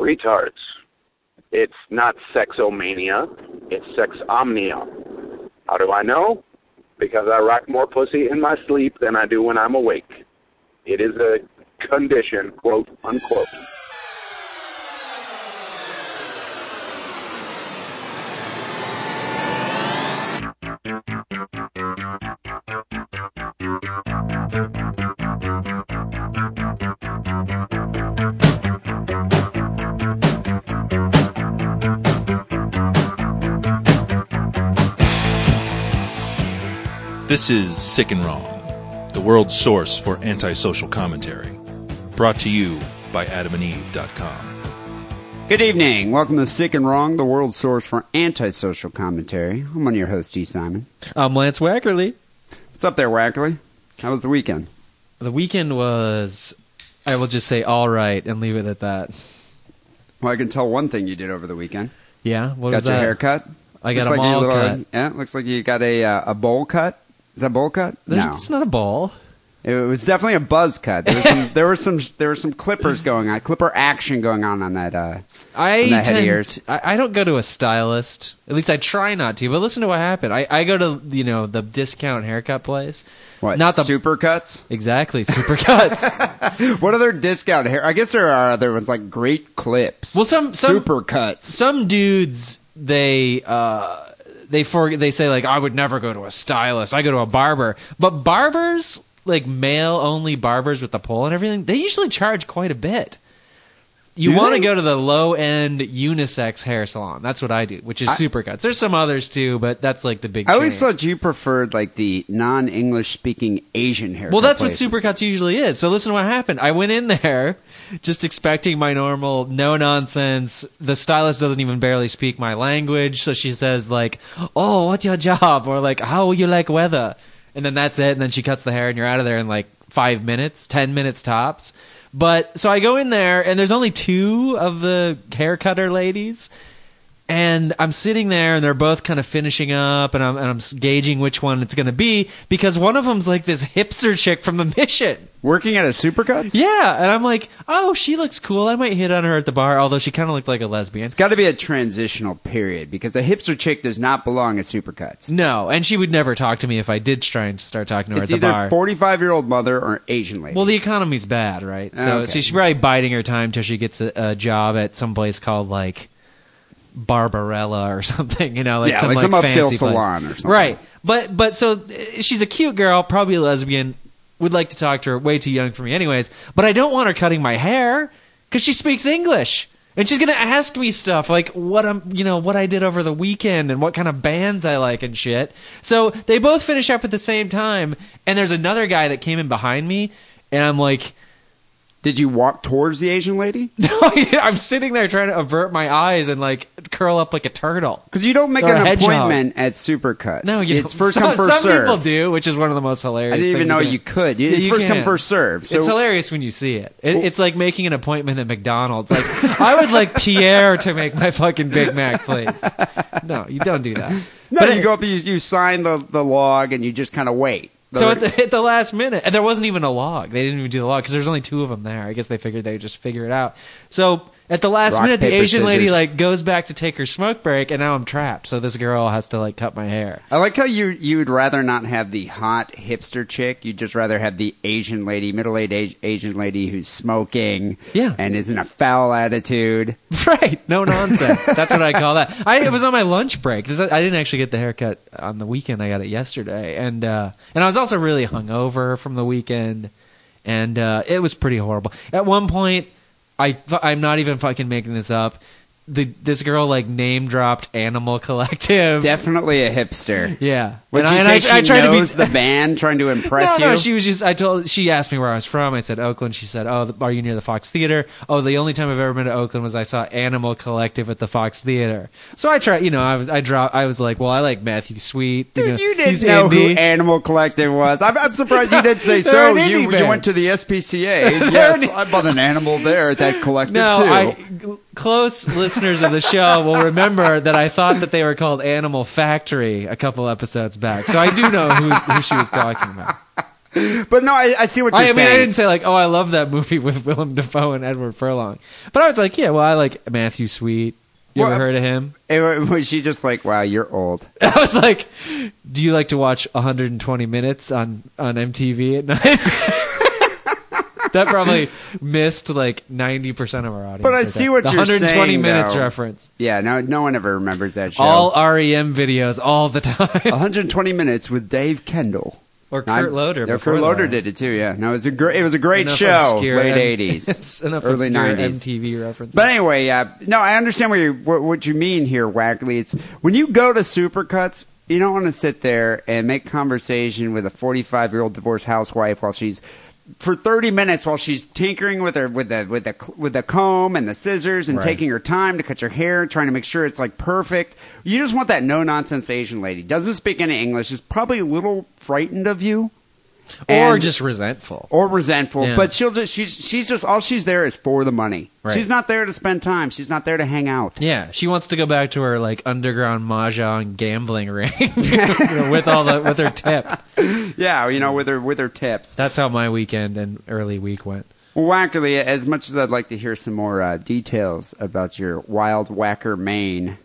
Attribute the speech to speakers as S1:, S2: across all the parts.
S1: retards. It's not sexomania, it's sexomnia. How do I know? Because I rock more pussy in my sleep than I do when I'm awake. It is a condition, quote unquote.
S2: This is Sick and Wrong, the world's source for antisocial commentary, brought to you by adamandeve.com.
S3: Good evening. Welcome to Sick and Wrong, the world's source for antisocial commentary. I'm one of your hosts, E. Simon.
S4: I'm Uh, Lance Wackerly.
S3: What's up there, Wackerly? How was the weekend?
S4: The weekend was, I will just say, all right, and leave it at that.
S3: Well, I can tell one thing you did over the weekend.
S4: Yeah, what
S3: got
S4: was
S3: your
S4: that?
S3: haircut.
S4: I got
S3: looks
S4: them
S3: like you
S4: all
S3: little-
S4: cut.
S3: Yeah, looks like you got a uh, a bowl cut. Is that bowl cut?
S4: There's,
S3: no,
S4: It's not a ball.
S3: it was definitely a buzz cut. There was some there were some there were some clippers going on, clipper action going on on that. Uh,
S4: I
S3: on that head of
S4: tend-
S3: yours.
S4: I, I don't go to a stylist. At least I try not to. But listen to what happened. I, I go to you know the discount haircut place.
S3: What?
S4: Not the
S3: super cuts.
S4: exactly supercuts.
S3: What other discount hair? I guess there are other ones like Great Clips.
S4: Well, some- some-
S3: super cuts.
S4: Some dudes they uh they for they say like I would never go to a stylist. I go to a barber. But barbers like male only barbers with the pole and everything they usually charge quite a bit. You
S3: Do
S4: want
S3: they?
S4: to go to the low end unisex hair salon. That's what I do, which is supercuts. There's some others too, but that's like the big.
S3: I always
S4: chain.
S3: thought you preferred like the non-English speaking Asian hair.
S4: Well, that's what Supercuts usually is. So listen to what happened. I went in there just expecting my normal no nonsense. The stylist doesn't even barely speak my language, so she says like, "Oh, what's your job?" or like, "How you like weather?" And then that's it. And then she cuts the hair, and you're out of there in like five minutes, ten minutes tops. But so I go in there, and there's only two of the hair cutter ladies and I'm sitting there, and they're both kind of finishing up, and I'm and I'm s- gauging which one it's going to be because one of them's like this hipster chick from the Mission,
S3: working at a Supercuts.
S4: yeah, and I'm like, oh, she looks cool. I might hit on her at the bar, although she kind of looked like a lesbian.
S3: It's got to be a transitional period because a hipster chick does not belong at Supercuts.
S4: No, and she would never talk to me if I did try and start talking to her
S3: It's
S4: at the bar.
S3: either forty-five-year-old mother or Asian lady.
S4: well, the economy's bad, right? So
S3: Ah, Okay.
S4: she's probably biding her time till she gets a, a job at some place called like Barbarella or something, you know, like
S3: Yeah,
S4: some
S3: like some upscale
S4: fancy place.
S3: salon or something.
S4: Right. But but so uh, she's a cute girl, probably a lesbian. Would like to talk to her. Way too young for me, anyways. But I don't want her cutting my hair because she speaks English and she's gonna ask me stuff like what I'm, you know, what I did over the weekend and what kind of bands I like and shit. So they both finish up at the same time, and there's another guy that came in behind me, and I'm like.
S3: Did you walk towards the Asian lady?
S4: No, I- I'm sitting there trying to avert my eyes and like curl up like a turtle.
S3: Because you don't make
S4: Or a
S3: an
S4: hedgehog.
S3: appointment at Supercuts.
S4: No, you
S3: it's
S4: don't.
S3: first
S4: some,
S3: come first
S4: some
S3: serve.
S4: people do, which is one of the most hilarious.
S3: I didn't even
S4: things
S3: know
S4: can-
S3: you could. You- it's
S4: you
S3: first come,
S4: can.
S3: first serve, so-
S4: It's hilarious when you see it. it. It's like making an appointment at McDonald's. Like I would like Pierre to make my fucking Big Mac, please. No, you don't do that.
S3: No,
S4: But
S3: you
S4: it-
S3: go up, you, you sign the, the log, and you just kind of wait.
S4: So at the, at the last minute, and there wasn't even a log. They didn't even do the log because there's only two of them there. I guess they figured they would just figure it out. So at the last
S3: Rock,
S4: minute, the
S3: paper,
S4: Asian lady
S3: scissors.
S4: like goes back to take her smoke break, and now I'm trapped. So this girl has to like cut my hair.
S3: I like how you you would rather not have the hot hipster chick. You'd just rather have the Asian lady, middle aged Asian lady who's smoking,
S4: Yeah.
S3: and is in a foul attitude.
S4: Right, no nonsense. That's what I call that. I it was on my lunch break. This, I didn't actually get the haircut on the weekend. I got it yesterday, and uh, and I was also really hungover from the weekend, and uh, it was pretty horrible. At one point, I I'm not even fucking making this up. The this girl like name dropped Animal Collective.
S3: Definitely a hipster.
S4: yeah,
S3: Would
S4: And
S3: you
S4: I- and
S3: say
S4: I-
S3: she
S4: I tried to be-
S3: knows the band, trying to impress
S4: no,
S3: you?
S4: No, she was just. I told. She asked me where I was from. I said Oakland. She said, "Oh, are you near the Fox Theater?" Oh, the only time I've ever been to Oakland was I saw Animal Collective at the Fox Theater. So I tried. You know, I was. I dropped. I was like, "Well, I like Matthew Sweet."
S3: Dude,
S4: know,
S3: you didn't
S4: he's
S3: know who
S4: indie.
S3: Animal Collective was. I'm, I'm surprised you didn't say
S4: They're
S3: so.
S4: an
S3: You,
S4: indie
S3: you
S4: band.
S3: went to the SPCA. yes, I bought an animal there at that collective
S4: no,
S3: too.
S4: I, g- close listeners of the show will remember that I thought that they were called Animal Factory a couple episodes back. So I do know who, who she was talking about.
S3: But no, I, I see what you're
S4: I, I
S3: saying.
S4: mean, I didn't say like, oh, I love that movie with Willem Dafoe and Edward Furlong, but I was like, yeah, well, I like Matthew Sweet. You
S3: Well,
S4: ever heard of him?
S3: It- was she just like, wow, you're old?
S4: I was like, do you like to watch 120 minutes on on MTV at night? that probably missed like 90 percent of our audience.
S3: But I
S4: right
S3: see
S4: there.
S3: what
S4: The
S3: you're
S4: 120
S3: saying,
S4: minutes
S3: though.
S4: reference.
S3: Yeah, no, no one ever remembers that show.
S4: All REM videos all the time.
S3: Oh, 120 minutes with Dave Kendall.
S4: Or Kurt Loder
S3: Yeah,
S4: before
S3: Kurt Loder
S4: that.
S3: did it too. Yeah, no, it was a great. It was a great
S4: Enough
S3: show.
S4: obscure
S3: Late
S4: M-
S3: eighties,
S4: enough
S3: early
S4: obscure
S3: nineties.
S4: MTV references.
S3: But anyway, uh, no, I understand what you what, what you mean here, Wackley. It's when you go to supercuts, you don't want to sit there and make conversation with a forty-five year old divorced housewife while she's for thirty minutes while she's tinkering with her with the with the cl- with the comb and the scissors and taking her time to cut your hair, trying to make sure it's like perfect. You just want that no nonsense Asian lady doesn't speak any English, is probably a little frightened of you
S4: or
S3: and-
S4: just resentful.
S3: or resentful.
S4: Yeah.
S3: But she'll just she's she's just all she's there is for the money.
S4: Right.
S3: She's not there to spend time. She's not there to hang out.
S4: Yeah, she wants to go back to her like underground mahjong gambling ring you know, with all the with her tip.
S3: Yeah, you know, with her with her tips.
S4: That's how my weekend and early week went.
S3: Well, Wackerly, as much as I'd like to hear some more uh, details about your wild whacker mane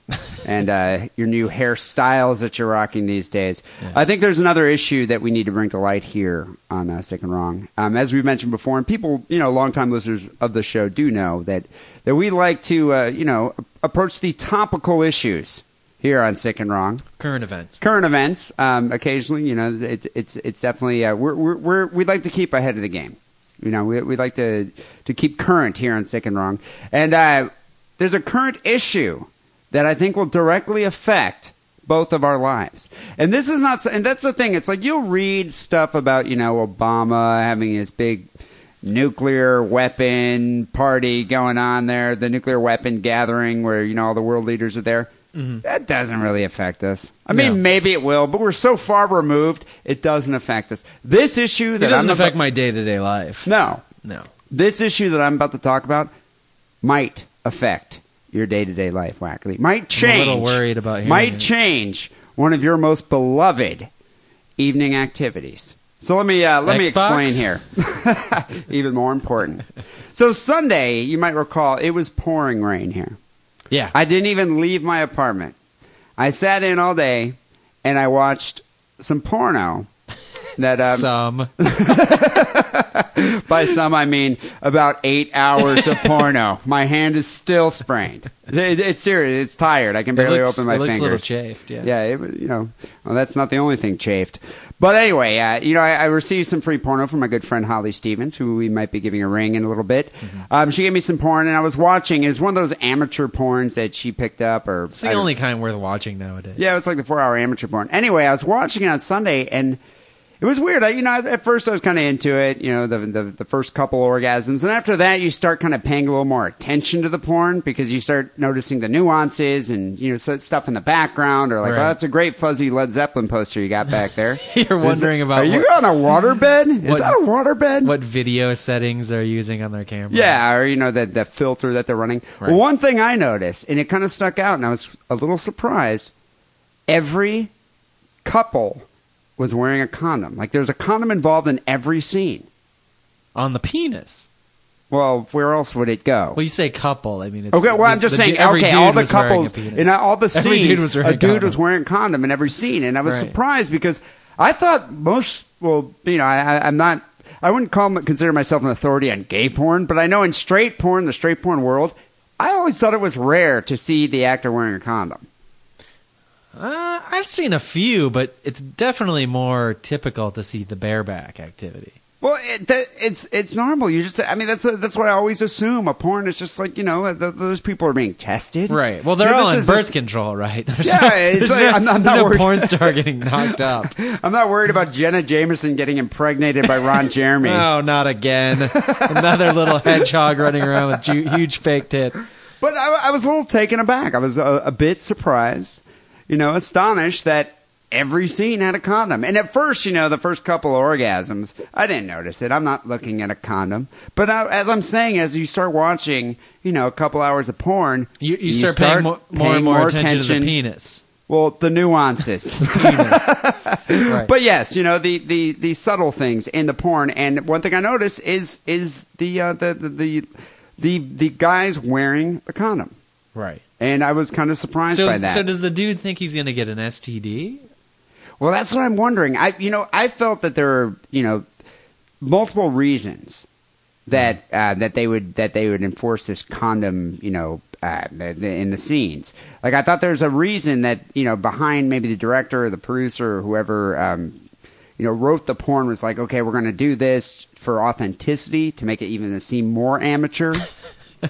S3: and uh, your new hairstyles that you're rocking these days, I think there's another issue that we need to bring to light here on uh, Sick and Wrong. Um, as we've mentioned before, and people, you know, longtime listeners of the show do know that that we like to, uh, you know, approach the topical issues here on Sick and Wrong
S4: Current events.
S3: current events um, occasionally you know it, it's it's definitely uh, we're, we're, we're we'd like to keep ahead of the game you know we, we'd like to to keep current here on sick and wrong and uh, there's a current issue that i think will directly affect both of our lives and this is not so- and that's the thing it's like you'll read stuff about you know obama having his big nuclear weapon party going on there the nuclear weapon gathering where you know all the world leaders are there that doesn't really affect us i mean
S4: Mm-hmm. No.
S3: Maybe it will, but we're so far removed, it doesn't affect us. This issue that
S4: It doesn't
S3: I'm
S4: affect
S3: about-
S4: my day to day life.
S3: no,
S4: No.
S3: this issue that I'm about to talk about might affect your day to day life. Wackley might
S4: I'm a
S3: change.
S4: little worried about hearing
S3: might
S4: it.
S3: change one of your most beloved evening activities. So let me uh, let me
S4: Xbox?
S3: explain here. Even more important. So Sunday, you might recall, it was pouring rain here.
S4: Yeah.
S3: I didn't even leave my apartment. I sat in all day and I watched some porno. That um,
S4: Some.
S3: by some I mean about eight hours of porno. My hand is still sprained. It- it's serious. It's tired. I can barely
S4: it looks,
S3: open my
S4: it looks a little
S3: fingers.
S4: chafed. Yeah.
S3: Yeah, it, was- you know, well, that's not the only thing chafed. But anyway, uh, you know, I, I received some free porno from my good friend Holly Stevens, who we might be giving a ring in a little bit.
S4: Mm-hmm.
S3: Um, she gave me some porn, and I was watching. It was one of those amateur porns that she picked up, or
S4: It's the
S3: I don't-
S4: only kind worth watching nowadays.
S3: yeah, it's like the four hour amateur porn. Anyway, I was watching it on Sunday and it was weird. I, you know, at first I was kind of into it, you know, the, the, the first couple orgasms. And after that, you start kind of paying a little more attention to the porn because you start noticing the nuances and, you know, so- stuff in the background or like,
S4: Right.
S3: oh, that's a great fuzzy Led Zeppelin poster you got back there.
S4: You're
S3: Is
S4: wondering
S3: it-
S4: about
S3: Are you
S4: what-
S3: on a waterbed? Is
S4: what-
S3: that a waterbed?
S4: What video settings they're using on their camera.
S3: Yeah, or you know that the filter that they're running.
S4: Right.
S3: Well, one thing I noticed, and it kind of stuck out, and I was a little surprised. Every couple was wearing a condom. Like there's a condom involved in every scene.
S4: On the penis.
S3: Well, where else would it go?
S4: Well, you say couple. I mean, it's.
S3: Okay, well, I'm
S4: the-
S3: just
S4: the
S3: saying.
S4: du- every
S3: okay,
S4: dude
S3: all the
S4: was wearing a
S3: couples
S4: penis.
S3: and all the
S4: Every
S3: scenes,
S4: dude was wearing
S3: a dude
S4: condom.
S3: was wearing condom in every scene, and I was
S4: Right.
S3: surprised because I thought most. Well, you know, I, I, I'm not. I wouldn't call my- consider myself an authority on gay porn, but I know in straight porn, the straight porn world, I always thought it was rare to see the actor wearing a condom.
S4: Uh, I've seen a few, but it's definitely more typical to see the bareback activity.
S3: Well, it, that, it's it's normal. You just, I mean, that's that's what I always assume. A porn is just like you know, th- those people are being tested,
S4: Right. Well, they're
S3: You know,
S4: all
S3: this
S4: in
S3: is
S4: birth
S3: just-
S4: control, right? There's
S3: Yeah, it's
S4: there's
S3: like- I'm not- I'm
S4: there's
S3: not worried.
S4: no porn star getting knocked up.
S3: I'm not worried about Jenna Jameson getting impregnated by Ron Jeremy.
S4: No, not again. Another little hedgehog running around with ju- huge fake tits.
S3: But I, I was a little taken aback. I was a, a bit surprised, you know, astonished that every scene had a condom. And at first, you know, the first couple of orgasms, I didn't notice it. I'm not looking at a condom. But I, as I'm saying, as you start watching, you know, a couple hours of porn,
S4: You, you, start, paying more, more
S3: paying
S4: and more attention, to the penis.
S3: Well, the nuances.
S4: penis. Right.
S3: But yes, you know the, the, the subtle things in the porn, and one thing I notice is is the uh, the, the the the the guys wearing a condom,
S4: right.
S3: and I was kind of surprised by
S4: So,
S3: that.
S4: so does the dude think he's going to get an STD?
S3: Well, that's what I'm wondering. I, you know, I felt that there are, you know, multiple reasons that uh, that they would that they would enforce this condom, you know, uh, th- th- in the scenes. Like I thought there's a reason that you know behind maybe the director or the producer or whoever, um, you know, wrote the porn was like, okay, we're going to do this for authenticity to make it even seem more amateur.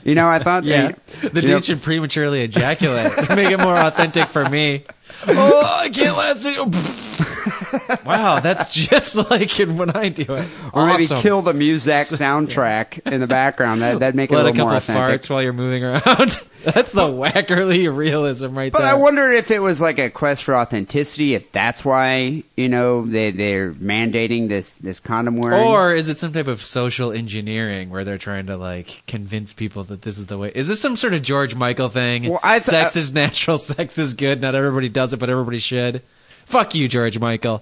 S3: You know, I thought,
S4: The
S3: you
S4: dude
S3: know-
S4: should prematurely ejaculate. Make it more authentic for me. Oh, I can't last. it. wow, that's just like it when I do it.
S3: or maybe
S4: Awesome.
S3: kill the Muzak soundtrack in the background. That that make it a
S4: Let a
S3: little
S4: couple
S3: more
S4: of
S3: authentic.
S4: farts while you're moving around. that's the wackerly realism right
S3: But
S4: there.
S3: I wonder if it was like a quest for authenticity, if that's why you know they they're mandating this this condom wearing.
S4: Or is it some type of social engineering where they're trying to like convince people that this is the way? Is this some sort of George Michael thing?
S3: Well, I th-
S4: sex is natural, sex is good. Not everybody does it, but everybody should. Fuck you, George Michael.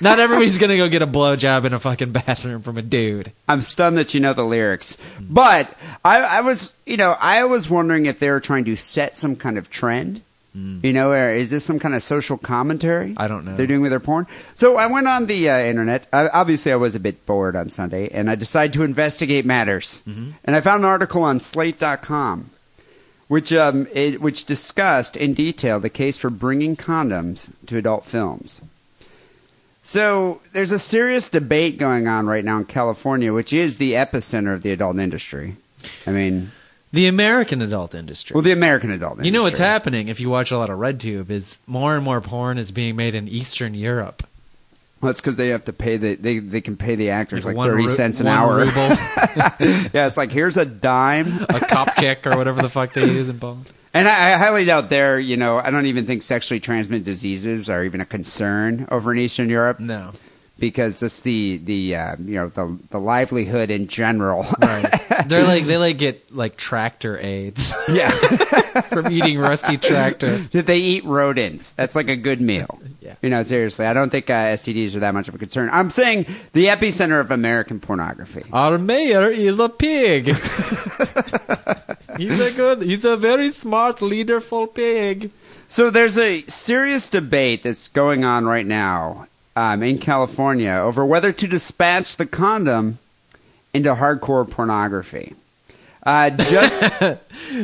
S4: Not everybody's gonna go get a blowjob in a fucking bathroom from a dude.
S3: I'm stunned that you know the lyrics, but I, I was you know I was wondering if they were trying to set some kind of trend. You know, or is this some kind of social commentary?
S4: Hmm. I don't know.
S3: They're doing with their porn. So I went on the uh, internet. I, obviously, I was a bit bored on Sunday, and I decided to investigate matters.
S4: Mm-hmm.
S3: And I found an article on Slate.com which um, it, which discussed in detail the case for bringing condoms to adult films. So there's a serious debate going on right now in California, which is the epicenter of the adult industry. I mean,
S4: The American adult industry.
S3: well, the American adult.
S4: you know what's
S3: industry.
S4: happening if you watch a lot of RedTube is more and more porn is being made in Eastern Europe.
S3: Well, that's because they have to pay the they, they can pay the actors like,
S4: one
S3: thirty
S4: ru-
S3: cents an
S4: one
S3: hour.
S4: ruble,
S3: yeah, it's like here's a dime,
S4: a cop kick, or whatever the fuck they use in Poland.
S3: and I, I highly doubt there. You know, I don't even think sexually transmitted diseases are even a concern over in Eastern Europe.
S4: No.
S3: because just the the uh, you know the the livelihood in general.
S4: Right. They're like they like get like tractor aids
S3: yeah,
S4: from eating rusty tractor.
S3: That they eat rodents. That's like a good meal.
S4: Yeah.
S3: you know seriously, I don't think uh, STDs are that much of a concern. I'm saying the epicenter of American pornography.
S4: Our mayor is a pig. he's a good. He's a very smart, leaderful pig.
S3: So there's a serious debate that's going on right now um, in California over whether to dispatch the condom into hardcore pornography. Uh, just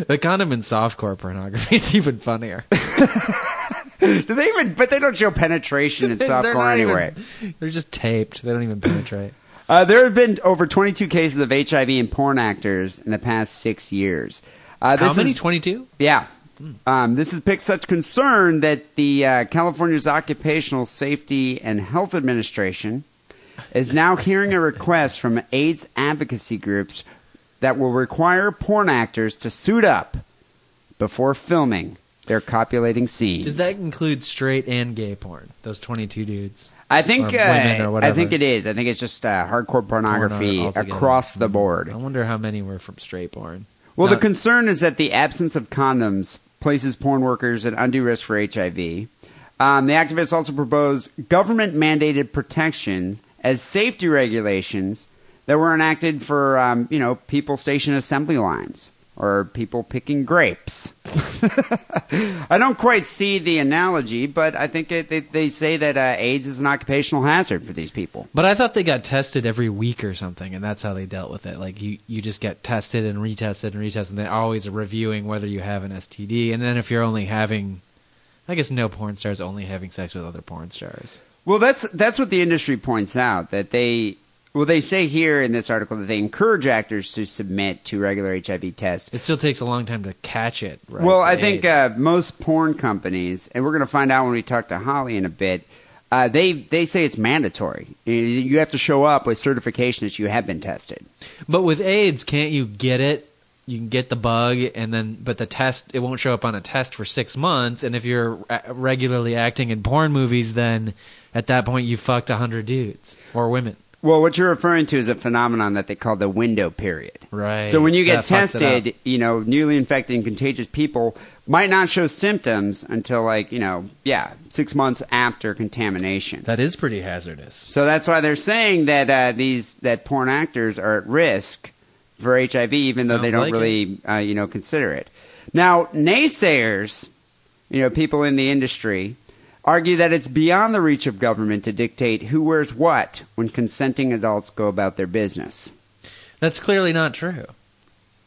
S4: The condom in softcore pornography is even funnier.
S3: do they even? But they don't show penetration in
S4: They're
S3: softcore
S4: not even-
S3: anyway.
S4: they're just taped. They don't even penetrate.
S3: Uh, there have been over 22 cases of HIV in porn actors in the past six years. Uh,
S4: How
S3: this
S4: many?
S3: is-
S4: Twenty-two. Hmm.
S3: yeah. Um, this has picked such concern that the uh, California's Occupational Safety and Health Administration is now hearing a request from AIDS advocacy groups that will require porn actors to suit up before filming their copulating scenes.
S4: Does that include straight and gay porn? Those twenty-two dudes.
S3: I think
S4: or
S3: uh,
S4: women or
S3: I
S4: whatever?
S3: think it is. I think it's just uh, hardcore pornography
S4: Porn altogether.
S3: across the board.
S4: I wonder how many were from straight porn.
S3: Well, the
S4: Not-
S3: concern is that the absence of condoms places porn workers at undue risk for HIV. Um, the activists also propose government mandated protections as safety regulations that were enacted for um, you know people stationed at assembly lines or people picking grapes. I don't quite see the analogy, but I think it, they, they say that uh, AIDS is an occupational hazard for these people.
S4: But I thought they got tested every week or something, and that's how they dealt with it. Like you, you just get tested and retested and retested, and they're always reviewing whether you have an STD. And then if you're only having, I guess no porn stars only having sex with other porn stars.
S3: Well, that's that's what the industry points out that they well they say here in this article that they encourage actors to submit to regular HIV tests.
S4: It still takes a long time to catch it. Right?
S3: well,
S4: The
S3: I think uh,
S4: AIDS.
S3: most porn companies, and we're going to find out when we talk to Holly in a bit. Uh, they they say it's mandatory. You- You have to show up with certification that you have been tested.
S4: but with AIDS, can't you get it? You can get the bug, and then but the test it won't show up on a test for six months. And if you're uh, regularly acting in porn movies, then at that point you fucked a hundred dudes or women.
S3: Well, what you're referring to is a phenomenon that they call the window period.
S4: Right.
S3: So when you
S4: So
S3: get
S4: that fucks it
S3: tested,
S4: up.
S3: you know, newly infected and contagious people might not show symptoms until like, you know, yeah, six months after contamination.
S4: That is pretty hazardous.
S3: So that's why they're saying that uh, these that porn actors are at risk for HIV, even though they
S4: Sounds
S3: don't
S4: like
S3: really uh, you know consider it. Now naysayers, you know, people in the industry argue that it's beyond the reach of government to dictate who wears what when consenting adults go about their business.
S4: That's clearly not true.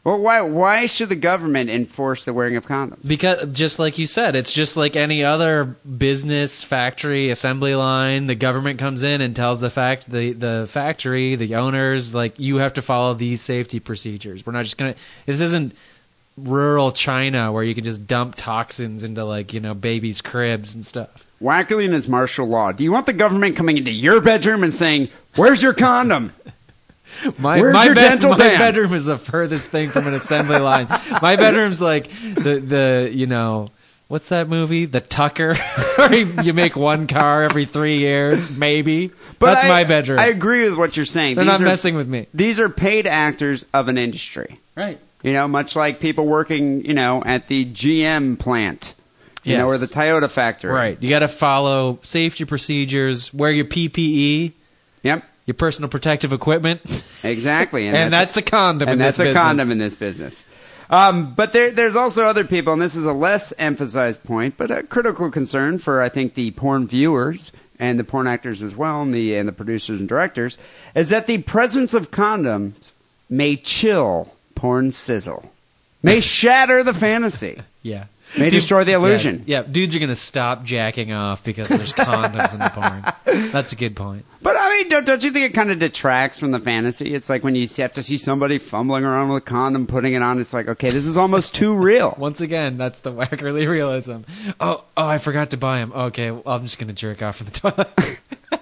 S3: Well, why why should the government enforce the wearing of condoms?
S4: Because just like you said, it's just like any other business, factory, assembly line. The government comes in and tells the fact the the factory, the owners, like you have to follow these safety procedures. We're not just gonna. This isn't rural China where you can just dump toxins into like you know babies' cribs and stuff.
S3: Wackling is martial law. Do you want the government coming into your bedroom and saying, "Where's your condom"?
S4: My,
S3: Where's
S4: my
S3: your dental
S4: my
S3: dam?
S4: bedroom is the furthest thing from an assembly line. My bedroom's like the the you know what's that movie? The Tucker. Where you make one car every three years, maybe. That's
S3: I-
S4: my bedroom.
S3: I agree with what you're saying.
S4: They're
S3: These
S4: not
S3: are-
S4: messing with me.
S3: These are paid actors of an industry.
S4: Right.
S3: You know, much like people working, you know, at the GM plant, you know,
S4: Yes.
S3: or the Toyota factory.
S4: Right. You got to follow safety procedures. Wear your PPE,
S3: Yep.
S4: your personal protective equipment,
S3: Exactly.
S4: and, that's, a condom.
S3: and
S4: in
S3: that's
S4: this
S3: a
S4: business.
S3: condom in this business. Um, but there, there's also other people, and this is a less emphasized point, but a critical concern for I think the porn viewers and the porn actors as well, and the and the producers and directors, is that the presence of condoms may chill porn sizzle, may shatter the fantasy.
S4: Yeah.
S3: May
S4: Dude-
S3: destroy the illusion.
S4: Yes. Yeah, dudes are going to stop jacking off because there's condoms in the porn. That's a good point.
S3: But I mean, don't, don't you think it kind of detracts from the fantasy? It's like when you have to see somebody fumbling around with a condom, putting it on. It's like, okay, this is almost too real.
S4: Once again, that's the wackerly realism. Oh, oh, I forgot to buy him. Okay, well, I'm just gonna jerk off in the toilet.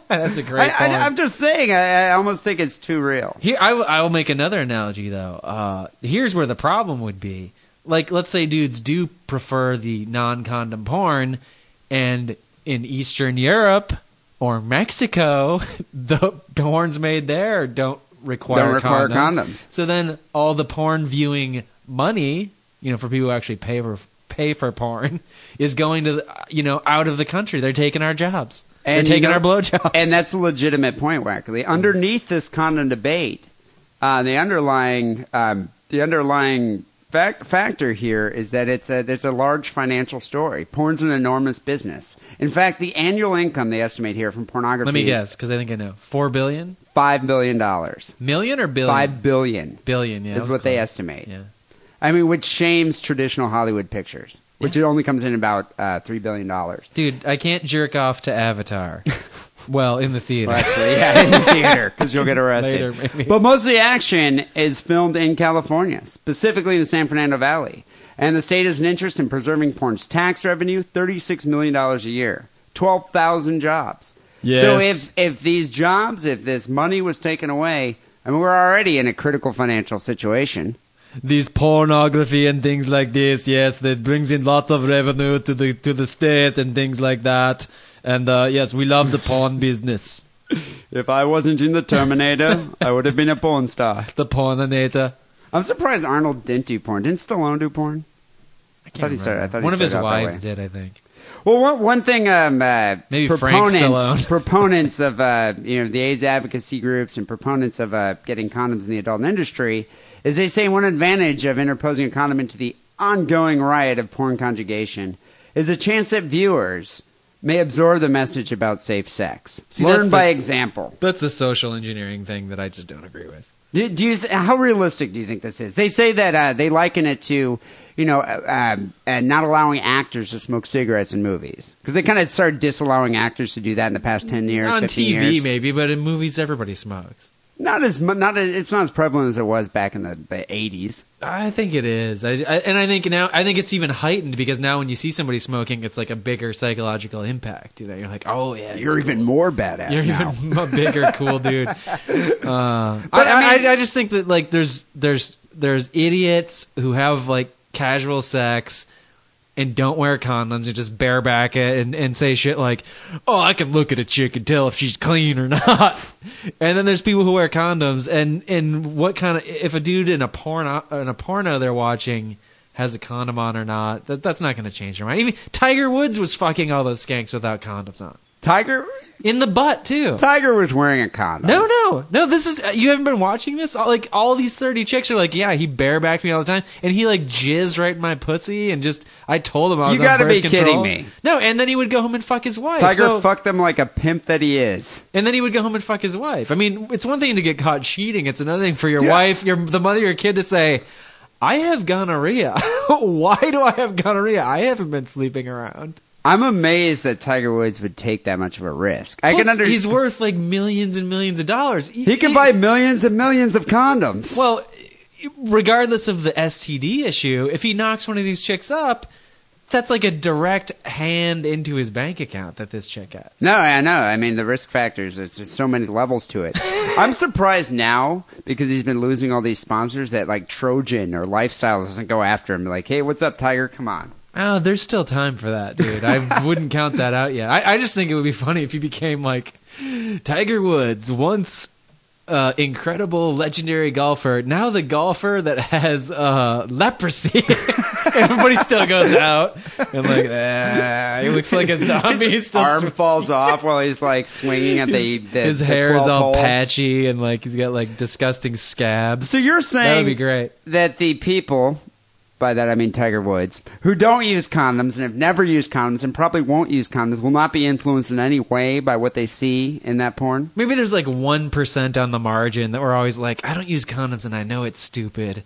S4: that's a great
S3: I,
S4: point.
S3: I, I'm just saying, I, I almost think it's too real.
S4: Here, I, w- I will make another analogy though. Uh, here's where the problem would be. Like, let's say dudes do prefer the non-condom porn, and in Eastern Europe or Mexico, the porns made there don't require
S3: Don't require condoms.
S4: So then, all the porn viewing money, you know, for people who actually pay for pay for porn, is going to the- you know out of the country. They're taking our jobs.
S3: And
S4: They're taking
S3: you know-
S4: our blowjobs.
S3: And that's a legitimate point, Wackley. Underneath this condom debate, uh, the underlying um, the underlying fac- factor here is that it's a, there's a large financial story. Porn's an enormous business. In fact, the annual income they estimate here from pornography
S4: let me guess because I think I know four billion.
S3: five billion dollars.
S4: Million or billion?
S3: Five billion.
S4: billion. Yeah,
S3: is
S4: that's
S3: what they
S4: close.
S3: estimate.
S4: Yeah,
S3: I mean, which shames traditional Hollywood pictures, which it only comes in about uh, three billion dollars.
S4: dude, I can't jerk off to Avatar. well, in the theater.
S3: Well, actually, yeah, in the theater because you'll get arrested.
S4: Later, maybe.
S3: But most of the action is filmed in California, specifically in the San Fernando Valley. And the state has an interest in preserving porn's tax revenue, $36 million a year, 12,000 jobs. So
S4: Yes.
S3: if, if these jobs, if this money was taken away, I mean, we're already in a critical financial situation.
S4: These pornography and things like this. Yes, that brings in lots of revenue to the to the state and things like that. And uh, yes, we love the porn business.
S3: If I wasn't in the Terminator, I would have been a porn star.
S4: The porninator.
S3: I'm surprised Arnold didn't do porn. Didn't Stallone do porn? I thought he started. I thought he
S4: One of his
S3: started out that way.
S4: wives did, I think.
S3: Well, one, one thing, um, uh,
S4: Maybe Frank
S3: proponents,
S4: Stallone.
S3: proponents of uh, you know the AIDS advocacy groups and proponents of uh, getting condoms in the adult industry is they say one advantage of interposing a condom into the ongoing riot of porn conjugation is a chance that viewers may absorb the message about safe sex.
S4: See, that's
S3: Learn by
S4: the-
S3: example.
S4: That's a social engineering thing that I just don't agree with.
S3: Do, do you th- how realistic do you think this is? They say that uh, they liken it to you know uh, um, uh, not allowing actors to smoke cigarettes in movies because they kind of started disallowing actors to do that in the past ten years.
S4: On
S3: 15
S4: TV,
S3: years.
S4: maybe, but in movies, everybody smokes.
S3: not as mu- not as, it's not as prevalent as it was back in the- the eighties.
S4: I think it is, I, I, and I think now I think it's even heightened because now when you see somebody smoking, it's like a bigger psychological impact. You know, you're like, oh yeah, it's
S3: You're even more badass
S4: you're
S3: now.
S4: even a bigger cool dude. Uh, I,
S3: I
S4: I,
S3: mean-
S4: I just think that like there's there's there's idiots who have like casual sex and don't wear condoms and just bareback it and, and say shit like, oh, I can look at a chick and tell if she's clean or not. and then there's people who wear condoms and, and what kind of if a dude in a porno in a porno they're watching has a condom on or not, that, that's not going to change your mind. Even Tiger Woods was fucking all those skanks without condoms on.
S3: Tiger
S4: In the butt, too.
S3: Tiger was wearing a condom.
S4: No, no, no. This is uh, you haven't been watching this. All- Like all these thirty chicks are like, yeah, he barebacked me all the time, and he like jizzed right in my pussy, and just I told him I
S3: You
S4: was. on
S3: gotta
S4: birth
S3: be kidding
S4: control.
S3: me.
S4: No, and then he would go home and fuck his wife.
S3: Tiger
S4: so-
S3: fucked them like a pimp that he is.
S4: and then he would go home and fuck his wife. I mean, it's one thing to get caught cheating; it's another thing for your
S3: Yeah.
S4: wife, your the mother, of your kid to say, "I have gonorrhea. Why do I have gonorrhea? I haven't been sleeping around."
S3: I'm amazed that Tiger Woods would take that much of a risk. I
S4: Plus,
S3: can understand.
S4: he's worth like millions and millions of dollars.
S3: he can buy millions and millions of condoms.
S4: Well, regardless of the STD issue, if he knocks one of these chicks up, that's like a direct hand into his bank account that this chick has.
S3: No, I know. I mean, the risk factors, it's just so many levels to it. I'm surprised now because he's been losing all these sponsors that like Trojan or Lifestyles doesn't go after him. Like, hey, what's up, Tiger? Come on.
S4: Oh, there's still time for that, dude. I wouldn't count that out yet. I, I just think it would be funny if he became like Tiger Woods, once uh, incredible legendary golfer, now the golfer that has uh, leprosy. Everybody still goes out and like, ah, he looks like a zombie. He's
S3: His
S4: still
S3: arm falls off while he's like swinging at the.
S4: his,
S3: the
S4: his
S3: the
S4: hair is
S3: 12 hole.
S4: all patchy and like he's got like disgusting scabs.
S3: So you're
S4: that would
S3: saying
S4: be great.
S3: that the people, by that I mean Tiger Woods, who don't use condoms and have never used condoms and probably won't use condoms, will not be influenced in any way by what they see in that porn.
S4: Maybe there's like one percent on the margin that we're always like, I don't use condoms and I know it's stupid,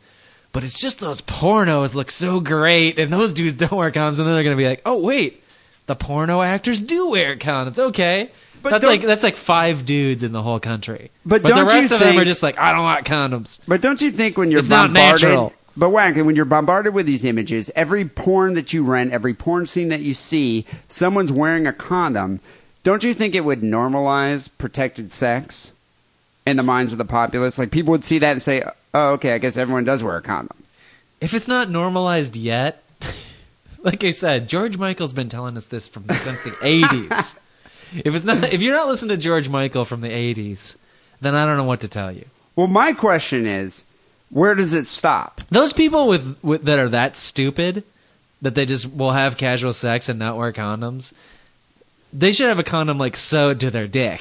S4: but it's just those pornos look so great and those dudes don't wear condoms and then they're gonna be like, oh wait, the porno actors do wear condoms. Okay.
S3: But
S4: that's
S3: don't-
S4: like that's like five dudes in the whole country.
S3: But
S4: the
S3: don't you
S4: rest of them
S3: think-
S4: are just like, I don't like condoms.
S3: But don't you think when you're
S4: It's not
S3: bombarded,
S4: natural.
S3: but whack, when you're bombarded with these images, every porn that you rent, every porn scene that you see, someone's wearing a condom. Don't you think it would normalize protected sex in the minds of the populace? Like people would see that and say, "Oh, okay, I guess everyone does wear a condom."
S4: if it's not normalized yet, like I said, George Michael's been telling us this from since the eighties. If it's not, if you're not listening to George Michael from the eighties, then I don't know what to tell you.
S3: Well, my question is, where does it stop?
S4: Those people with, with that are that stupid that they just will have casual sex and not wear condoms. They should have a condom like sewed to their dick.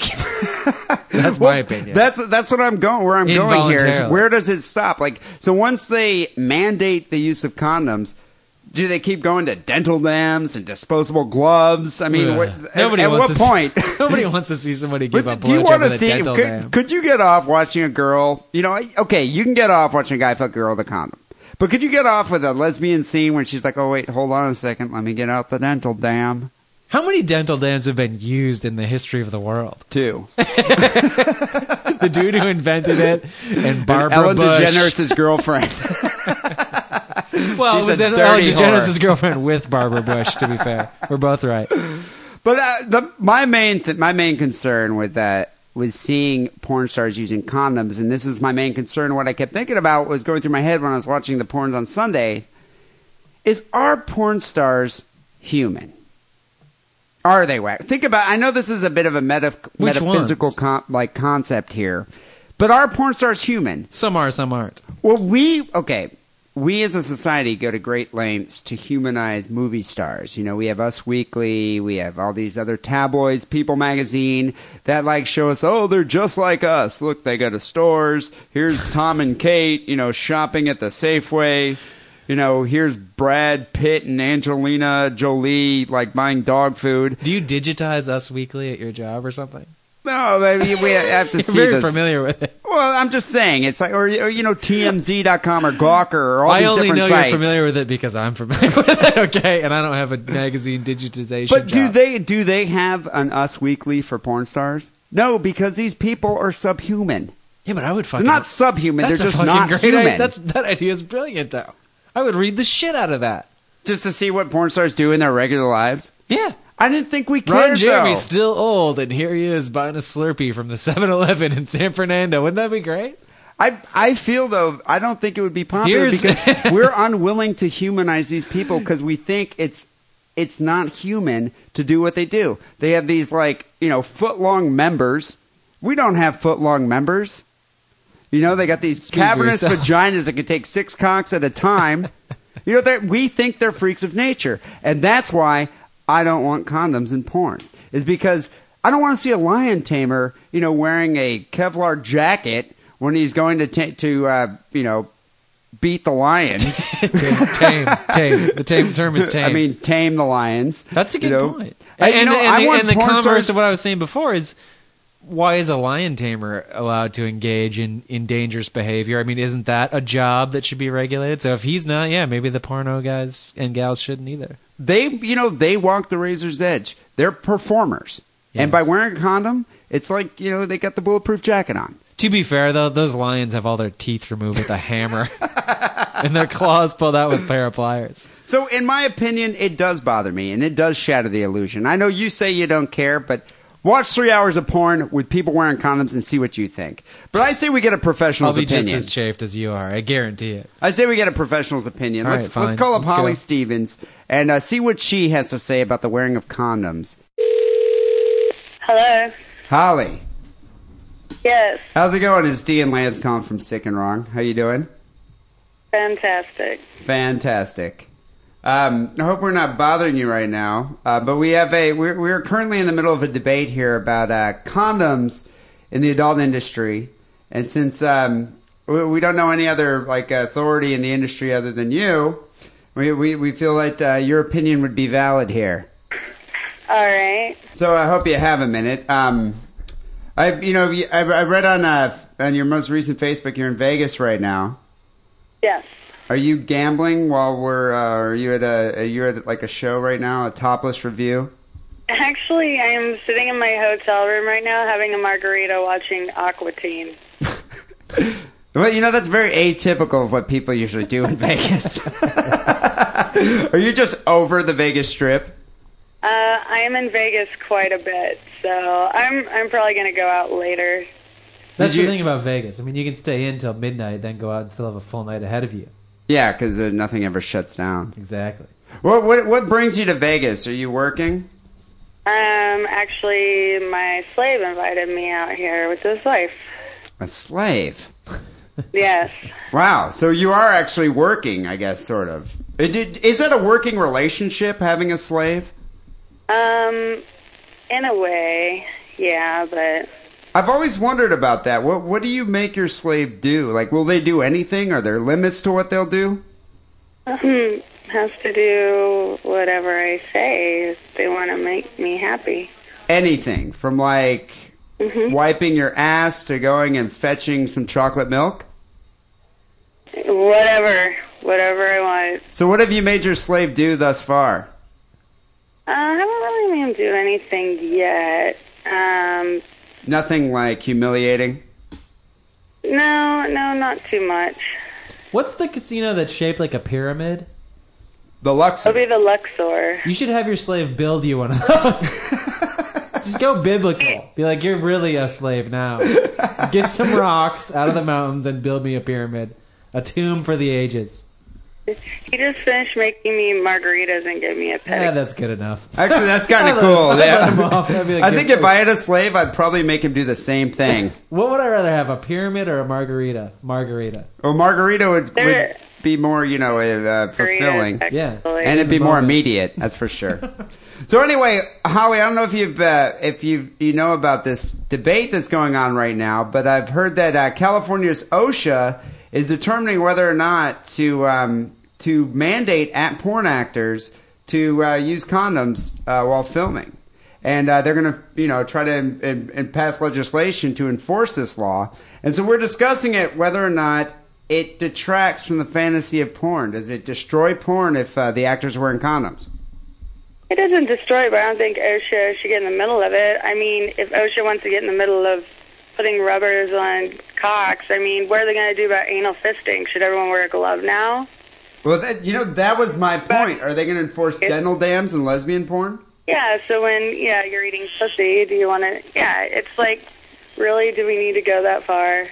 S4: That's my opinion.
S3: That's that's what I'm going. Where I'm going here is
S4: Involuntarily.
S3: where does it stop? Like, so once they mandate the use of condoms, do they keep going to dental dams and disposable gloves? I mean,
S4: Ugh.
S3: what, at-
S4: nobody
S3: at,
S4: wants
S3: what
S4: to see-
S3: point?
S4: nobody wants to see somebody give
S3: But
S4: up.
S3: do you
S4: want
S3: wanna
S4: to
S3: see?
S4: Dental
S3: Could,
S4: dam.
S3: could you get off watching a girl? You know, okay, you can get off watching a guy fuck a girl with a condom. But could you get off with a lesbian scene when she's like, "Oh wait, hold on a second, let me get out the dental dam"?
S4: How many dental dams have been used in the history of the world?
S3: Two.
S4: the dude who invented it and Barbara
S3: Ellen
S4: Bush.
S3: DeGeneres' girlfriend.
S4: Well,
S3: She's
S4: it was
S3: a
S4: Ellen- Ellen
S3: dirty
S4: DeGeneres' girlfriend with Barbara Bush. To be fair, we're both right.
S3: But uh, the, my main th- my main concern with that was seeing porn stars using condoms, and this is my main concern. What I kept thinking about was going through my head when I was watching the porns on Sunday. Is are porn stars human? Are they whack? Think about. I know this is a bit of a meta,
S4: Which
S3: metaphysical
S4: ones?
S3: con- like concept here, but are porn stars human?
S4: Some are, some aren't.
S3: Well, we okay. We as a society go to great lengths to humanize movie stars. You know, we have Us Weekly, we have all these other tabloids, People Magazine, that like show us, oh, they're just like us. Look, they go to stores. Here's Tom and Kate, you know, shopping at the Safeway. You know, here's Brad Pitt and Angelina Jolie, like buying dog food.
S4: Do you digitize Us Weekly at your job or something?
S3: No, we Oh, we have to
S4: You're
S3: see
S4: very
S3: this.
S4: familiar with it.
S3: Well, I'm just saying, it's like, or, or you know, TMZ.com or Gawker or all
S4: I
S3: these
S4: only
S3: different
S4: know
S3: sites.
S4: you're familiar with it because I'm familiar with it. Okay, and I don't have a magazine digitization.
S3: But do
S4: job.
S3: they do they have an Us Weekly for porn stars? No, because these people are subhuman.
S4: Yeah, but I would fucking.
S3: They're not subhuman.
S4: That's
S3: they're
S4: a
S3: just
S4: fucking
S3: not
S4: great
S3: human.
S4: idea. That's that idea is brilliant though. I would read the shit out of that.
S3: just to see what porn stars do in their regular lives.
S4: Yeah.
S3: I didn't think we cared.
S4: Ron
S3: though.
S4: Jeremy's still old, and here he is buying a Slurpee from the 7 Eleven in San Fernando. Wouldn't that be great?
S3: I I feel though I don't think it would be popular
S4: Here's-
S3: because we're unwilling to humanize these people because we think it's it's not human to do what they do. They have these like you know foot long members. We don't have foot long members. You know they got these
S4: for
S3: cavernous
S4: yourself.
S3: vaginas that can take six cocks at a time. you know that we think they're freaks of nature, and that's why I don't want condoms in porn. Is because I don't want to see a lion tamer, you know, wearing a Kevlar jacket when he's going to ta to uh, you know beat the lions.
S4: tame, tame, tame. The tame term is tame.
S3: I mean, tame the lions.
S4: that's a good
S3: you know?
S4: point.
S3: I-
S4: And,
S3: you
S4: and,
S3: know,
S4: the-
S3: I
S4: and,
S3: want
S4: the, and the
S3: porn
S4: converse
S3: stars-
S4: of what I was saying before is why is a lion tamer allowed to engage in, in dangerous behavior? I mean, isn't that a job that should be regulated? So if he's not, yeah, maybe the porno guys and gals shouldn't either.
S3: they you know they walk the razor's edge they're performers
S4: Yes.
S3: and by wearing a condom it's like you know they got the bulletproof jacket on
S4: To be fair, though, those lions have all their teeth removed with a hammer and their claws pulled out with a pair of pliers.
S3: so in my opinion it does bother me and it does shatter the illusion i know you say you don't care but watch three hours of porn with people wearing condoms and see what you think but i say we get a
S4: I'll
S3: professional's
S4: be
S3: opinion
S4: just as chafed as you are. I guarantee it.
S3: I say we get a professional's opinion.
S4: All right,
S3: let's
S4: fine.
S3: let's call up
S4: Let's
S3: Holly
S4: go.
S3: Stevens and uh, see what she has to say about the wearing of condoms.
S5: Hello.
S3: Holly,
S5: Yes.
S3: how's it going? It's Dee and Lance calling from Sick and Wrong. How you doing?
S5: Fantastic.
S3: Fantastic. Um, I hope we're not bothering you right now, uh, but we have a we're, we're currently in the middle of a debate here about uh, condoms in the adult industry, and since um, we, we don't know any other like authority in the industry other than you, we we, we feel that uh, your opinion would be valid here.
S5: All right.
S3: So I hope you have a minute. Um, I you know I, I read on uh, on your most recent Facebook you're in Vegas right now.
S5: Yes.
S3: Are you gambling while we're? Uh, are you at a? Are you at like a show right now? A topless review?
S5: Actually, I am sitting in my hotel room right now having a margarita watching Aquatine.
S3: Well, you know that's very atypical of what people usually do in Vegas. are you just over the Vegas Strip?
S5: Uh, I am in Vegas quite a bit, so I'm I'm probably going to go out later.
S4: That's
S3: you-
S4: the thing about Vegas. I mean, you can stay in till midnight, then go out and still have a full night ahead of you.
S3: Yeah, because uh, nothing ever shuts down.
S4: Exactly.
S3: What, what what brings you to Vegas? Are you working?
S5: Um, actually, my slave invited me out here with his wife.
S3: A slave?
S5: Yes.
S3: Wow. So you are actually working, I guess, sort of. It- it- Is that a working relationship? Having a slave?
S5: Um, in a way, yeah, but
S3: I've always wondered about that. What what do you make your slave do? Like, will they do anything? Are there limits to what they'll do?
S5: has to do whatever I say if they want to make me happy.
S3: Anything from like
S4: Mm-hmm.
S3: wiping your ass to going and fetching some chocolate milk.
S5: Whatever, whatever I want.
S3: So, what have you made your slave do thus far?
S5: Uh, I haven't really made him do anything yet. Um,
S3: Nothing like humiliating.
S5: no, no, not too much.
S4: What's the casino that's shaped like a pyramid?
S3: The Luxor.
S5: It'll be the Luxor.
S4: You should have your slave build you one of those. Just go biblical. Be like, you're really a slave now. Get some rocks out of the mountains and build me a pyramid, a tomb for the ages.
S5: He just finished making me margaritas and gave me a
S4: Yeah,
S5: pedicure.
S4: Eh, that's good enough.
S3: Actually, that's kind of
S4: I'd let- I'd
S3: cool.
S4: let
S3: Yeah.
S4: him off. I'd be like,
S3: I think
S4: "Good
S3: if I had a slave, I'd probably make him do the same thing.
S4: What would I rather have, a pyramid or a margarita? Margarita.
S3: Well, margarita would, would
S5: There-
S3: be more, you know, uh, fulfilling.
S4: Yeah.
S3: and it'd
S4: the
S3: be more
S4: moment.
S3: immediate. That's for sure. so anyway, Holly, I don't know if you've uh, if you you know about this debate that's going on right now, but I've heard that uh, California's OSHA is determining whether or not to um, to mandate at porn actors to uh, use condoms uh, while filming and uh, they're going to you know try to en- en- en- pass legislation to enforce this law. And so we're discussing it whether or not it detracts from the fantasy of porn. Does it destroy porn if uh, the actors are wearing condoms?
S5: It doesn't destroy, it, but I don't think OSHA should get in the middle of it. I mean, if OSHA wants to get in the middle of putting rubbers on cocks, I mean, what are they going to do about anal fisting? Should everyone wear a glove now?
S3: Well, that, you know that was my point. Are they going to enforce dental dams and lesbian porn?
S5: Yeah, so when yeah, you're eating pussy, do you want to? Yeah, it's like, really, do we need to go that far?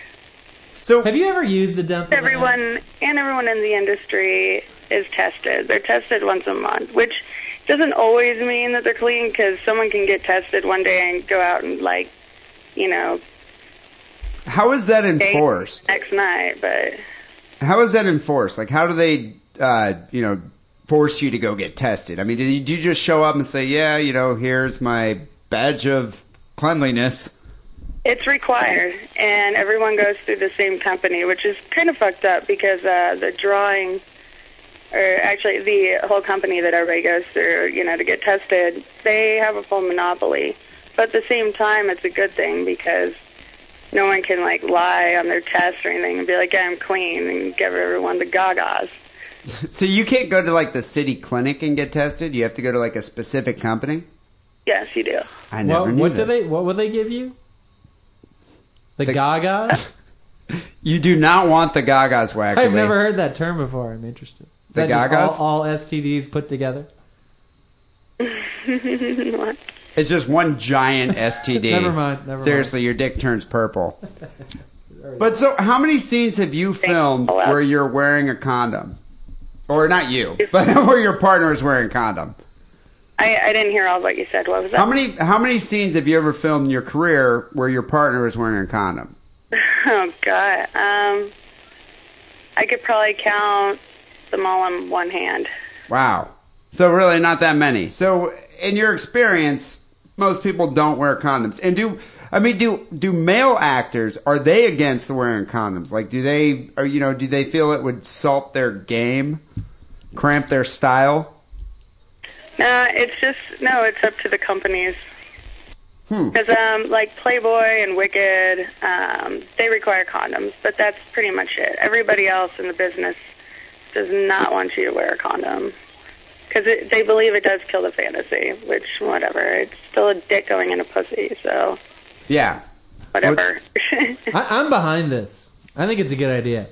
S3: So
S4: Have you ever used the dental?
S5: everyone and everyone in the industry is tested. They're tested once a month, which doesn't always mean that they're clean because someone can get tested one day and go out and like, you know,
S3: how is that
S5: date
S3: enforced?
S5: next night. But
S3: How is that enforced? Like, how do they, uh, you know, force you to go get tested? I mean, do you, do you just show up and say, yeah, you know, here's my badge of cleanliness?
S5: It's required, and everyone goes through the same company, which is kind of fucked up because uh, the drawing, or actually the whole company that everybody goes through, you know, to get tested, they have a full monopoly. But at the same time, it's a good thing because no one can like lie on their test or anything and be like, "Yeah, I'm clean," and give everyone the gagas.
S3: So you can't go to like the city clinic and get tested. You have to go to like a specific company.
S5: Yes, you do.
S3: I never
S4: What,
S3: knew
S4: what do
S3: this.
S4: they? What would they give you? The,
S3: The-
S4: Gagas?
S3: You do not want the Gaga's wagon.
S4: I've never heard that term before. I'm interested. Is
S3: The
S4: that just
S3: Gagas?
S4: All, all STDs put together.
S3: It's just one giant STD.
S4: Never mind, never
S3: Seriously, your dick turns purple. but so, how many scenes have you filmed where you're wearing a condom, or not you, but where your partner is wearing a condom?
S5: I, I didn't hear all of what you said. What was that?
S3: How many how many scenes have you ever filmed in your career where your partner is wearing a condom?
S5: Oh God, um, I could probably count them all on one hand.
S3: Wow. So really, not that many. So in your experience, most people don't wear condoms. And do I mean do do male actors are they against the wearing condoms? Like do they or you know do they feel it would salt their game, cramp their style?
S5: No, it's just no. It's up to the companies.
S3: Hmm.
S5: Because um, like Playboy and Wicked, um, they require condoms, but that's pretty much it. Everybody else in the business does not want you to wear a condom because they believe it does kill the fantasy. Which, whatever, it's still a dick going in a pussy, so
S3: Yeah.
S5: whatever.
S4: I, I'm behind this. I think it's a good idea.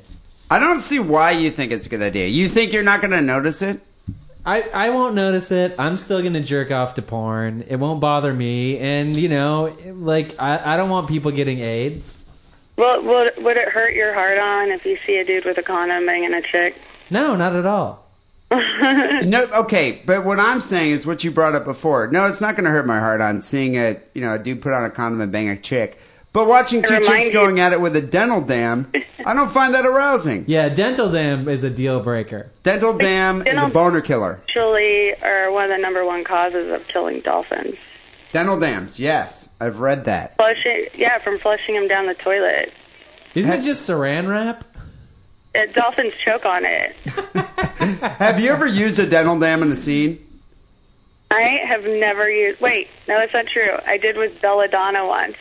S3: I don't see why you think it's a good idea. You think you're not going to notice it?
S4: I, I won't notice it. I'm still gonna jerk off to porn. It won't bother me. And you know, like I, I don't want people getting AIDS.
S5: Well, would would it hurt your heart on if you see a dude with a condom banging a chick?
S4: No, not at all.
S3: No, okay, but what I'm saying is what you brought up before. No, it's not going to hurt my heart on seeing a you know a dude put on a condom and bang a chick. But watching two
S5: reminds
S3: chicks
S5: you-
S3: going at it with a dental dam, I don't find that arousing.
S4: Yeah, dental dam is a deal breaker.
S3: Dental dam is a
S5: dental-
S3: boner killer.
S5: Actually, are one of the number one causes of killing dolphins.
S3: Dental dams, yes, I've read that.
S5: Flushing, yeah, from flushing them down the toilet.
S4: Isn't it just saran wrap?
S5: Uh, dolphins choke on it.
S3: Have you ever used a dental dam in a scene?
S5: I have never used. Wait, no, that's not true. I did with belladonna once,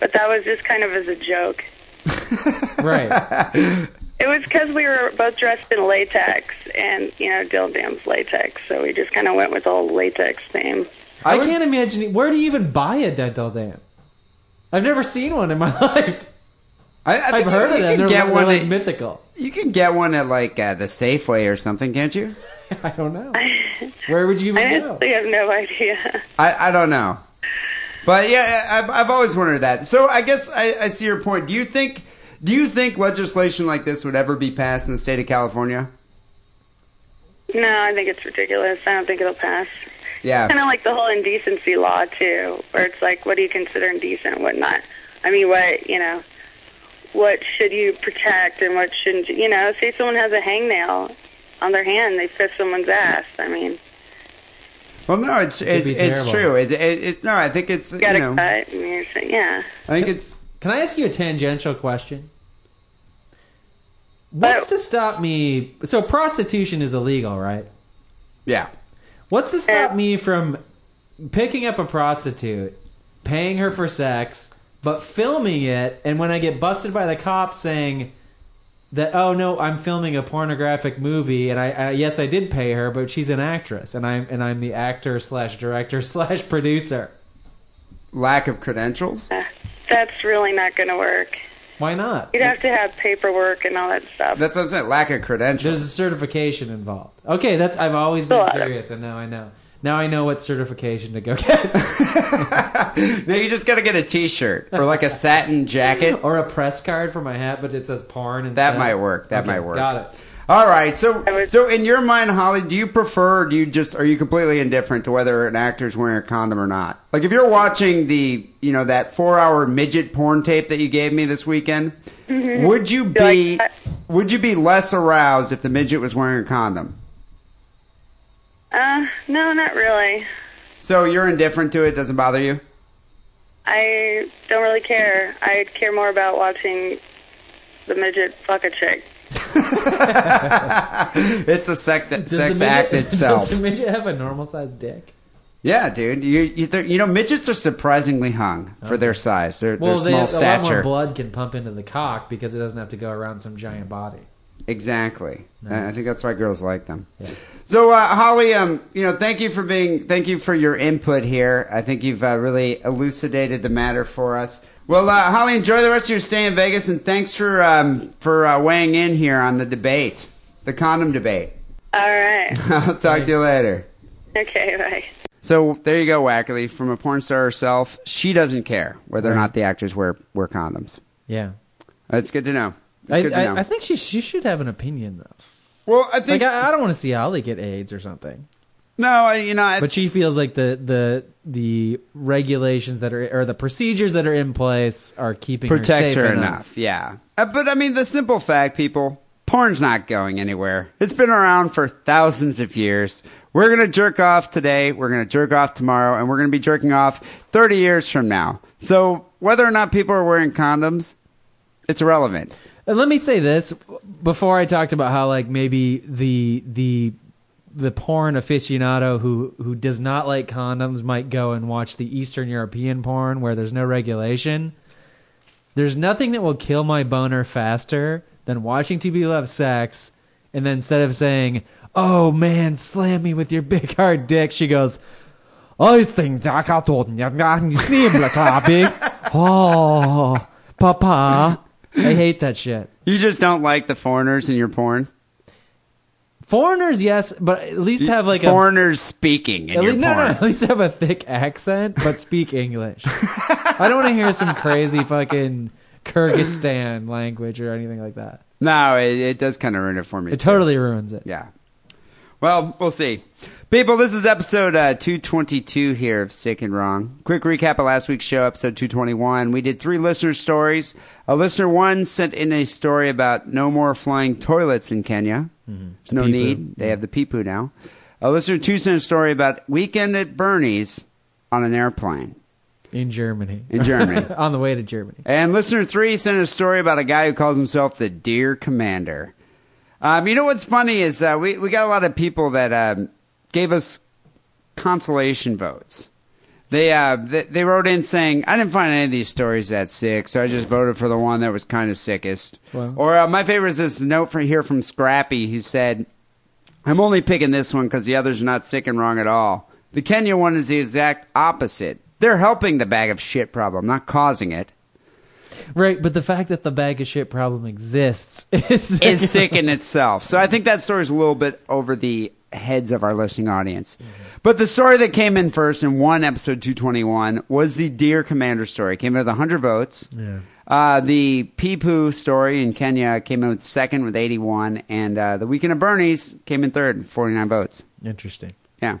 S5: but that was just kind of as a joke.
S4: Right.
S5: It was because we were both dressed in latex, and you know, dill dam's latex, so we just kind of went with the whole latex name.
S4: I,
S3: would-
S4: can't imagine. e, Where do you even buy a dental dam? I've never seen one in my life.
S3: I, I
S4: I've
S3: think
S4: heard
S3: you,
S4: of
S3: you
S4: them.
S3: Can
S4: They're,
S3: get
S4: they're
S3: one
S4: like
S3: at,
S4: mythical.
S3: you can get one at like uh, the Safeway or something, can't you?
S4: I don't know. Where would you
S5: I
S4: even go?
S5: honestly have no idea.
S3: I, I don't know. But yeah, I've, I've always wondered that. So I guess I, I see your point. Do you think do you think legislation like this would ever be passed in the state of California?
S5: No, I think it's ridiculous. I don't think it'll pass. Kind
S3: Yeah.
S5: of like the whole indecency law too, where it's like, what do you consider indecent, what not? I mean, what you know, what should you protect and what shouldn't you? You know, say someone has a hangnail on their hand, they fist someone's ass. I mean,
S3: Well, no, it's it's,
S4: be
S3: it's
S4: terrible.
S3: true. It, it, it, no, I think it's you
S5: you gotta
S3: know
S5: cut. And you're saying, yeah.
S3: I think it's
S4: Can I ask you a tangential question? What's
S5: Oh.
S4: to stop me? So prostitution is illegal, right?
S3: yeah.
S4: What's to stop
S5: Uh,
S4: me from picking up a prostitute, paying her for sex, but filming it, and when I get busted by the cops saying that, oh no, I'm filming a pornographic movie, and I, I yes, I did pay her, but she's an actress, and I'm and I'm the actor slash director slash producer.
S3: Lack of credentials.
S5: uh, That's really not going to work.
S4: Why not?
S5: You'd have to have paperwork and all that stuff.
S3: That's what I'm saying. Lack of credentials.
S4: There's a certification involved. Okay, that's I've always been
S5: Sure.
S4: curious, and now I know. Now I know what certification to go get,
S3: no, you just gotta get a T-shirt or like a satin jacket.
S4: or a press card for my hat, but it says porn. Instead.
S3: That might work. That
S4: Okay,
S3: might work.
S4: Got it.
S3: All right. So,
S5: I would-
S3: so in your mind, Holly, do you prefer? Do you just are you completely indifferent to whether an actor's wearing a condom or not? Like if you're watching the you know that four hour midget porn tape that you gave me this weekend, would you
S5: Be Mm-hmm. like
S3: be
S5: that.
S3: would you be less aroused if the midget was wearing a condom?
S5: Uh, no, not really.
S3: So you're indifferent to it. Doesn't bother you.
S5: I don't really care. I care more about watching the midget fuck a chick.
S3: It's the sec-
S4: Does
S3: sex
S4: the midget-
S3: act itself.
S4: Does the midget have a normal sized dick?
S3: Yeah, dude. You you, th- you know midgets are surprisingly hung for their size. Their,
S4: Well,
S3: their
S4: they,
S3: small
S4: a lot
S3: stature.
S4: more blood can pump into the cock because it doesn't have to go around some giant body.
S3: Exactly. I
S4: Nice.
S3: think that's why girls like them. So, uh, Holly, um, you know, thank you for being, thank you for your input here. I think you've uh, really elucidated the matter for us. Well, uh, Holly, enjoy the rest of your stay in Vegas, and thanks for um, for uh, weighing in here on the debate, the condom debate.
S5: All right.
S3: I'll talk to you later.
S5: okay, bye.
S3: So there you go, Wackerly, from a porn star herself. She doesn't care whether or not the actors wear wear condoms.
S4: Yeah.
S3: That's good to know. That's
S4: I,
S3: good to know.
S4: I, I think she, she should have an opinion, though.
S3: well, I think
S4: Like, I, I don't want to see Ali get AIDS or something.
S3: no, I- you know, I,
S4: But she feels like the, the, the regulations that are, or the procedures that are in place are keeping her
S3: protect
S4: safe
S3: her enough.
S4: enough.
S3: Yeah, Uh, but I mean, the simple fact, people, porn's not going anywhere. It's been around for thousands of years. We're gonna jerk off today. We're gonna jerk off tomorrow, and we're gonna be jerking off thirty years from now. So whether or not people are wearing condoms, it's irrelevant.
S4: And let me say this before I talked about how like maybe the the the porn aficionado who who does not like condoms might go and watch the Eastern European porn where there's no regulation. There's nothing that will kill my boner faster than watching To Be Loved sex, and then instead of saying, "Oh man, slam me with your big hard dick," she goes, "I think I got Oh, Papa, I hate that shit.
S3: You just don't like the foreigners in your porn.
S4: Foreigners, yes, but at least have like a
S3: foreigners speaking in
S4: at
S3: your
S4: least, no, no,
S3: porn.
S4: at least have a thick accent, but speak English. I don't want to hear some crazy fucking Kyrgyzstan language or anything like that.
S3: No, it, it does kind of ruin it for me.
S4: It totally ruins it.
S3: Yeah. Well, we'll see. People, this is episode uh, 222 here of Sick and Wrong. Quick recap of last week's show, episode 221. We did three listener stories. A listener one sent in a story about no more flying toilets in Kenya. There's no
S4: The pee poo.
S3: need. They have the pee poo now. A listener two sent a story about weekend at Bernie's on an airplane
S4: In Germany,
S3: in Germany.
S4: on the way to Germany.
S3: And listener three sent a story about a guy who calls himself the Deer Commander. Um, you know what's funny is uh, we we got a lot of people that um, gave us consolation votes. They, uh, they they wrote in saying I didn't find any of these stories that sick, so I just voted for the one that was kind of sickest.
S4: Wow.
S3: Or uh, my favorite is this note from here from Scrappy who said, "I'm only picking this one because the others are not sick and wrong at all. The Kenya one is the exact opposite. They're helping the bag of shit problem, not causing it."
S4: Right, but the fact that the bag of shit problem exists is
S3: is sick in itself. So I think that story's a little bit over the heads of our listening audience. But the story that came in first in one episode 221 was the Deer Commander story. It came in with 100 votes.
S4: Mm-hmm.
S3: Uh, the Pee Poo story in Kenya came in with second with 81. And uh, the Weekend of Bernie's came in third, 49 votes.
S4: interesting.
S3: Yeah.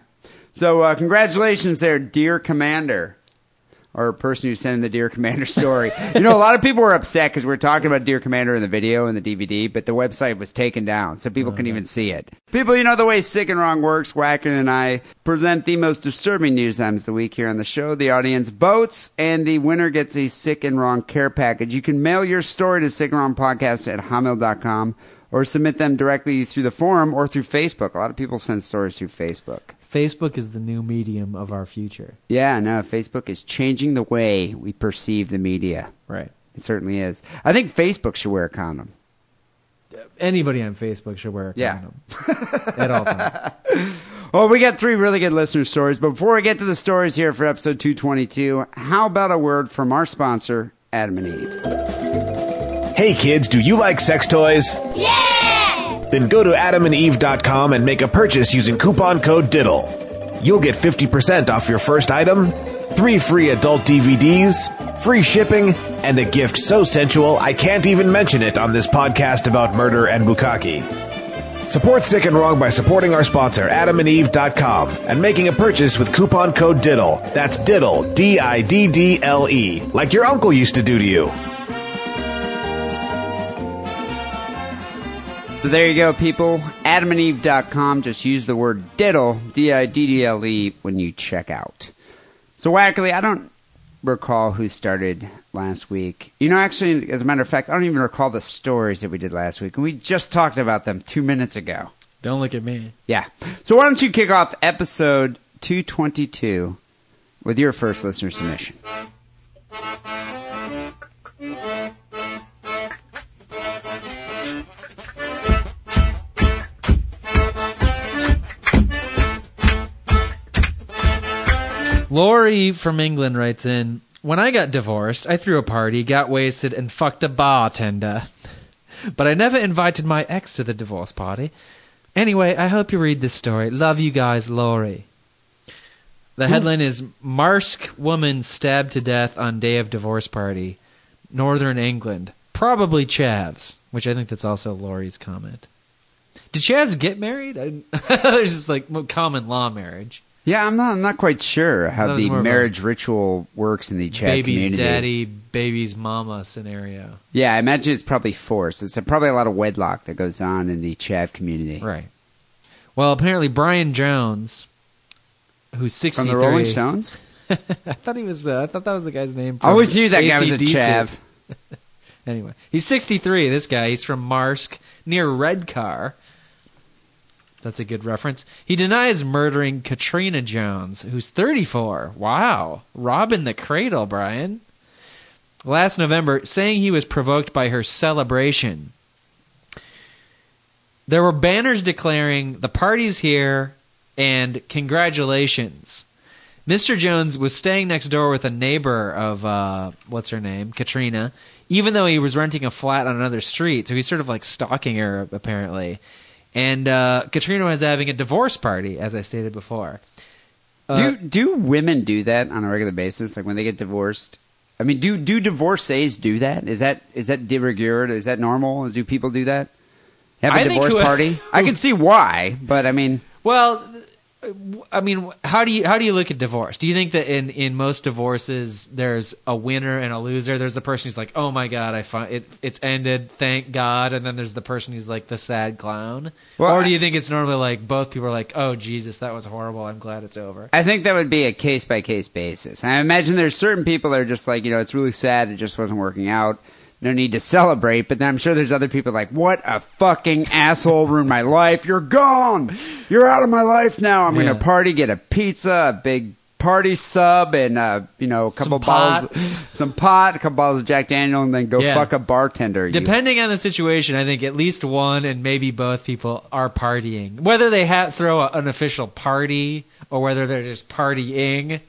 S3: So uh, congratulations there, Deer Commander. Or person who sent in the Deer Commander story. you know, a lot of people were upset because we were talking about Deer Commander in the video and the DVD, but the website was taken down, so people couldn't even see it. People, you know the way Sick and Wrong works. Wacken and I present the most disturbing news items of the week here on the show. The audience votes, and the winner gets a Sick and Wrong care package. You can mail your story to Sick and Wrong Podcast at hotmail.com or submit them directly through the forum or through Facebook. A lot of people send stories through Facebook.
S4: Facebook is the new medium of our future.
S3: Yeah, no, Facebook is changing the way we perceive the media.
S4: Right.
S3: It certainly is. I think Facebook should wear a condom.
S4: Anybody on Facebook should wear a
S3: Yeah.
S4: condom at all times.
S3: Well, we got three really good listener stories, but before we get to the stories here for episode 222, how about a word from our sponsor, Adam and Eve?
S6: Hey kids, do you like sex toys? Yeah! Then go to adamandeve.com and make a purchase using coupon code DIDDLE. E. you'll get 50% off your first item, three free adult DVDs, free shipping, and a gift so sensual I can't even mention it on this podcast about murder and bukkake. Support Sick and Wrong by supporting our sponsor, adamandeve.com, and making a purchase with coupon code DIDDLE. E. That's DIDDLE, D I D D L E, like your uncle used to do to you.
S3: So there you go, people. AdamandEve.com. Just use the word diddle, D I D D L E, when you check out. So, Wackerly, I don't recall who started last week. You know, actually, as a matter of fact, I don't even recall the stories that we did last week. And we just talked about them two minutes ago.
S4: Don't look at me.
S3: Yeah. So, why don't you kick off episode 222 with your first listener submission?
S4: Lori from England writes in When I got divorced, I threw a party, got wasted, and fucked a bartender. But I never invited my ex to the divorce party. Anyway, I hope you read this story. Love you guys, Lori. The headline is Marsk Woman Stabbed to Death on Day of Divorce Party, Northern England. Probably Chavs, which I think that's also Lori's comment. Did Chavs get married? I- There's just like common law marriage.
S3: Yeah, I'm not, I'm not quite sure
S4: That
S3: how
S4: was
S3: the
S4: more of a
S3: marriage ritual works in the Czech
S4: baby's
S3: community.
S4: daddy, baby's mama scenario.
S3: Yeah, I imagine it's probably forced. It's probably a lot of wedlock that goes on in the Chav community.
S4: Right. Well, apparently Brian Jones, who's
S3: From
S4: 63.
S3: the Rolling Stones?
S4: I thought he was. Uh, I thought that was the guy's name.
S3: I always knew that guy was a
S4: AC/DC.
S3: Chav.
S4: Anyway, he's 63. This guy, he's from Marsk near Redcar. That's a good reference. He denies murdering Katrina Jones, who's 34. Wow, robbing the cradle, Brian. Last November, saying he was provoked by her celebration. There were banners declaring the party's here and congratulations. Mr. Jones was staying next door with a neighbor of uh, what's her name, Katrina, even though he was renting a flat on another street. So he's sort of like stalking her apparently. And uh, Katrina was having a divorce party, as I stated before. Uh,
S3: do do women do that on a regular basis? Like when they get divorced? I mean, do do divorcees do that? Is that is that de rigueur? Is that normal? Do people do that? Have a
S4: I think
S3: divorce
S4: who-
S3: party? I can see why, but I mean,
S4: Well, I mean, how do you how do you look at divorce? Do you think that in in most divorces there's a winner and a loser? There's the person who's like, "Oh my god, I find it it's ended, thank God," and then there's the person who's like the sad clown.
S3: Well,
S4: or do
S3: I-
S4: you think it's normally like both people are like, "Oh Jesus, that was horrible. I'm glad it's over."
S3: I think that would be a case by case basis. I imagine there's certain people that are just like, you know, it's really sad. It just wasn't working out. No need to celebrate. But then I'm sure there's other people like, what a fucking asshole ruined my life. You're gone. You're out of my life now. I'm
S4: Yeah.
S3: going to party, get a pizza, a big party sub, and, uh, you know, a couple
S4: Some
S3: bottles, some pot, a couple bottles of Jack Daniel, and then go
S4: Yeah.
S3: fuck a bartender. you
S4: Depending on the situation, I think at least one and maybe both people are partying. Whether they have throw a, an official party or whether they're just partying,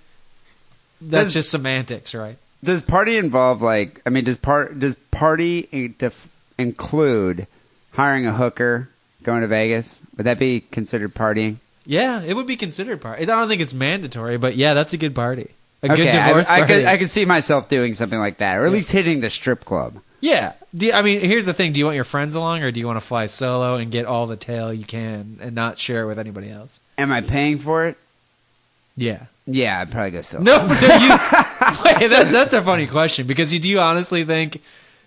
S4: that's
S3: Does-
S4: just semantics, right?
S3: Does party involve like? I mean, does part does party in- def- include hiring a hooker, going to Vegas? Would that be considered partying?
S4: Yeah, it would be considered party. I don't think it's mandatory, but yeah, that's a good party. A good
S3: I-
S4: divorce
S3: I,
S4: party.
S3: could I could see myself doing something like that, or at least hitting the strip club.
S4: yeah. Do you- I mean, here's the thing: Do you want your friends along, or do you want to fly solo and get all the tail you can and not share it with anybody else?
S3: Am I paying for it?
S4: Yeah.
S3: Yeah, I'd probably go solo.
S4: No, no. You, wait, that, that's a funny question because you do you honestly think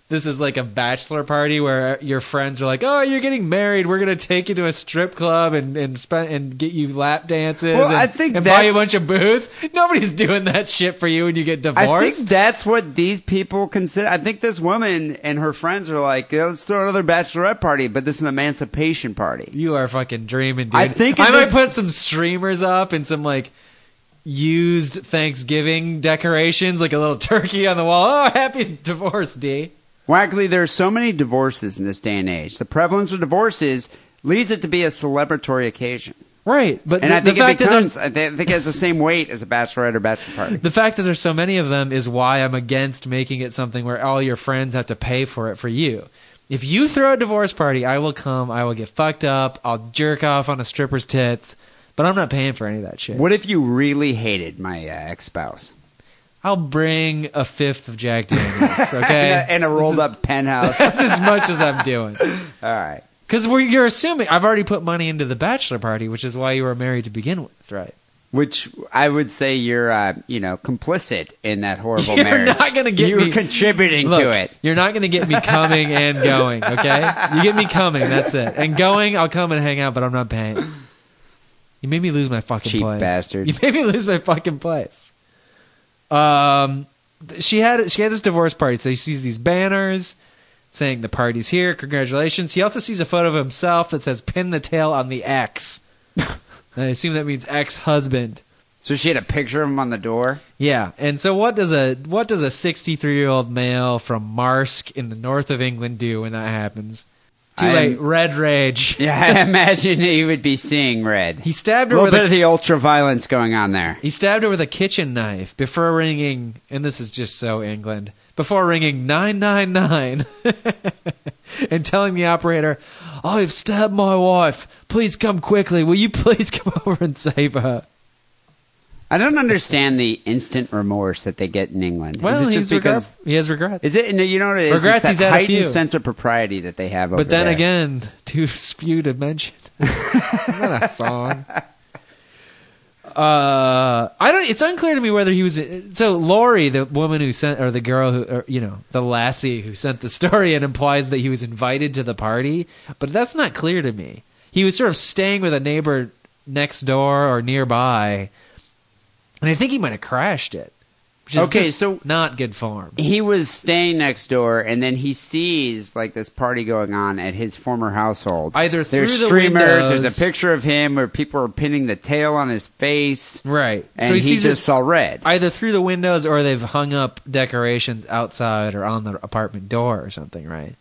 S4: this is like a bachelor party where your friends are like, "Oh, you're getting married. We're gonna take you to a strip club and and spend and get you lap dances.
S3: Well,
S4: and,
S3: I think
S4: and buy you
S3: that's-
S4: a bunch of booze. Nobody's doing that shit for you when you get divorced.
S3: I think that's what these people consider. I think this woman and her friends are like, "Yeah, let's throw another bachelorette party, but this is an emancipation party.
S4: You are fucking dreaming, dude.
S3: I think
S4: I
S3: it
S4: might
S3: is-
S4: put some streamers up and some like used Thanksgiving decorations, like a little turkey on the wall. Oh, happy divorce day.
S3: Wackily, there are so many divorces in this day and age. The prevalence of divorces leads it to be a celebratory occasion.
S4: Right, but
S3: And
S4: the,
S3: I think
S4: the
S3: it
S4: fact that
S3: becomes,
S4: there's
S3: I thi- I think it has the same weight as a bachelorette or bachelor party.
S4: the fact that there's so many of them is why I'm against making it something where all your friends have to pay for it for you. If you throw a divorce party, I will come. I will get fucked up. I'll jerk off on a stripper's tits. But I'm not paying for any of that shit.
S3: What if you really hated my uh, ex spouse?
S4: I'll bring a fifth of Jack Daniels,
S3: And
S4: okay?
S3: a, and a rolled up penthouse. All
S4: That's as much as I'm doing.
S3: right.
S4: Because you're assuming I've already put money into the bachelor party, which is why you were married to begin with, right?
S3: Which I would say you're, uh, you know, complicit in that horrible
S4: You're
S3: marriage.
S4: not gonna get
S3: You're
S4: me-
S3: contributing
S4: Look,
S3: to it.
S4: You're not going to get me coming and going, okay? You get me coming, that's it. And going, I'll come and hang out, but I'm not paying. You made me lose my fucking
S3: Cheap
S4: place.
S3: bastard.
S4: You made me lose my fucking place. Um, th- she had she had this divorce party, so he sees these banners saying the party's here, congratulations. He also sees a photo of himself that says "pin the tail on the ex." And I assume that means ex-husband.
S3: So she had a picture of him on the door.
S4: Yeah, and so what does a what does a 63 year old male from Marsk in the north of England do when that happens? Too
S3: I'm-
S4: late, red rage.
S3: Yeah, I imagine he would be seeing red.
S4: He stabbed
S3: a
S4: her
S3: little
S4: with
S3: bit of
S4: a,
S3: the ultra violence going on there.
S4: he stabbed her with a kitchen knife before ringing, and this is just so England. Before ringing 999 and telling the operator, "I have stabbed my wife. Please come quickly. Will you please come over and save her?"
S3: I don't understand the instant remorse that they get in England. is
S4: Well,
S3: it just
S4: he's regret-
S3: because
S4: he has regrets.
S3: is it you know what it is?
S4: Regrets,
S3: It's
S4: he's
S3: that
S4: had a
S3: heightened
S4: few.
S3: sense of propriety that they have. Over
S4: But then
S3: there.
S4: again, too spew to mention. Isn't that a song? Uh, I don't. It's unclear to me whether he was. So Lori, the woman who sent, or the girl who, or, you know, the lassie who sent the story, and implies that he was invited to the party, but that's not clear to me. He was sort of staying with a neighbor next door or nearby, and I think he might have crashed it. Which is
S3: Okay,
S4: just
S3: so-
S4: not good form.
S3: he was staying next door, and then he sees like this party going on at his former household.
S4: Either
S3: there's
S4: through the
S3: streamers, there's
S4: windows-
S3: a picture of him where people are pinning the tail on his face,
S4: Right.
S3: And
S4: So he
S3: he,
S4: sees
S3: just
S4: it-
S3: saw red.
S4: either through the windows or they've hung up decorations outside or on the apartment door or something, right?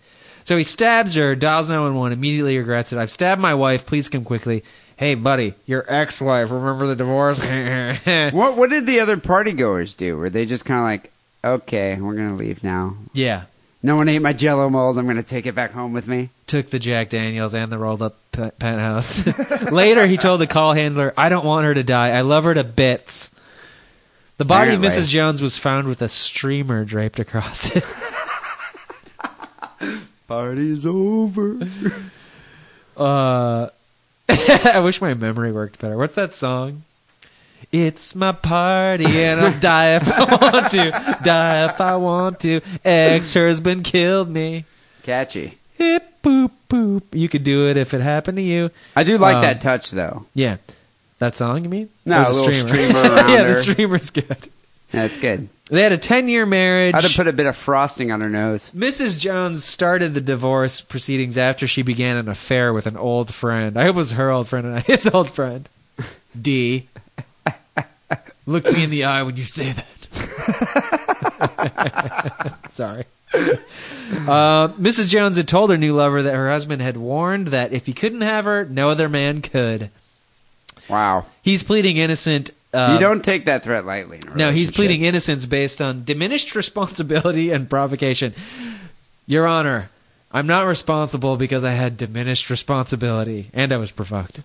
S4: So he stabs her, dials 911, immediately regrets it. I've stabbed my wife, please come quickly. Hey, buddy, your ex wife, remember the divorce?
S3: what What did the other party goers do? Were they just kind of like, okay, we're gonna leave now?
S4: yeah.
S3: No one ate my Jello mold. I'm gonna take it back home with me.
S4: Took the Jack Daniels and the rolled up pe- penthouse. Later, he told the call handler, I don't want her to die. I love her to bits. The body
S3: Apparently.
S4: of Mrs. Jones was found with a streamer draped across it.
S3: Party's over.
S4: Uh, I wish my memory worked better. What's that song? It's my party and I'll die if I want to. Die if I want to. Ex husband killed me.
S3: Catchy.
S4: Hip boop boop. You could do it if it happened to you.
S3: I do like
S4: Um,
S3: that touch though.
S4: Yeah. That song you mean?
S3: No,
S4: Or
S3: a
S4: the
S3: little streamer around
S4: yeah,
S3: her.
S4: the streamer's good.
S3: That's good.
S4: They had a ten year marriage.
S3: I'd have put a bit of frosting on her nose.
S4: Mrs. Jones started the divorce proceedings after she began an affair with an old friend. I hope it was her old friend and not his old friend. D. Look me in the eye when you say that. Sorry. Uh, Mrs. Jones had told her new lover that her husband had warned that if he couldn't have her, no other man could.
S3: Wow.
S4: He's pleading innocent. Uh,
S3: you don't take that threat lightly. in a
S4: no, he's
S3: relationship.
S4: pleading innocence based on diminished responsibility and provocation. Your Honor, I'm not responsible because I had diminished responsibility and I was provoked.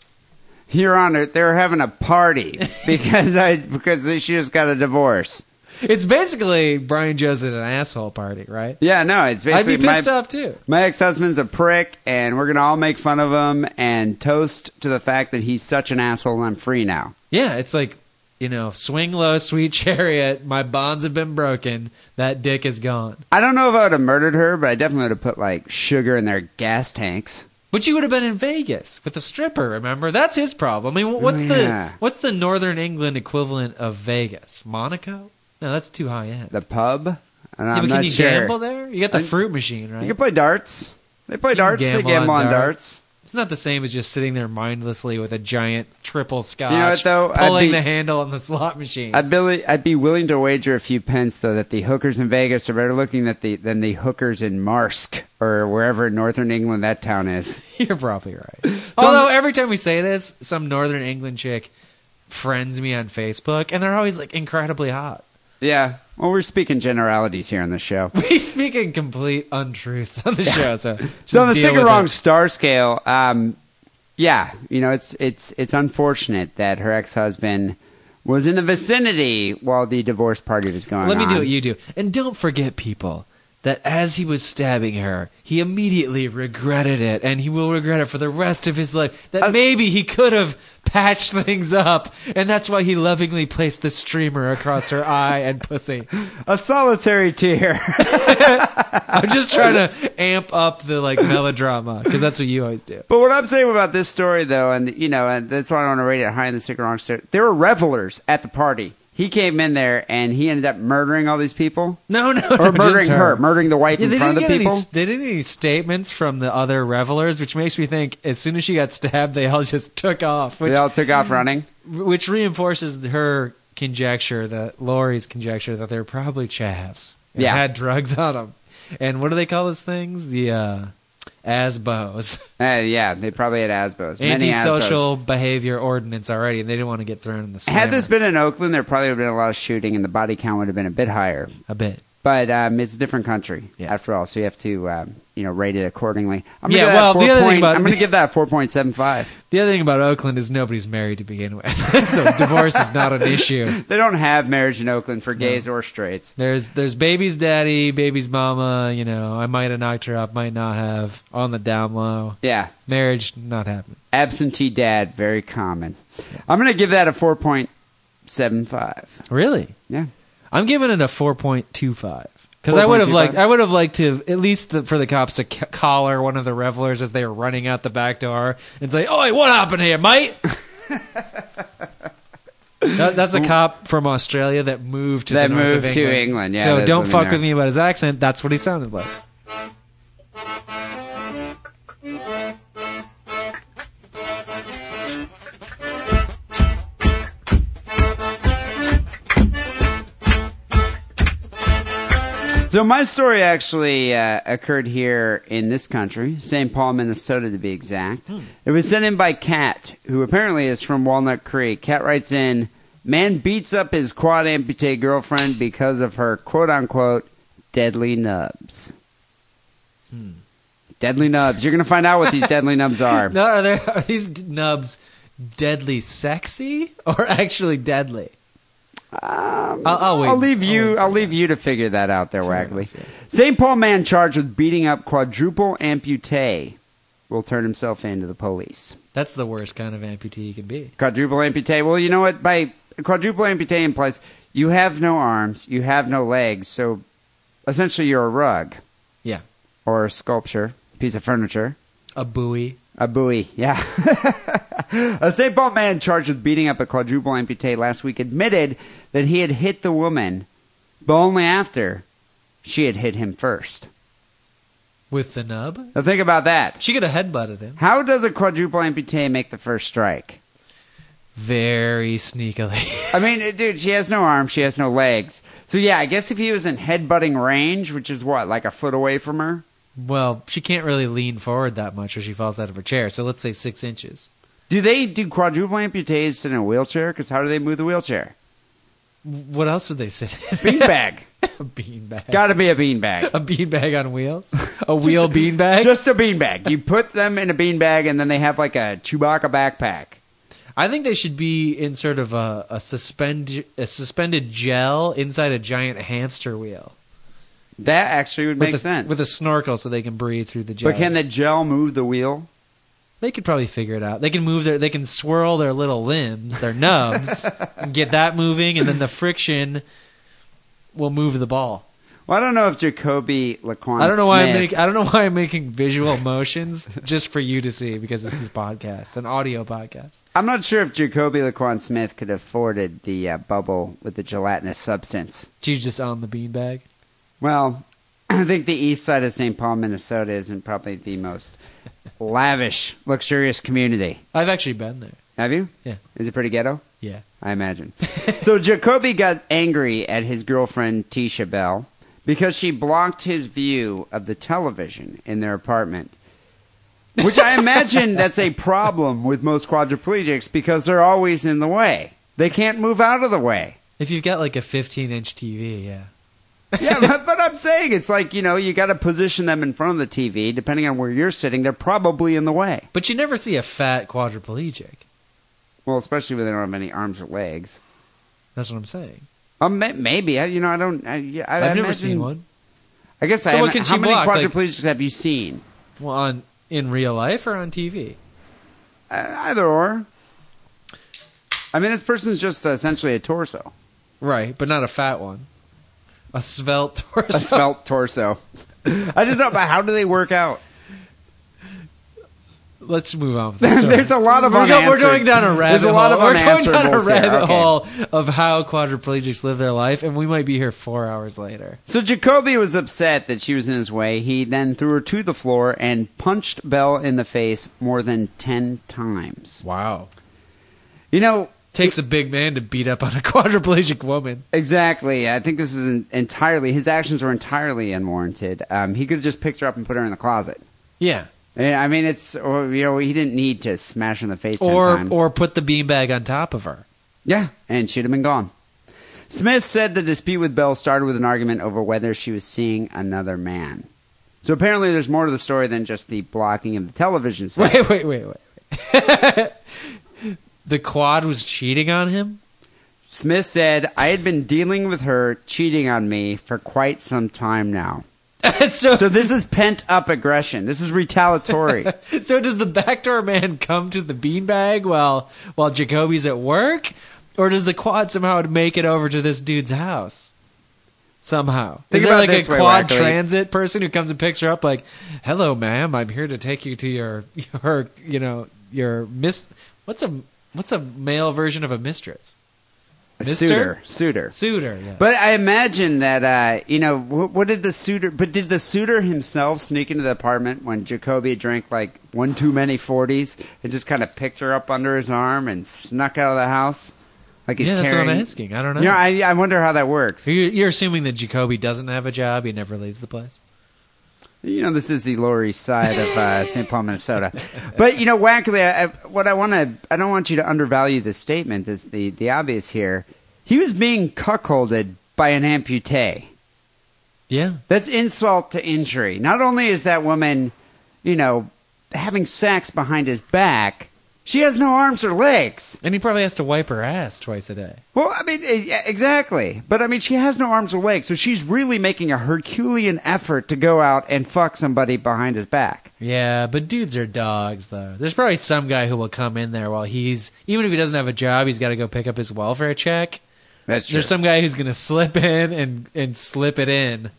S3: Your Honor, they're having a party because I because she just got a divorce.
S4: It's basically Brian Jones at an asshole party, right?
S3: Yeah, no, it's
S4: I'd
S3: basically
S4: be pissed
S3: my,
S4: off too.
S3: my ex-husband's a prick, and we're gonna all make fun of him and toast to the fact that he's such an asshole, and I'm free now.
S4: Yeah, it's like, you know, swing low, sweet chariot. My bonds have been broken. That dick is gone.
S3: I don't know if I would have murdered her, but I definitely would have put like sugar in their gas tanks.
S4: But you would have been in Vegas with a stripper, remember? That's his problem. I mean, wh- what's
S3: Oh, yeah.
S4: the what's the Northern England equivalent of Vegas? Monaco? No, that's too high end.
S3: The pub. And
S4: Yeah,
S3: I'm
S4: but
S3: not
S4: can you
S3: sure.
S4: gamble there? You got the
S3: I-
S4: fruit machine, right?
S3: You can play darts. They play
S4: You can
S3: darts. they
S4: gamble
S3: gamble
S4: on
S3: on darts.
S4: darts. it's not the same as just sitting there mindlessly with a giant triple scotch,
S3: what, though? I'd
S4: pulling
S3: be-
S4: the handle on the slot machine.
S3: I'd be, I'd be willing to wager a few pence though that the hookers in Vegas are better looking than the than the hookers in Marsk or wherever in northern England that town is.
S4: You're probably right. Although every time we say this, some Northern England chick friends me on Facebook, and they're always like incredibly hot.
S3: Yeah. Well, we're speaking generalities here on the show.
S4: We speak in complete untruths on the show, so just
S3: So on the
S4: deal
S3: sick
S4: with
S3: and
S4: it.
S3: wrong star scale, um, yeah, you know, it's it's it's unfortunate that her ex husband was in the vicinity while the divorce party was going
S4: Let
S3: on.
S4: me do what you do. And don't forget, people, that as he was stabbing her, he immediately regretted it, and he will regret it for the rest of his life. That
S3: Uh,
S4: maybe he could have patched things up, and that's why he lovingly placed the streamer across her eye and pussy.
S3: A solitary tear.
S4: I'm just trying to amp up the like melodrama because that's what you always do.
S3: But what I'm saying about this story, though, and you know, and that's why I want to rate it high in the stick wrong story. There were revelers at the party. He came in there and he ended up murdering all these people,
S4: No, no,
S3: or
S4: no,
S3: murdering
S4: just
S3: her. murdering the wife
S4: Yeah,
S3: in
S4: they
S3: front
S4: didn't
S3: of the
S4: get
S3: people.
S4: Any, they didn't get any statements from the other revelers, which makes me think as soon as she got stabbed, they all just took off, which
S3: they all took off running.
S4: which reinforces her conjecture that Lori's conjecture that they're probably chavs. and
S3: Yeah.
S4: had drugs on them. And what do they call those things? The uh, ASBOs,
S3: Uh, yeah, they probably had asbos. Many ASBOs.
S4: antisocial behavior ordinance already, and they didn't want to get thrown in the slammer
S3: Had this been in Oakland, there probably would have been a lot of shooting, and the body count would have been a bit higher.
S4: a bit.
S3: But um, it's a different country
S4: Yeah.
S3: after all, so you have to um, you know rate it accordingly. I'm
S4: Yeah,
S3: Give that
S4: well,
S3: four
S4: the other thing
S3: point-
S4: about-
S3: I'm going to give that four point seven five.
S4: The other thing about Oakland is nobody's married to begin with, so divorce is not an issue.
S3: They don't have marriage in Oakland for gays or straights.
S4: There's there's baby's daddy, baby's mama. You know, I might have knocked her up, might not have. On the down low,
S3: Yeah,
S4: marriage not happening.
S3: absentee dad, very common. I'm going to give that a four point seven five.
S4: Really?
S3: Yeah,
S4: I'm giving it a 4.25 because I would have
S3: 4.25?
S4: liked I would have liked to at least the, for the cops to c- collar one of the revelers as they were running out the back door and say, "Oi, what happened here, mate?" That- that's a cop from Australia that moved to the
S3: That
S4: north of
S3: moved to England, yeah,
S4: so
S3: that's
S4: don't
S3: what I
S4: fuck
S3: mean there.
S4: with me about his accent. That's what he sounded like.
S3: So my story actually uh, occurred here in this country, St. Paul, Minnesota, to be exact. It was sent in by Kat, who apparently is from Walnut Creek. Kat writes in, "Man beats up his quad amputee girlfriend because of her quote unquote deadly nubs." Deadly nubs. You're gonna find out what these deadly nubs are.
S4: No, are there are these d- nubs deadly sexy or actually deadly?
S3: Um,
S4: I'll- I'll wait. Oh,
S3: leave
S4: I'll
S3: you.
S4: wait for
S3: I'll, leave you to figure that out, there, Wagley. St. Paul man charged with beating up quadruple amputee will turn himself in to the police.
S4: That's the worst kind of amputee you can be.
S3: Quadruple amputee. Well, you know what? By quadruple amputee implies you have no arms, you have no legs, so essentially you're a rug.
S4: Yeah.
S3: Or a sculpture, piece of furniture.
S4: A buoy.
S3: A buoy, yeah. a St. Paul man charged with beating up a quadruple amputee last week admitted that he had hit the woman, but only after she had hit him first.
S4: With the nub?
S3: Now think about that.
S4: She could have headbutted him.
S3: How does a quadruple amputee make the first strike?
S4: Very sneakily.
S3: I mean, eh, dude, she has no arms, she has no legs. So yeah, I guess if he was in headbutting range, which is what, like a foot away from her,
S4: well, she can't really lean forward that much or she falls out of her chair. So let's say six inches.
S3: do they do quadruple amputees sit in a wheelchair? Because how do they move the wheelchair?
S4: What else would they sit in?
S3: Beanbag.
S4: a beanbag.
S3: Got to be a beanbag.
S4: A beanbag on wheels? A wheel beanbag?
S3: Just a beanbag. You put them in a beanbag, and then they have like a Chewbacca backpack.
S4: I think they should be in sort of a, a, suspend, a suspended gel inside a giant hamster wheel.
S3: That actually would make
S4: with a,
S3: sense.
S4: With a snorkel so they can breathe through the gel.
S3: but can the gel move the wheel?
S4: They could probably figure it out. They can move their, they can swirl their little limbs, their nubs, and get that moving, and then the friction will move the ball.
S3: Well, I don't know if Jacoby Laquan.
S4: I don't know why I'm
S3: Smith-
S4: making. I don't know why I'm making visual motions just for you to see because this is a podcast, an audio podcast.
S3: I'm not sure if Jacoby Laquan Smith could have afforded the uh, bubble with the gelatinous substance.
S4: She's just on the beanbag.
S3: Well, I think the east side of St. Paul, Minnesota, isn't probably the most lavish, luxurious community.
S4: I've actually been there.
S3: Have you?
S4: Yeah.
S3: Is it pretty ghetto?
S4: Yeah.
S3: I imagine. so Jacoby got angry at his girlfriend Tisha Bell because she blocked his view of the television in their apartment. Which I imagine that's a problem with most quadriplegics because they're always in the way. They can't move out of the way.
S4: If you've got like a 15 inch TV, yeah.
S3: yeah, but, but I'm saying it's like you know you got to position them in front of the TV. Depending on where you're sitting, they're probably in the way.
S4: But you never see a fat quadriplegic.
S3: Well, especially when they don't have any arms or legs.
S4: That's what I'm saying.
S3: Um, may- maybe I, you know I don't. I, yeah, I,
S4: I've
S3: I
S4: never
S3: imagine-
S4: seen one.
S3: I guess I
S4: So what
S3: haven't.
S4: can
S3: How
S4: she
S3: many
S4: block, like-
S3: quadriplegics have you seen?
S4: Well, on in real life or on TV.
S3: Uh, either or. I mean, this person's just uh, essentially a torso,
S4: Right, but not a fat one. A svelte torso.
S3: a svelte torso. I just don't. know How do they work out?
S4: Let's move on. With the story.
S3: There's a lot of
S4: we're, go- we're
S3: unanswered-
S4: going down a rabbit
S3: There's a lot
S4: hole.
S3: of
S4: we're going down a
S3: unanswerables here.
S4: rabbit
S3: Okay.
S4: hole of how quadriplegics live their life, and we might be here four hours later.
S3: So Jacoby was upset that she was in his way. He then threw her to the floor and punched Bell in the face more than 10 times.
S4: Wow.
S3: You know,
S4: Takes a big man to beat up on a quadriplegic woman.
S3: exactly. I think this is en- entirely, his actions were entirely unwarranted. Um, he could have just picked her up and put her in the closet.
S4: Yeah.
S3: Yeah, Eh, I mean, it's, or, you know, he didn't need to smash her in the face 10
S4: Or
S3: times.
S4: or put the beanbag on top of her.
S3: Yeah, and she'd have been gone. Smith said the dispute with Bell started with an argument over whether she was seeing another man. So apparently, there's more to the story than just the blocking of the television set.
S4: Wait, wait, wait, wait. wait. the quad was cheating on him?
S3: Smith said, I had been dealing with her cheating on me for quite some time now.
S4: so,
S3: So this is pent up aggression. This is retaliatory.
S4: so does the backdoor man come to the beanbag while while Jacoby's at work? Or does the quad somehow make it over to this dude's house? Somehow.
S3: Think
S4: Is there
S3: about
S4: like
S3: it this
S4: a
S3: way,
S4: quad
S3: Wackley.
S4: transit person who comes and picks her up like, Hello ma'am, I'm here to take you to your your you know, your miss what's a what's a male version of a mistress?
S3: A
S4: Mister?
S3: Suitor. Suitor.
S4: Suitor, yeah.
S3: But I imagine that, uh, you know, what, what did the suitor, but did the suitor himself sneak into the apartment when Jacoby drank like one too many 40s and just kind of picked her up under his arm and snuck out of the house? Like he's
S4: yeah, that's
S3: carrying.
S4: what I'm asking. I don't know.
S3: You know, I, I wonder how that works.
S4: So you're, you're assuming that Jacoby doesn't have a job; he never leaves the place.
S3: You know, this is the Lower East Side of uh, St. Paul, Minnesota. But you know, Wackley, I, I, what I want to—I don't want you to undervalue this statement. Is the the obvious here? He was being cuckolded by an amputee.
S4: Yeah,
S3: That's insult to injury. Not only is that woman, you know, having sex behind his back, she has no arms or legs.
S4: and he probably has to wipe her ass twice a day.
S3: Well, I mean, e- exactly. But I mean, she has no arms or legs, so she's really making a Herculean effort to go out and fuck somebody behind his back.
S4: Yeah, but dudes are dogs, though. There's probably some guy who will come in there while he's even if he doesn't have a job, he's got to go pick up his welfare check.
S3: That's
S4: There's some guy who's gonna slip in and and slip it in.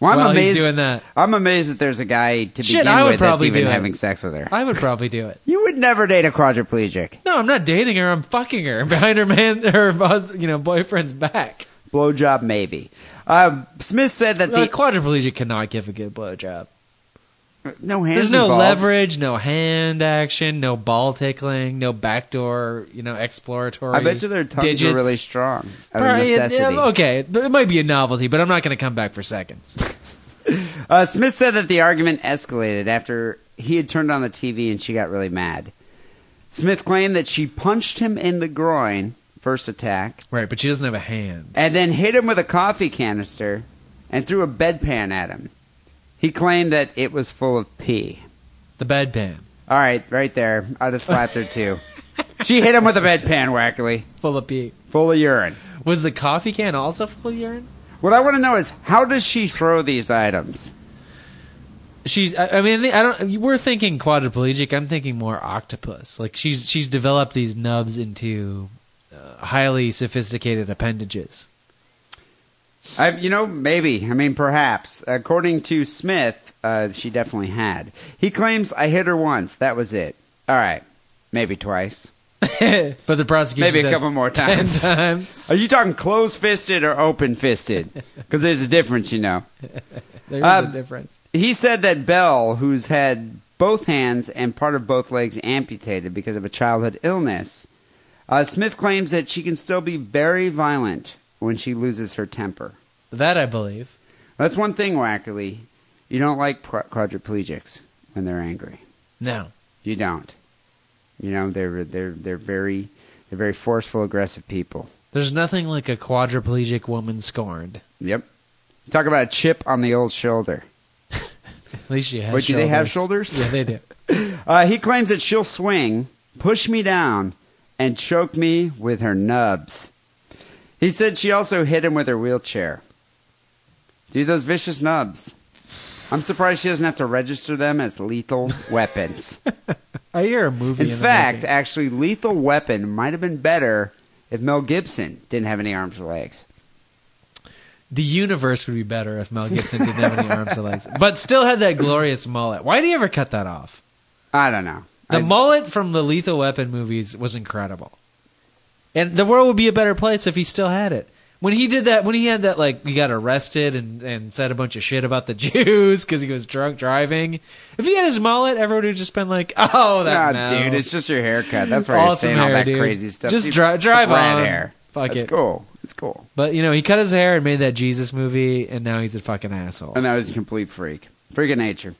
S3: Well, I'm
S4: while he's
S3: amazed
S4: doing that.
S3: I'm amazed that there's a guy to
S4: Shit,
S3: begin
S4: I would
S3: with
S4: probably
S3: that's even
S4: do it.
S3: having sex with her.
S4: I would probably do it.
S3: You would never date a quadriplegic.
S4: No, I'm not dating her. I'm fucking her behind her man, her hus- you know, boyfriend's back.
S3: Blowjob, maybe. Uh, Smith said that
S4: The
S3: the
S4: quadriplegic cannot give a good blowjob.
S3: no hands.
S4: There's no
S3: involved.
S4: leverage, no hand action, no ball tickling, no backdoor, you know, exploratory.
S3: I bet you their tongues
S4: digits.
S3: are really strong out of
S4: Probably- yeah,
S3: necessity.
S4: okay, it might be a novelty, but I'm not going to come back for seconds.
S3: Uh, Smith said that the argument escalated after he had turned on the TV and she got really mad. Smith claimed that she punched him in the groin first attack,
S4: right, but she doesn't have a hand.
S3: and then hit him with a coffee canister and threw a bedpan at him. He claimed that it was full of pee.
S4: The bedpan
S3: All right, right there. I'd have slapped her too. She hit him with a bedpan, wackily,
S4: full of pee.
S3: full of urine.
S4: Was the coffee can also full of urine?
S3: What I want to know is how does she throw these items?
S4: She's. I I mean, I don't. We're thinking quadriplegic. I'm thinking more octopus. Like she's she's developed these nubs into uh, highly sophisticated appendages.
S3: I, you know, maybe. I mean, perhaps. According to Smith, uh, she definitely had. He claims I hit her once. That was it. All right, maybe twice.
S4: but the prosecution
S3: Maybe a
S4: says
S3: couple more
S4: 10
S3: times.
S4: times.
S3: Are you talking close fisted or open fisted? Because there's a difference, you know.
S4: There is
S3: Um,
S4: a difference.
S3: He said that Bell, who's had both hands and part of both legs amputated because of a childhood illness, uh, Smith claims that she can still be very violent when she loses her temper.
S4: That I believe.
S3: That's one thing, Wackerly. You don't like qu- quadriplegics when they're angry.
S4: No.
S3: You don't. You know they're they're they're very they're very forceful, aggressive people.
S4: There's nothing like a quadriplegic woman scorned.
S3: Yep. Talk about a chip on the old shoulder.
S4: At least you have.
S3: Wait, do they have shoulders?
S4: Yeah, they do.
S3: Uh, he claims that she'll swing, push me down, and choke me with her nubs. He said she also hit him with her wheelchair. Do those vicious nubs. I'm surprised she doesn't have to register them as lethal weapons.
S4: I hear a movie.
S3: In
S4: the
S3: fact,
S4: making.
S3: actually, Lethal Weapon might have been better if Mel Gibson didn't have any arms or legs.
S4: the universe would be better if Mel Gibson didn't have any arms or legs, but still had that glorious mullet. Why did he ever cut that off?
S3: I don't know.
S4: The
S3: I-
S4: mullet from the Lethal Weapon movies was incredible, and the world would be a better place if he still had it. When he did that, when he had that, like he got arrested and, and said a bunch of shit about the Jews because he was drunk driving. If he had his mullet, everyone would have just been like, "Oh,
S3: Nah,
S4: that Mel.
S3: Ah, dude, it's just your haircut. That's why you're
S4: Awesome
S3: saying all
S4: hair,
S3: that
S4: dude.
S3: crazy stuff.
S4: Just
S3: Dude,
S4: dri-
S3: it's
S4: drive
S3: red
S4: on.
S3: hair.
S4: Fuck
S3: That's
S4: it.
S3: cool. It's cool.
S4: But you know, he cut his hair and made that Jesus movie, and now he's a fucking asshole.
S3: And that was a complete freak. Freak of nature.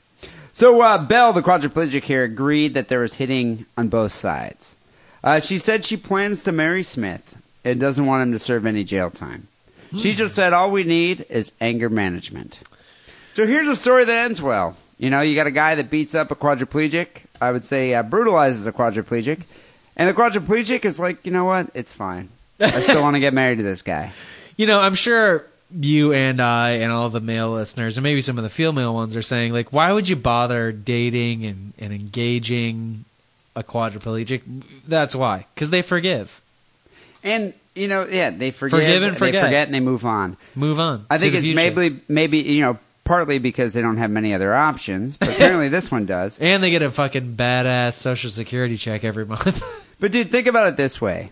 S3: So uh, Bell, the quadriplegic here, agreed that there was hitting on both sides. Uh, she said she plans to marry Smith and doesn't want him to serve any jail time. She
S4: Hmm.
S3: just said all we need is anger management. So here's a story that ends well. You know, you got a guy that beats up a quadriplegic. I would say uh, brutalizes a quadriplegic. And the quadriplegic is like, you know what? It's fine. I still want to get married to this guy.
S4: You know, I'm sure you and I and all the male listeners, and maybe some of the female ones, are saying like, why would you bother dating and, and engaging a quadriplegic? That's why, because they forgive.
S3: And you know, yeah, they forgive,
S4: Forgive and
S3: they
S4: forget.
S3: forget, and they move on.
S4: Move on.
S3: I
S4: to
S3: think
S4: the
S3: it's
S4: future.
S3: maybe, maybe you know, partly because they don't have many other options, but apparently this one does.
S4: and they get a fucking badass social security check every month.
S3: But dude, think about it this way: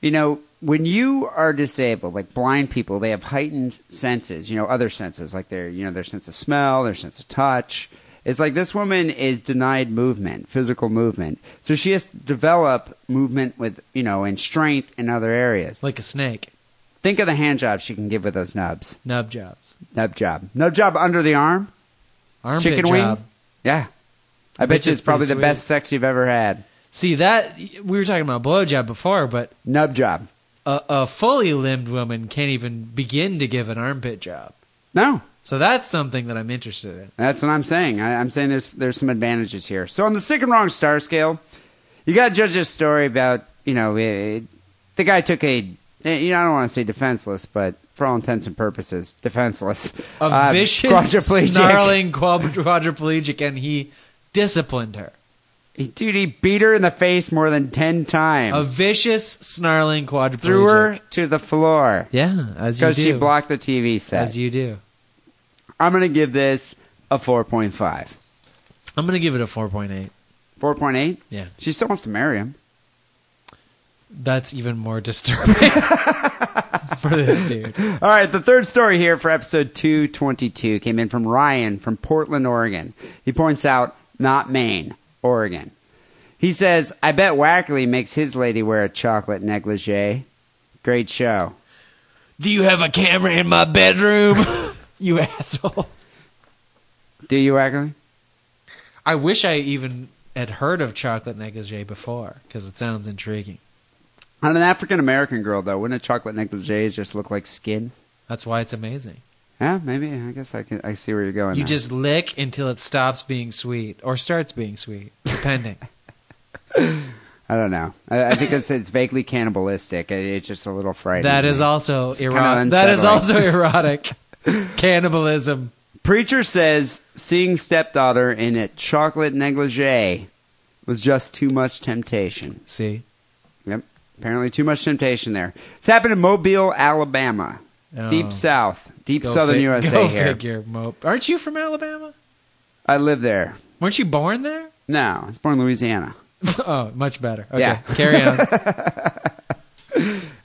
S3: you know, when you are disabled, like blind people, they have heightened senses. You know, other senses, like their you know their sense of smell, their sense of touch. It's like this woman is denied movement, physical movement, so she has to develop movement with you know and strength in other areas.
S4: like a snake.
S3: Think of the hand job she can give with those nubs.
S4: Nub jobs.
S3: Nub job. Nub job under the arm.
S4: Armpit
S3: Chicken wing?
S4: job.
S3: Yeah. I,
S4: I
S3: bet
S4: bet
S3: you
S4: it's
S3: it's probably the
S4: pretty
S3: best sex you've ever had.
S4: See that we were talking about blow job before, but
S3: Nub job.
S4: a, a fully limbed woman can't even begin to give an armpit job.
S3: No,
S4: So that's something that I'm interested in.
S3: that's what I'm saying. I, I'm saying there's there's some advantages here. So on the sick and wrong star scale, you got to judge this story about you know eh, the guy took a eh, you know I don't want to say defenseless, but for all intents and purposes, defenseless.
S4: A
S3: uh,
S4: vicious,
S3: quadriplegic.
S4: snarling quad- quadriplegic, and he disciplined her.
S3: He- Dude, he beat her in the face more than ten
S4: A
S3: times.
S4: vicious, snarling quadriplegic.
S3: Threw her to the floor
S4: Yeah, as you
S3: because
S4: do.
S3: she blocked the TV set.
S4: as you do.
S3: I'm going to give this a 4.5.
S4: I'm gonna give it a 4.8.
S3: 4.8?
S4: Yeah,
S3: She still wants to marry him.
S4: that's even more disturbing for this dude.
S3: All right, the third story here for episode 222 came in from Ryan from Portland, Oregon. He points out, not Maine, Oregon. He says, I bet Wackerly makes his lady wear a chocolate negligee. Great show.
S4: Do you have a camera in my bedroom? you asshole.
S3: Do you, Wackerly?
S4: I wish I even had heard of chocolate negligee before because it sounds intriguing.
S3: On an African American girl, though, wouldn't a chocolate negligee just look like skin?
S4: That's why it's amazing.
S3: Yeah, maybe. I guess I can. I see where you're going.
S4: You
S3: there.
S4: just lick until it stops being sweet or starts being sweet, depending.
S3: I don't know. I, I think it's, it's vaguely cannibalistic. It, it's just a little frightening.
S4: that
S3: to
S4: is
S3: me.
S4: also
S3: kinda
S4: erotic. That is
S3: unsettling.
S4: also erotic. Cannibalism.
S3: Preacher says seeing stepdaughter in a chocolate negligee was just too much temptation.
S4: See,
S3: Yep. Apparently, too much temptation there. It's happened in Mobile, Alabama.
S4: Oh.
S3: Deep South. Deep
S4: Go
S3: Southern
S4: fi-
S3: USA
S4: go
S3: here.
S4: Figure, mope. Aren't you from Alabama?
S3: I live there.
S4: Weren't you born there?
S3: No, I was born in Louisiana.
S4: oh, much better. Okay,
S3: Yeah.
S4: carry on.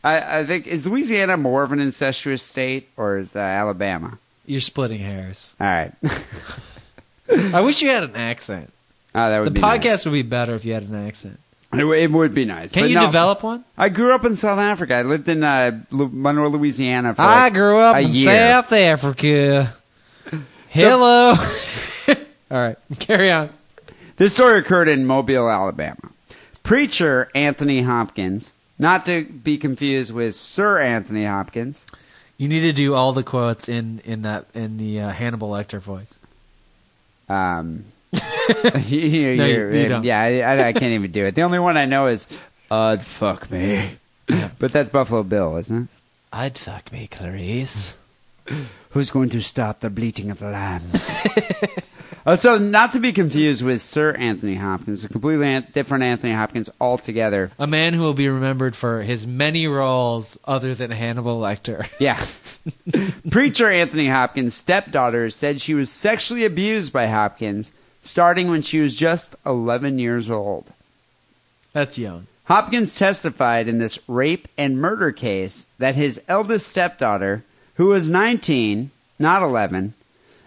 S3: I, I think, is Louisiana more of an incestuous state or is uh, Alabama?
S4: You're splitting hairs.
S3: All right. oh,
S4: I wish you had an accent.
S3: Ah, that would
S4: The
S3: be
S4: podcast
S3: nice.
S4: would be better if you had an accent.
S3: It, w- it would be nice.
S4: Can
S3: but
S4: you
S3: no.
S4: develop one?
S3: I grew up in South Africa. I lived in uh, Lu- Monroe, Louisiana for
S4: I
S3: like,
S4: grew up
S3: a
S4: in
S3: year.
S4: South Africa. Hello. All right, carry on.
S3: This story occurred in Mobile, Alabama. Preacher Anthony Hopkins, not to be confused with Sir Anthony Hopkins,
S4: You need to do all the quotes in in that in the uh, Hannibal Lecter voice.
S3: Um, you, you-
S4: No, you-
S3: you're-
S4: you don't.
S3: Yeah, I, I- I can't even do it. The only one I know is, "Ud fuck me," but that's Buffalo Bill, isn't it?
S4: I'd fuck me, Clarice.
S3: Who's going to stop the bleating of the lambs? also, not to be confused with Sir Anthony Hopkins, a completely an- different Anthony Hopkins altogether.
S4: A man who will be remembered for his many roles other than Hannibal Lecter.
S3: Yeah. Preacher Anthony Hopkins' stepdaughter said she was sexually abused by Hopkins starting when she was just 11 years old.
S4: That's young.
S3: Hopkins testified in this rape and murder case that his eldest stepdaughter, who was 19, not 11,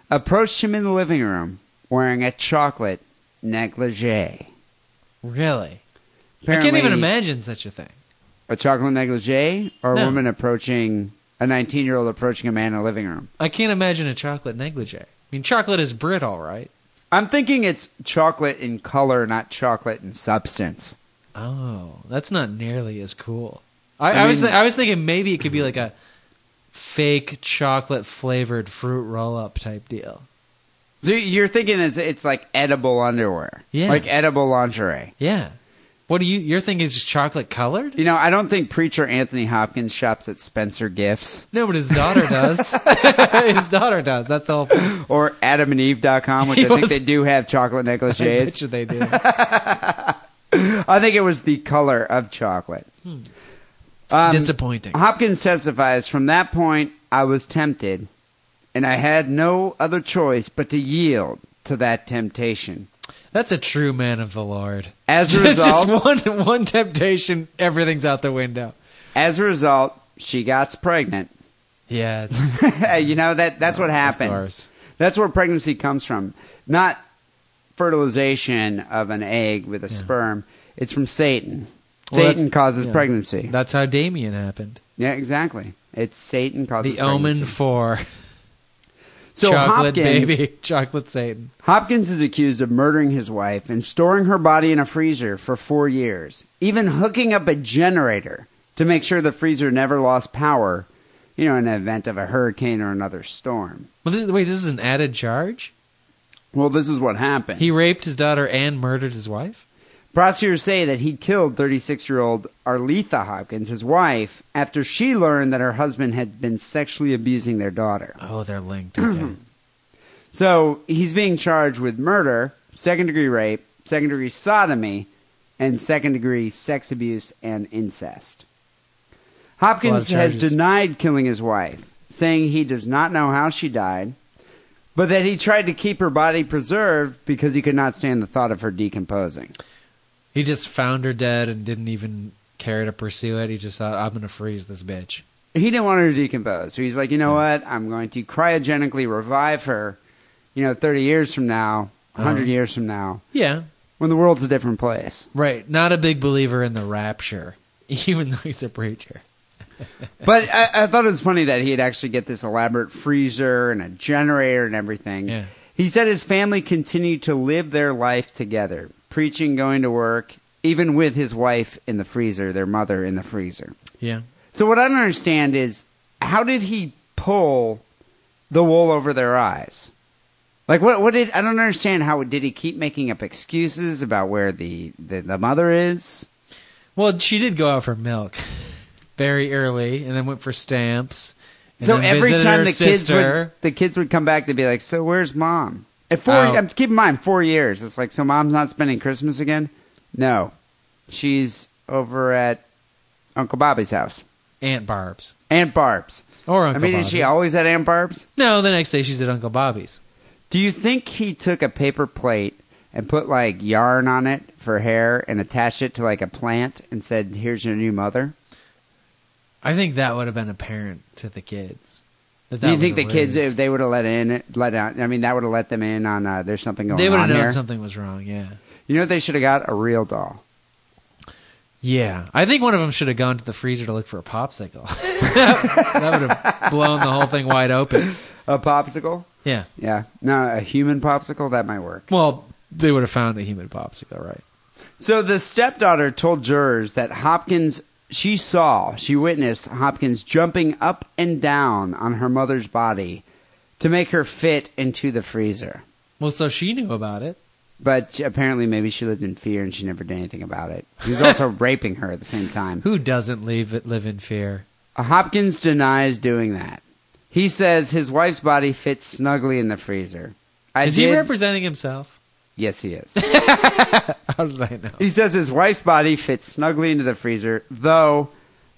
S3: approached him in the living room wearing a chocolate negligee.
S4: Really? I can't
S3: Apparently,
S4: even imagine such a thing.
S3: A chocolate negligee or a
S4: No.
S3: woman approaching a 19 year old approaching a man in a living room?
S4: I can't imagine a chocolate negligee. I mean, chocolate is Brit, all right.
S3: I'm thinking it's chocolate in color, not chocolate in substance.
S4: Oh, that's not nearly as cool. I, I,
S3: I
S4: was
S3: mean-
S4: th- I was thinking maybe it could be like a fake chocolate flavored fruit roll up type deal.
S3: So you're thinking it's, it's like edible underwear,
S4: Yeah.
S3: like edible lingerie.
S4: Yeah. What do you? Your thing is just chocolate colored?
S3: You know, I don't think preacher Anthony Hopkins shops at Spencer Gifts
S4: No, but his daughter does. his daughter does. That's the whole point.
S3: or AdamandEve.com, which
S4: He
S3: I think
S4: was-
S3: they do have chocolate
S4: I
S3: negligees.
S4: picture they do.
S3: I think it was the color of chocolate. Um,
S4: Hmm. Disappointing.
S3: Hopkins testifies from that point, I was tempted, and I had no other choice but to yield to that temptation.
S4: That's a true man of the Lord.
S3: As a
S4: It's just
S3: result,
S4: one one temptation. Everything's out the window.
S3: As a result, she got pregnant.
S4: Yeah. It's,
S3: you know that that's what happens.
S4: course.
S3: That's where pregnancy comes from. Not fertilization of an egg with a sperm. It's from Satan.
S4: Well, that's-
S3: Satan causes
S4: yeah.
S3: pregnancy.
S4: that's how Damien happened.
S3: Yeah, exactly. It's Satan causes
S4: The
S3: pregnancy.
S4: omen for
S3: so
S4: chocolate
S3: Hopkins,
S4: baby, chocolate Satan.
S3: Hopkins is accused of murdering his wife and storing her body in a freezer for four years, even hooking up a generator to make sure the freezer never lost power, you know, in the event of a hurricane or another storm.
S4: Well, this, wait, this is an added charge.
S3: Well, this is what happened.
S4: He raped his daughter and murdered his wife.
S3: Prosecutors say that he killed 36 year old Arletha Hopkins, his wife, after she learned that her husband had been sexually abusing their daughter.
S4: Oh, they're linked. Okay.
S3: So he's being charged with murder, second degree rape, second degree sodomy, and second degree sex abuse and incest. Hopkins
S4: That's a lot of
S3: has
S4: charges.
S3: denied killing his wife, saying he does not know how she died, but that he tried to keep her body preserved because he could not stand the thought of her decomposing.
S4: he just found her dead and didn't even care to pursue it. He just thought, "I'm gonna freeze this bitch."
S3: he didn't want her to decompose. So he's like, you know what? I'm going to cryogenically revive her, you know, 30 years from now, 100 years from now,
S4: Yeah,
S3: when the world's a different place.
S4: right. Not a big believer in the rapture, even though he's a preacher.
S3: But I, I thought it was funny that he'd actually get this elaborate freezer and a generator and everything.
S4: Yeah.
S3: He said his family continued to live their life together, preaching, going to work, even with his wife in the freezer, their mother in the freezer.
S4: Yeah.
S3: So what I don't understand is how did he pull the wool over their eyes? Like what? What did I don't understand? How did he keep making up excuses about where the the, the mother is?
S4: Well, she did go out for milk very early, and then went for stamps. and
S3: so
S4: then
S3: every
S4: visited
S3: time
S4: her
S3: the kids would
S4: sister.
S3: the kids would come back, they'd be like, "So where's mom?" At four,
S4: Oh.
S3: um, keep in mind four years. It's like so mom's not spending Christmas again. No, she's over at Uncle Bobby's house.
S4: Aunt Barb's
S3: Aunt Barb's.
S4: or Uncle.
S3: I mean,
S4: Bobby's.
S3: is she always at Aunt Barb's?
S4: No, the next day she's at Uncle Bobby's.
S3: Do you think he took a paper plate and put like yarn on it for hair and attached it to like a plant and said, "Here's your new mother"?
S4: I think that would have been apparent to the kids. That
S3: Do you
S4: was
S3: think
S4: a
S3: the kids,
S4: ruse.
S3: if they would have let in, let out? I mean, that would have let them in on uh, there's something going
S4: they would
S3: on
S4: have known
S3: here.
S4: something was wrong. Yeah,
S3: You know, they should have got a real doll.
S4: yeah. I think one of them should have gone to the freezer to look for a popsicle. that would have blown the whole thing wide open.
S3: A popsicle?
S4: Yeah.
S3: Yeah. No, a human popsicle that might work.
S4: Well, they would have found a human popsicle, right?
S3: So the stepdaughter told jurors that Hopkins she saw, she witnessed Hopkins jumping up and down on her mother's body to make her fit into the freezer.
S4: Well, so she knew about it.
S3: But she- apparently, maybe she lived in fear and she never did anything about it. He was also raping her at the same time.
S4: Who doesn't leave it, live in fear?
S3: Hopkins denies doing that. He says his wife's body fits snugly in the freezer. I
S4: Is he
S3: did-
S4: representing himself?
S3: yes, he is.
S4: How did I know?
S3: He says his wife's body fits snugly into the freezer, though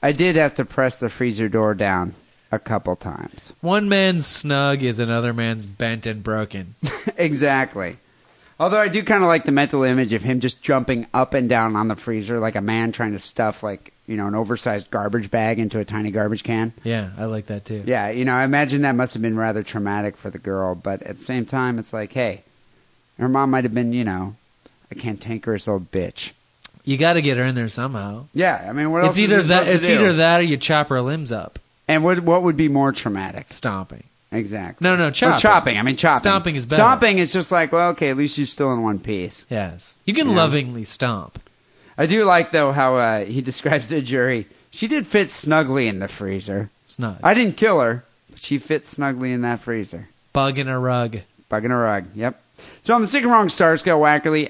S3: I did have to press the freezer door down a couple times.
S4: One man's snug is another man's bent and broken.
S3: exactly. Although I do kind of like the mental image of him just jumping up and down on the freezer like a man trying to stuff like, you know, an oversized garbage bag into a tiny garbage can.
S4: Yeah, I like that too.
S3: Yeah, you know, I imagine that must have been rather traumatic for the girl, but at the same time it's like, hey, her mom might have been, you know, a cantankerous old bitch.
S4: You got to get her in there somehow.
S3: Yeah, I mean, what else
S4: It's
S3: is
S4: either
S3: he
S4: that.
S3: supposed
S4: It's
S3: to do?
S4: either that or you chop her limbs up.
S3: And what what would be more traumatic?
S4: Stomping.
S3: Exactly.
S4: No, no, chopping.
S3: Or chopping. I mean, chopping.
S4: Stomping is better.
S3: Stomping is just like, well, okay, at least she's still in one piece.
S4: Yes, you can
S3: Yeah.
S4: lovingly stomp.
S3: I do like though how uh, he describes the jury. She did fit snugly in the freezer.
S4: Snug.
S3: I didn't kill her, but she fit snugly in that freezer.
S4: Bug in a rug.
S3: Bugging a rug. Yep. So on the sick and wrong stars go wackerly.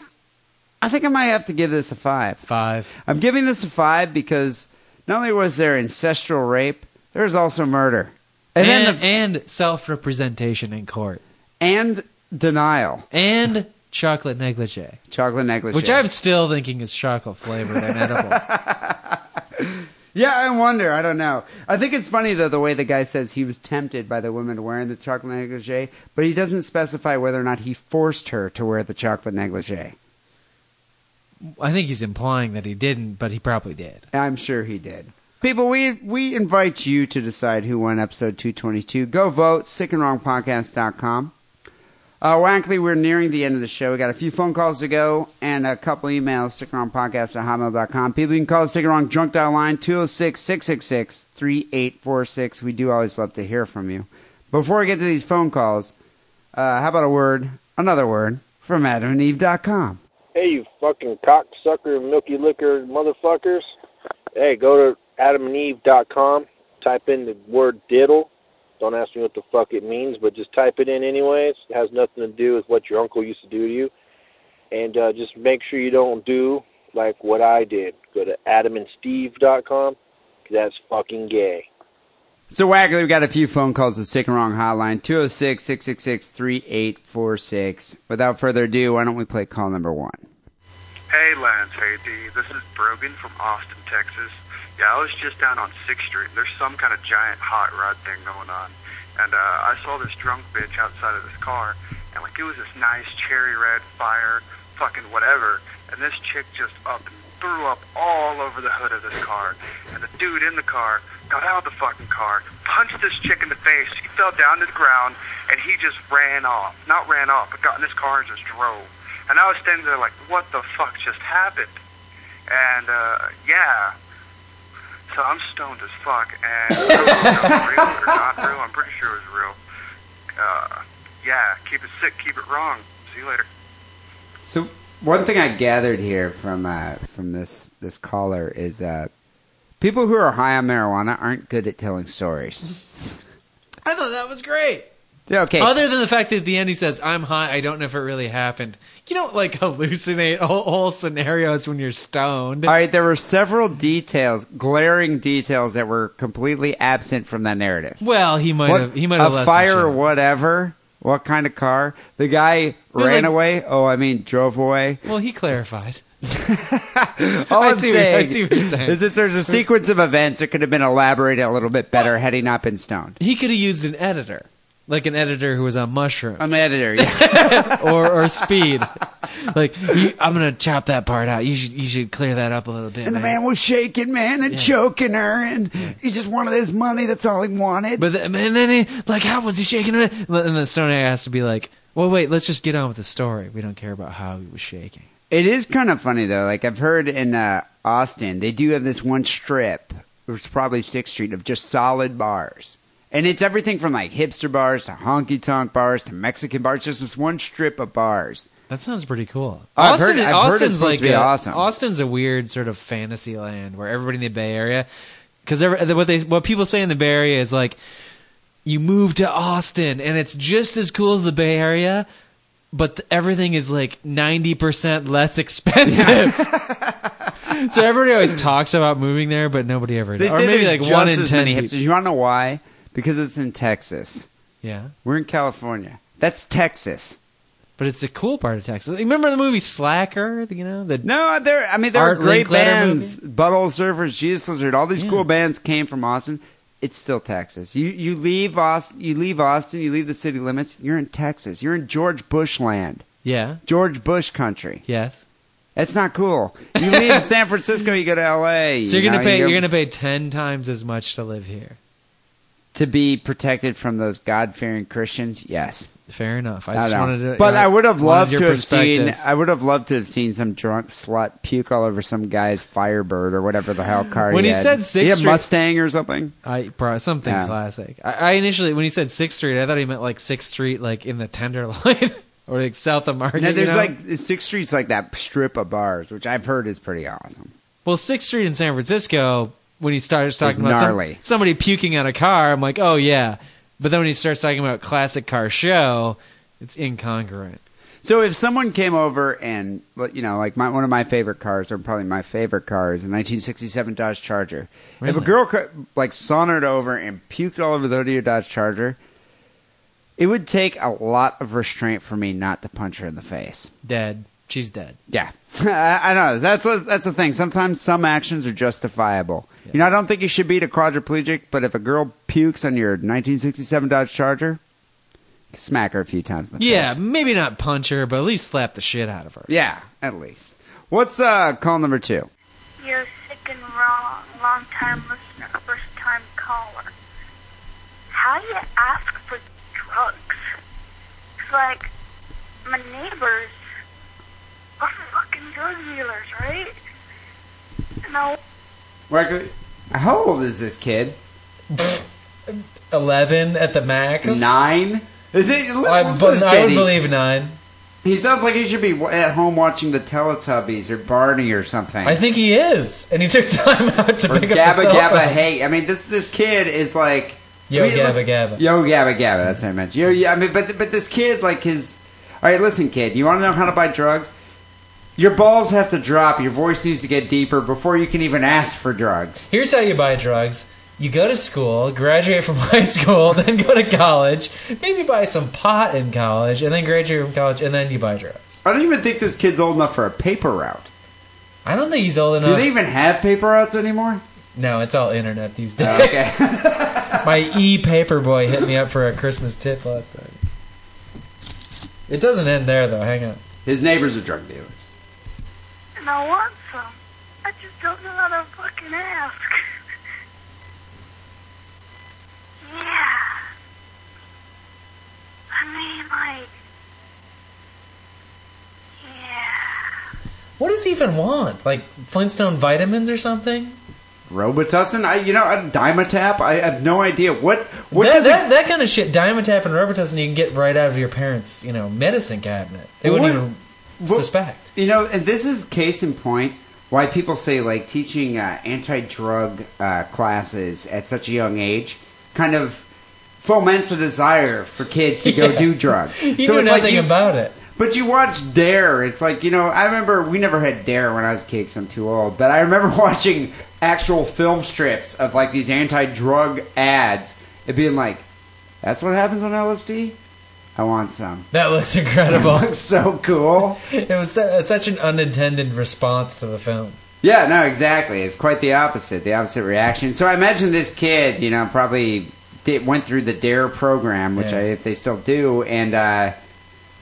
S3: I think I might have to give this a five.
S4: Five.
S3: I'm giving this a five because not only was there ancestral rape, there was also murder, and,
S4: And,
S3: then the,
S4: and self-representation in court.
S3: and denial,
S4: And chocolate negligee.
S3: chocolate negligee,
S4: Which I'm still thinking is chocolate flavored and edible.
S3: Yeah, I wonder. I don't know. I think it's funny though the way the guy says he was tempted by the woman wearing the chocolate negligee, but he doesn't specify whether or not he forced her to wear the chocolate negligee.
S4: I think he's implying that he didn't, but he probably did.
S3: I'm sure he did. People, we we invite you to decide who won episode 222. Go vote sickandwrongpodcast.com. Uh, Wackley, we're nearing the end of the show. We got a few phone calls to go and a couple emails, sickandwrongpodcast at hotmail.com. People, you can call us sick and wrong junk dial line 206 666 3846. We do always love to hear from you. Before we get to these phone calls, uh, how about a word, another word, from adamandeve.com?
S7: Hey, you fucking cocksucker, milky liquor motherfuckers. Hey, go to adamandeve.com, type in the word diddle. Don't ask me what the fuck it means, but just type it in anyways. It has nothing to do with what your uncle used to do to you. And uh, just make sure you don't do like what I did. Go to adamandsteve.com, 'cause that's fucking gay.
S3: So, Waggler, we got a few phone calls to Sick and Wrong Hotline, 206 666 3846. Without further ado, why don't we play call number one?
S8: Hey, Lance. Hey, D. This is Brogan from Austin, Texas. Yeah, I was just down on 6th Street. and There's some kind of giant hot rod thing going on. And uh, I saw this drunk bitch outside of this car. And, like, it was this nice cherry red fire, fucking whatever. And this chick just up and threw up all over the hood of this car. And the dude in the car got out of the fucking car, punched this chick in the face. He fell down to the ground, and he just ran off. Not ran off, but got in his car and just drove. And I was standing there like, what the fuck just happened? And, uh, yeah. So I'm stoned as fuck. And I don't know if that was real or not real. I'm pretty sure it was real. Uh, yeah, keep it sick, keep it wrong. See you later.
S3: So, one thing I gathered here from uh, from this, this caller is uh, people who are high on marijuana aren't good at telling stories.
S4: I thought that was great.
S3: Yeah, Okay.
S4: Other than the fact that at the end he says, I'm high, I don't know if it really happened. You don't like hallucinate whole, whole scenarios when you're stoned.
S3: All right, there were several details, glaring details that were completely absent from that narrative.
S4: well, he might
S3: What-
S4: have. He might have.
S3: a
S4: less
S3: fire
S4: than
S3: or
S4: shit.
S3: whatever. What kind of car? The guy
S4: You're
S3: ran
S4: like-
S3: away. Oh, I mean, drove away.
S4: Well, he clarified.
S3: All
S4: Oh, I
S3: I'm
S4: see what-
S3: saying
S4: I see what you're saying.
S3: is that there's a sequence of events that could have been elaborated a little bit better had he not been stoned.
S4: He could have used an editor, like an editor who was on mushrooms
S3: I'm the editor. Yeah.
S4: or or speed. like you, I'm gonna chop that part out. You should you should clear that up a little bit.
S3: and the
S4: man.
S3: man was shaking, man, and choking her, and he just wanted his money. That's all he wanted.
S4: But th- and then he, like, how was he shaking it? And then Stone Air has to be like, well, wait, let's just get on with the story. We don't care about how he was shaking.
S3: It is kind of funny though. Like I've heard in uh, Austin, they do have this one strip, it's probably Sixth Street, of just solid bars, and it's everything from like hipster bars to honky tonk bars to Mexican bars. Just this one strip of bars.
S4: That sounds pretty cool.
S3: I've heard- I've heard it's
S4: Austin's
S3: supposed
S4: like
S3: to be
S4: a-
S3: awesome.
S4: Austin's a weird sort of fantasy land where everybody in the Bay Area, because what they what people say in the Bay Area is like, you move to Austin and it's just as cool as the Bay Area, but th- everything is like ninety percent less expensive. so everybody always talks about moving there, but nobody ever.
S3: They
S4: does. Or
S3: say
S4: maybe
S3: there's
S4: like
S3: just
S4: one in
S3: as
S4: ten.
S3: many
S4: people-
S3: hipsters. You want to know why? Because it's in Texas.
S4: Yeah,
S3: We're in California. That's Texas.
S4: but it's a cool part of Texas. Remember the movie Slacker? You know the
S3: No, there. I mean, there
S4: Art
S3: are great
S4: Linkletter
S3: bands. Butthole Surfers, Jesus Lizard, all these
S4: Yeah.
S3: cool bands came from Austin. It's still Texas. You you leave Austin, you leave Austin, you leave the city limits. You're in Texas. You're in George Bush land,
S4: yeah
S3: George Bush country.
S4: yes.
S3: That's not cool. You leave San Francisco, you go to L.A.
S4: So you're
S3: you
S4: gonna
S3: know,
S4: pay.
S3: you
S4: You're,
S3: go-
S4: gonna pay ten times as much to live here.
S3: to be protected from those God fearing Christians. Yes.
S4: Fair enough. I,
S3: I
S4: just
S3: don't know.
S4: wanted to.
S3: but
S4: yeah,
S3: I would have
S4: wanted
S3: loved
S4: your
S3: to have seen. uh,
S4: perspective.
S3: I would have loved to have seen some drunk slut puke all over some guy's Firebird or whatever the hell car.
S4: When he
S3: had.
S4: said
S3: he
S4: Sixth
S3: had
S4: Street-
S3: Mustang or something.
S4: I bro, something
S3: Yeah.
S4: classic. I, I initially when he said Sixth Street, I thought he meant like Sixth Street, like in the Tenderloin or like South of Market.
S3: No,
S4: you
S3: there's
S4: know?
S3: like Sixth Street's like that strip of bars, which I've heard is pretty awesome.
S4: well, Sixth Street in San Francisco. When he starts talking
S3: Was
S4: about some-
S3: gnarly.
S4: somebody puking on a car, I'm like, oh yeah. But then when he starts talking about classic car show, it's incongruent.
S3: So if someone came over and like, you know, like my, one of my favorite cars, or probably my favorite car, is a 1967 Dodge Charger. If
S4: Really?
S3: a girl co- like sauntered over and puked all over the hood of your Dodge Charger, it would take a lot of restraint for me not to punch her in the face.
S4: Dead. She's dead.
S3: Yeah, I, I know. That's what, that's the thing. Sometimes some actions are justifiable. You know, I don't think you should beat a quadriplegic, but if a girl pukes on your 1967 Dodge Charger, smack her a few times in the
S4: Yeah,
S3: face.
S4: maybe not punch her, but at least slap the shit out of her.
S3: Yeah, at least. What's uh, call number two?
S9: You're sick and wrong, long time listener, first time caller. How do you ask for drugs? It's like my neighbors are fucking drug dealers, right? And I
S3: How old is this kid?
S4: Eleven at the max.
S3: Nine? Is it?
S4: I,
S3: what's
S4: but
S3: this
S4: I
S3: kid?
S4: would
S3: He-
S4: believe nine.
S3: He sounds like he should be at home watching the Teletubbies or Barney or something.
S4: I think he is, and he took time out to
S3: or
S4: pick up
S3: Gabba
S4: the cell
S3: Gabba
S4: phone.
S3: Hey. I mean, this this kid is like
S4: Yo,
S3: I mean,
S4: Gabba
S3: listen-
S4: Gabba.
S3: Yo Gabba Gabba. That's what I meant. Yo, yeah. I mean, but but this kid like his. All right, listen, kid. You want to know how to buy drugs? Your balls have to drop. Your voice needs to get deeper before you can even ask for drugs.
S4: Here's how you buy drugs: you go to school, graduate from high school, then go to college, maybe buy some pot in college, and then graduate from college, and then you buy drugs.
S3: I don't even think this kid's old enough for a paper route.
S4: I don't think he's old
S3: Do
S4: enough.
S3: they even have paper routes anymore?
S4: No, it's all internet these days.
S3: Oh, Okay.
S4: My e paper boy hit me up for a Christmas tip last night. It doesn't end there though. Hang on.
S3: His neighbors are drug dealers.
S9: and I want some. I just don't know how to fucking ask. yeah. I mean, like, yeah.
S4: What does he even want? Like Flintstone vitamins or something?
S3: Robitussin, I you know, a Dimetap. I have no idea what what
S4: that,
S3: does
S4: that,
S3: a-
S4: that kind of shit, Dimetap and Robitussin, you can get right out of your parents' you know medicine cabinet. They wouldn't
S3: What-
S4: even
S3: what-
S4: suspect.
S3: You know, and this is case in point why people say like teaching uh, anti-drug uh, classes at such a young age kind of foments a desire for kids to go
S4: Yeah.
S3: do drugs.
S4: You
S3: So
S4: knew
S3: it's like
S4: nothing
S3: you-
S4: about it.
S3: But you watch Dare. It's like, you know, I remember we never had Dare when I was a kid 'cause I'm too old. But I remember watching actual film strips of like these anti drug ads and being like, that's what happens on LSD? I want some.
S4: That looks incredible.
S3: Looks so cool.
S4: it was su- it's such an unintended response to the film.
S3: Yeah, no, exactly. It's quite the opposite, the opposite reaction. So I imagine this kid, you know, probably did, went through the DARE program, which
S4: Yeah.
S3: I, if they still do, and, uh,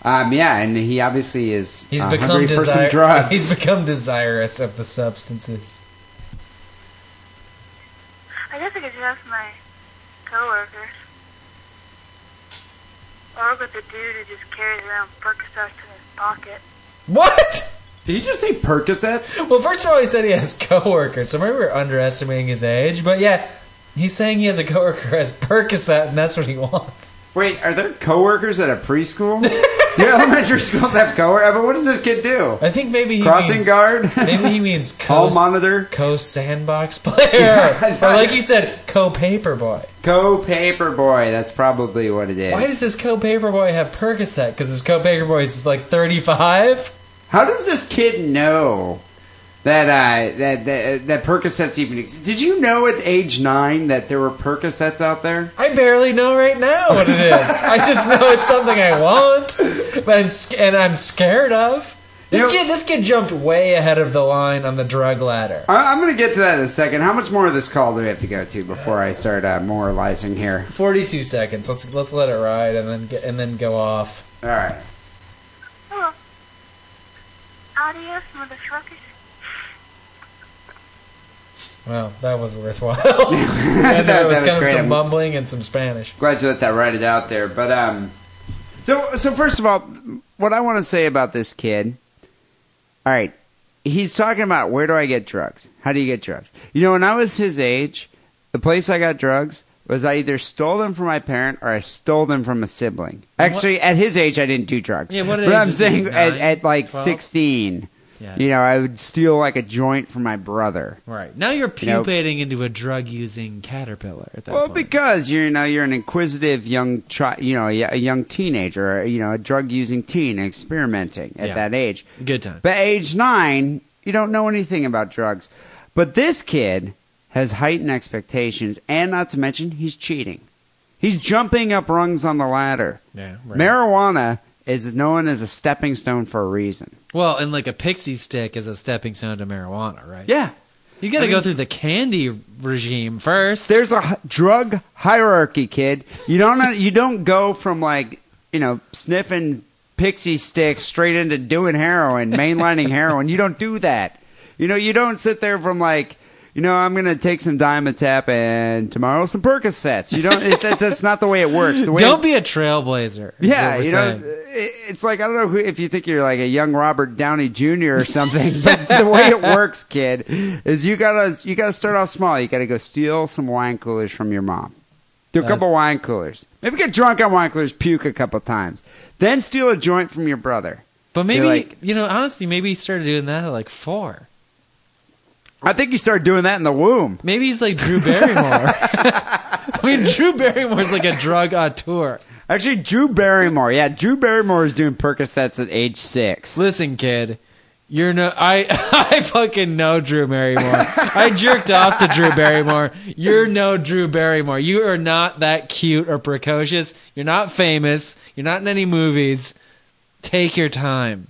S3: um, yeah, and he obviously is
S4: He's
S3: uh,
S4: become
S3: hungry for some
S4: desir-
S3: drugs.
S4: He's become desirous of the substances.
S9: I guess I could just ask my coworkers. Or look at the dude who just carries around Percocets in his pocket.
S4: What?
S3: Did he just say Percocets?
S4: Well, first of all, he said he has coworkers, so maybe we're underestimating his age. But yeah, he's saying he has a coworker who has Percocet, and that's what he wants.
S3: Wait, are there coworkers at a preschool? Your elementary schools have coworkers. But what does this kid do?
S10: I think maybe he
S3: Crossing
S10: means,
S3: guard?
S10: Maybe he means co
S3: Call monitor,
S10: co sandbox player, or like you said, co paper boy.
S3: co paper boy. That's probably what it is.
S10: Why does this co paper boy have Percocet? Because his co paper boy is like thirty five.
S3: How does this kid know that uh, that that that Percocets even exist? Did you know at age nine that there were Percocets out there?
S10: I barely know right now what it is. I just know it's something I want, but I'm sc- and I'm scared of. This
S3: You know-
S10: kid, this kid jumped way ahead of the line on the drug ladder.
S3: I, I'm going to get to that in a second. How much more of this call do we have to go to before I start uh, moralizing here?
S10: Forty-two seconds. Let's let's let it ride and then get, and then go off.
S3: All right.
S9: Hello. Adios, motherfuckers.
S10: Well, that was worthwhile.
S3: that,
S10: and there was,
S3: that
S10: kind of
S3: great.
S10: some
S3: I'm
S10: mumbling and some Spanish.
S3: glad you let that write it out there. But um, so so first of all, what I want to say about this kid. All right, he's talking about where do I get drugs? How do you get drugs? You know, when I was his age, the place I got drugs was I either stole them from my parent or I stole them from a sibling. Actually, at his age, I didn't do drugs.
S4: Yeah, what
S3: but
S4: age
S3: I'm
S4: is he?
S3: saying at,
S4: Nine?
S3: at like
S4: Twelve?
S3: 16,
S4: Yeah.
S3: you know, I would steal like a joint from my brother.
S4: Right. Now you're
S3: You know-
S4: pupating into a drug using caterpillar at that
S3: Well,
S4: point.
S3: because you're you know you're an inquisitive young child, you know a young teenager, you know a drug using teen, experimenting at
S4: Yeah.
S3: that age.
S4: Good time.
S3: But age nine, you don't know anything about drugs. But this kid has heightened expectations, and not to mention he's cheating. He's jumping up rungs on the ladder.
S10: Yeah.
S3: Marijuana is known as a stepping stone for a reason.
S4: Well, and like a pixie stick is a stepping stone to marijuana, right?
S3: Yeah,
S4: You got to
S3: I
S4: go
S3: mean-
S4: through the candy regime first.
S3: there's a hi- drug hierarchy, kid. You don't you don't go from like you know sniffing pixie sticks straight into doing heroin, mainlining heroin. You don't do that. You know you don't sit there from like you know I'm gonna take some Dimetap and tomorrow some Percocets. You don't. It, that, that's not the way it works. The way
S4: Don't be a trailblazer. is
S3: yeah,
S4: what we're
S3: you know, uh,
S4: saying.
S3: it- it's like I don't know who, if you think you're like a young Robert Downey Jr. or something, but the way it works, kid, is you gotta you gotta start off small. You gotta go steal some wine coolers from your mom,
S4: Uh,
S3: do a couple wine coolers, maybe get drunk on wine coolers, puke a couple times, then steal a joint from your brother.
S4: But maybe
S3: like-
S4: you know, honestly, maybe he started doing that at like four.
S3: I think you start doing that in the womb.
S4: Maybe he's like Drew Barrymore. I mean, Drew Barrymore's like a drug auteur.
S3: Actually, Drew Barrymore, yeah, Drew Barrymore is doing Percocets at age six.
S4: Listen, kid, you're no. I I fucking know Drew Barrymore. I jerked off to Drew Barrymore. You're no Drew Barrymore. You are not that cute or precocious. You're not famous. You're not in any movies. Take your time.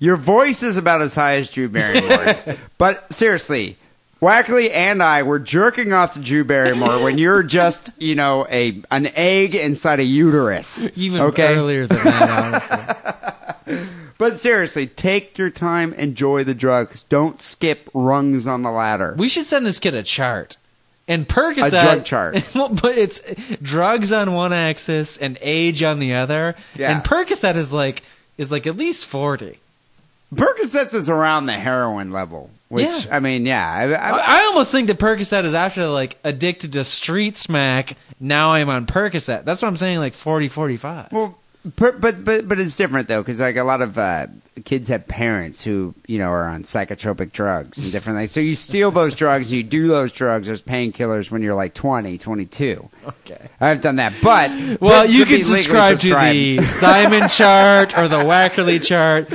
S3: Your voice is about as high as Drew Barrymore's. but seriously, Wackley and I were jerking off to Drew Barrymore when you're just, you know, a an egg inside a uterus.
S4: Even
S3: okay?
S4: earlier than that, honestly.
S3: But seriously, take your time, enjoy the drugs. Don't skip rungs on the ladder.
S4: We should send this kid a chart. And Percocet,
S3: A drug chart.
S4: well, but it's drugs on one axis and age on the other.
S3: Yeah.
S4: And Percocet is like is like at least forty.
S3: Percocets is around the heroin level, which
S4: Yeah.
S3: I mean, yeah, I, I,
S4: I, I almost think that Percocet is after like addicted to street smack. Now I'm on Percocet. That's what I'm saying. Like 40, 45.
S3: Well, per, but but but it's different though, because like a lot of uh, kids have parents who you know are on psychotropic drugs and different things. So you steal those drugs, you do those drugs, those painkillers when you're like 20, 22. Okay, I've done that, but
S4: Well,
S3: but
S4: you
S3: be
S4: can
S3: legally
S4: subscribe to
S3: prescribed.
S4: the Simon chart or the Wackerly chart.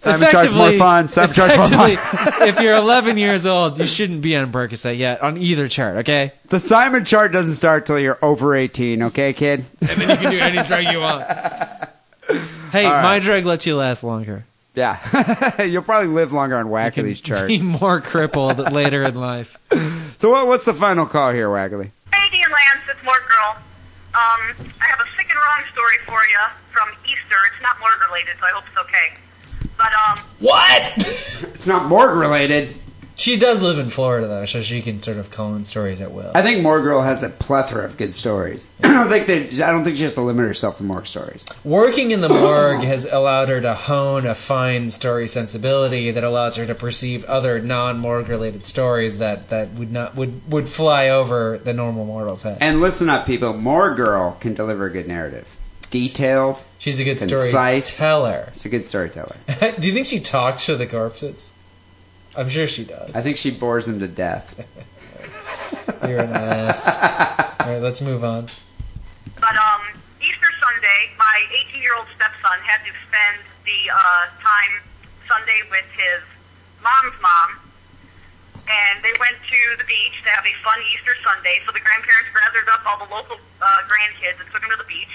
S3: Simon chart's more
S4: Effectively-
S3: fun. Simon chart's more fun.
S4: effectively, if you're 11 years old, you shouldn't be on Percocet yet on either chart. Okay.
S3: the Simon chart doesn't start till you're over eighteen. Okay, kid.
S4: you can do any drug you want. Hey, my drug lets you last longer.
S3: Yeah, you'll probably live longer on
S4: Can
S3: Wackerly's chart.
S4: Be more crippled later in life.
S3: So what, what's the final call here, Wackerly?
S9: Hey, Lance, it's More Girl. Um, I have a sick and wrong story for you from Easter. It's not morgue related, so I hope it's okay. But um,
S10: What?
S3: It's not morgue related.
S10: She does live in Florida though, so she can sort of clone stories at will.
S3: I think More Girl has a plethora of good stories. I don't think that I don't think she has to limit herself to more stories.
S10: Working in the morgue has allowed her to hone a fine story sensibility that allows her to perceive other non-morgue related stories that, that would not would would fly over the normal mortal's head.
S3: And listen up, people. More Girl can deliver a good narrative. detailed.
S4: She's a good
S3: Concise.
S4: storyteller.
S3: She's a good storyteller.
S4: Do you think she talks to the corpses? I'm sure she does.
S3: I think she bores them to death.
S4: You're an ass. All right, let's move on.
S5: But um, Easter Sunday, my 18 year old stepson had to spend the uh, time Sunday with his mom's mom. And they went to the beach to have a fun Easter Sunday. So the grandparents gathered up all the local uh, grandkids and took them to the beach.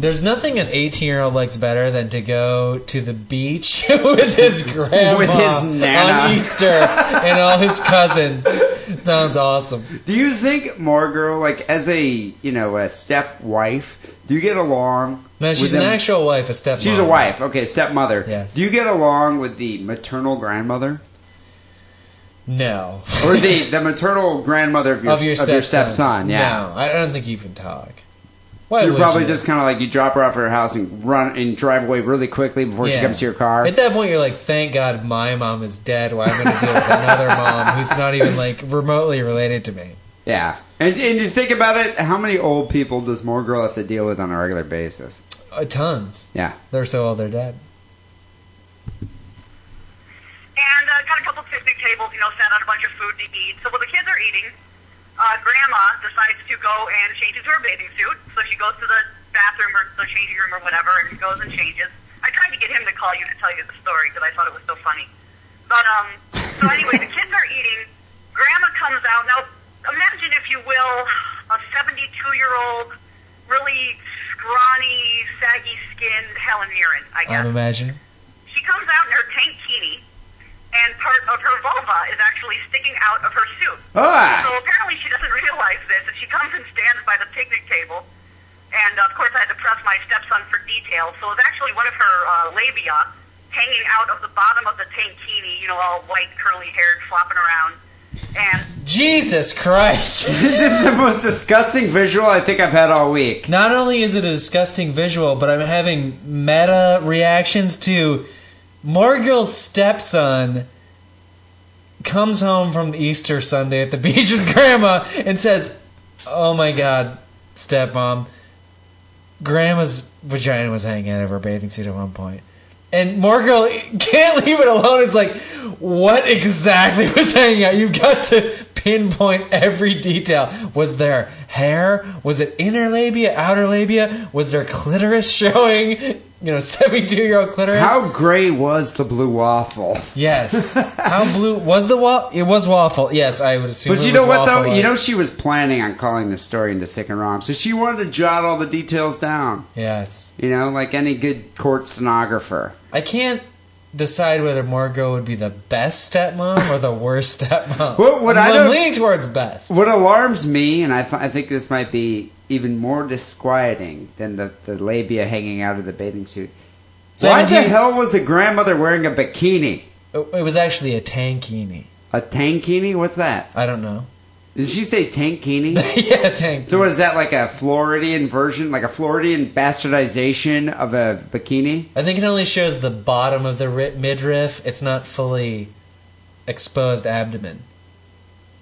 S4: There's nothing an 18 year old likes better than to go to the beach with his grandma
S3: With his nana.
S4: on Easter and all his cousins. Sounds awesome.
S3: Do you think more girl, like as a you know a step wife, do you get along?
S4: No, she's
S3: with
S4: an
S3: them-
S4: actual wife, a stepmom.
S3: She's a wife. Okay, stepmother.
S4: Yes.
S3: Do you get along with the maternal grandmother
S4: No.
S3: or the, the maternal grandmother of your
S4: of your
S3: of
S4: stepson.
S3: your stepson? Yeah.
S4: No, I don't think you can talk. Why
S3: You're
S4: would
S3: probably
S4: you?
S3: just kind of like you drop her off at her house and run and drive away really quickly before she
S4: Yeah.
S3: comes to your car.
S4: At that point, you're like, "Thank God my mom is dead. Why am I going to deal with another mom who's not even like remotely related to me?"
S3: yeah. And, and you think about it, how many old people does more girl have to deal with on a regular basis?
S4: Uh, tons.
S3: Yeah.
S4: They're so old, they're dead.
S5: and uh, got a couple picnic tables, you know, set out a bunch of food to eat. So while the kids are eating, uh, Grandma decides to go and change into her bathing suit. So she goes to the bathroom or the changing room or whatever and goes and changes. I tried to get him to call you to tell you the story because I thought it was so funny. But, um, so anyway, the kids are eating. Grandma comes out. Now, imagine, if you will, a 72 year old, really scrawny, saggy skinned Helen Mirren, I guess.
S4: I'm imagining.
S5: She comes out in her tankini, and part of her vulva is actually sticking out of her suit. So
S3: Ah!
S5: apparently she doesn't realize this, and she comes and stands by the picnic table. And of course, I had to press my stepson for details. So it was actually one of her uh, labia hanging out of the bottom of the tankini, you know, all white, curly haired, flopping around. And
S4: Jesus Christ!
S3: This is the most disgusting visual I think I've had all week.
S4: Not only is it a disgusting visual, but I'm having meta reactions to Morgul's stepson comes home from Easter Sunday at the beach with grandma and says, "Oh my God, stepmom, grandma's vagina was hanging out of her bathing suit at one point." And Morgul can't leave it alone. It's like, what exactly was hanging out? You've got to pinpoint every detail. Was there hair? Was it inner labia, outer labia? Was there clitoris showing? You know, 72 year old clitoris?
S3: How gray was the blue waffle?
S4: Yes. How blue was the waffle? It was waffle. Yes, I would assume.
S3: But
S4: it
S3: you
S4: was
S3: know what though?
S4: waffle.
S3: You know she was planning on calling this story into sick and wrong, so she wanted to jot all the details down.
S4: Yes,
S3: You know, like any good court stenographer.
S4: I can't decide whether Margot would be the best stepmom or the worst stepmom.
S3: What- what
S4: I'm,
S3: I
S4: I'm
S3: don't-
S4: leaning towards best.
S3: What alarms me, and I, th- I think this might be even more disquieting than the, the labia hanging out of the bathing suit. Why the
S4: 17
S3: hell was the grandmother wearing a bikini?
S4: It it was actually a tankini.
S3: A tankini? What's that?
S4: I don't know.
S3: Did she say tankini?
S4: yeah, tankini.
S3: so is that like a Floridian version, like a Floridian bastardization of a bikini?
S4: I think it only shows the bottom of the ri- midriff. It's not fully exposed abdomen.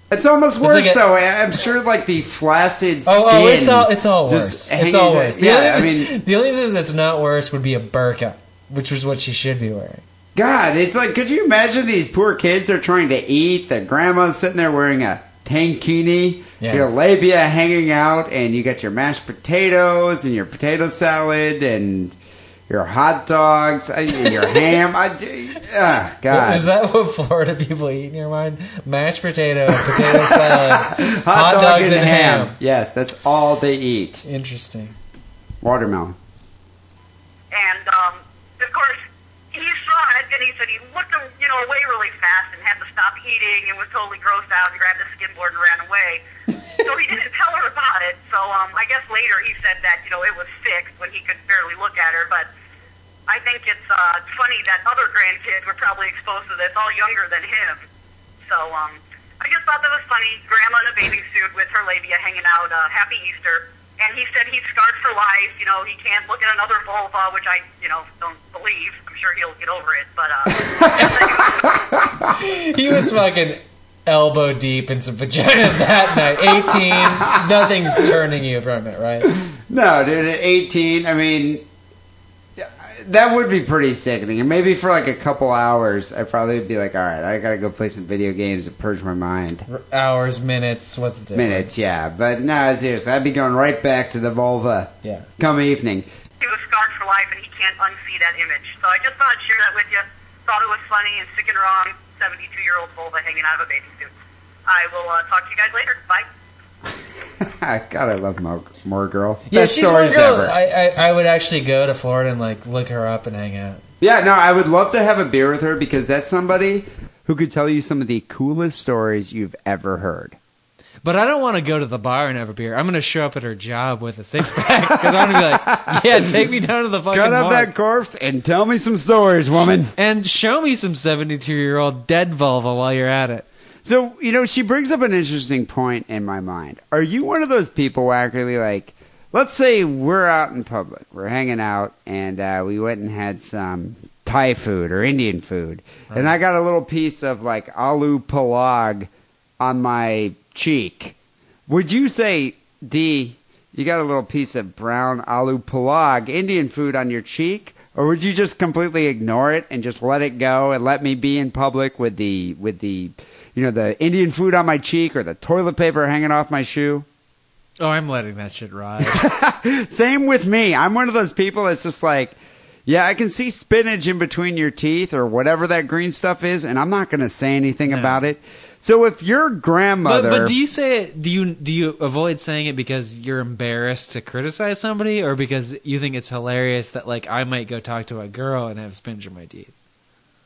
S3: It's almost
S4: It's
S3: worse
S4: like a-
S3: though. I- I'm sure like the flaccid skin.
S4: Oh, oh, it's all it's all
S3: just
S4: worse.
S3: hanging
S4: It's all
S3: there.
S4: worse. The
S3: Yeah, I
S4: only-
S3: mean,
S4: the only thing that's not worse would be a burqa, which was what she should be wearing.
S3: God, it's like, could you imagine these poor kids? They're trying to eat. Their grandma's sitting there wearing a tankini,
S4: Yes.
S3: your labia hanging out, and you got your mashed potatoes and your potato salad and your hot dogs, uh, your ham. I, uh, God,
S4: Is that what Florida people eat in your mind? Mashed potato, potato salad,
S3: hot, dog
S4: dogs,
S3: and,
S4: and
S3: ham.
S4: ham.
S3: Yes, that's all they eat.
S4: Interesting.
S3: Watermelon.
S5: And um, of course, he saw it, and he said he looked, you know, away really fast and had to stop eating and was totally grossed out and grabbed his skimboard and ran away. so he didn't tell her about it. So um, I guess later he said that you know it was sick when he could barely look at her, but. I think it's uh, funny that other grandkids were probably exposed to this, all younger than him. So um, I just thought that was funny. Grandma in a bathing suit with her labia hanging out. Uh, Happy Easter. And he said he's scarred for life. You know, he can't look at another vulva, which I, you know, don't believe. I'm sure he'll get over it. But uh,
S4: He was fucking
S10: elbow deep in some vagina that night. 18, nothing's turning you from it, right?
S3: No, dude, at 18, I mean, that would be pretty sickening. And maybe for like a couple hours, I'd probably be like, all right, I gotta go play some video games and purge my mind.
S10: R- Hours, minutes, what's the difference?
S3: Minutes, yeah. But no, seriously, I'd be going right back to the vulva
S10: Yeah.
S3: come evening.
S11: He was scarred for life, and he can't unsee that image. So I just thought I'd share that with you. Thought it was funny and sick and wrong. 72 year old vulva hanging out of a bathing suit. I will uh, talk to you guys later. Bye.
S3: God, I love Mo- more girl.
S10: Yeah,
S3: Best
S10: she's one
S3: stories
S10: girl.
S3: ever.
S10: I, I, I would actually go to Florida and like look her up and hang out.
S3: yeah, no, I would love to have a beer with her because that's somebody who could tell you some of the coolest stories you've ever heard.
S4: But I don't want to go to the bar and have a beer. I'm going to show up at her job with a six pack because I'm going to be like, yeah, take me down to the fucking
S3: Cut up
S4: bar
S3: that corpse and tell me some stories, woman.
S4: and show me some 72 year old dead vulva while you're at it.
S3: So, you know, she brings up an interesting point in my mind. Are you one of those people who actually like, let's say we're out in public, we're hanging out, and uh, we went and had some Thai food or Indian food, and I got a little piece of like aloo palag on my cheek. Would you say, D, you got a little piece of brown aloo palag Indian food on your cheek? Or would you just completely ignore it and just let it go and let me be in public with the with the you know, the Indian food on my cheek or the toilet paper hanging off my shoe.
S4: Oh, I'm letting that shit ride.
S3: Same with me. I'm one of those people that's just like, yeah, I can see spinach in between your teeth or whatever that green stuff is, and I'm not going to say anything about it. So if your
S4: but,
S3: grandmother,
S4: but do you say it? Do you do you avoid saying it because you're embarrassed to criticize somebody, or because you think it's hilarious that like I might go talk to a girl and have spinach in my teeth?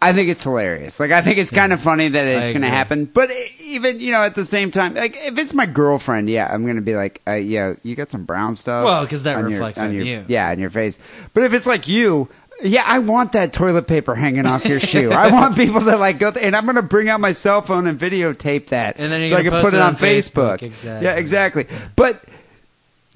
S3: I think it's hilarious. Like, I think it's kind of funny that it's
S4: I
S3: going to
S4: agree.
S3: happen. But e- even, you know, at the same time, like, if it's my girlfriend, yeah, I'm going to be like, uh, yeah, you got some brown stuff.
S4: Well, 'cause that
S3: on your-
S4: reflects on
S3: your,
S4: you.
S3: Yeah, on your face. But if it's like you, yeah, I want that toilet paper hanging off your shoe. I want people to, like, go, th- and I'm going to bring out my cell phone and videotape that.
S4: And then you're
S3: so I
S4: gonna
S3: can
S4: post
S3: put it on Facebook.
S4: Exactly.
S3: Yeah, exactly. But,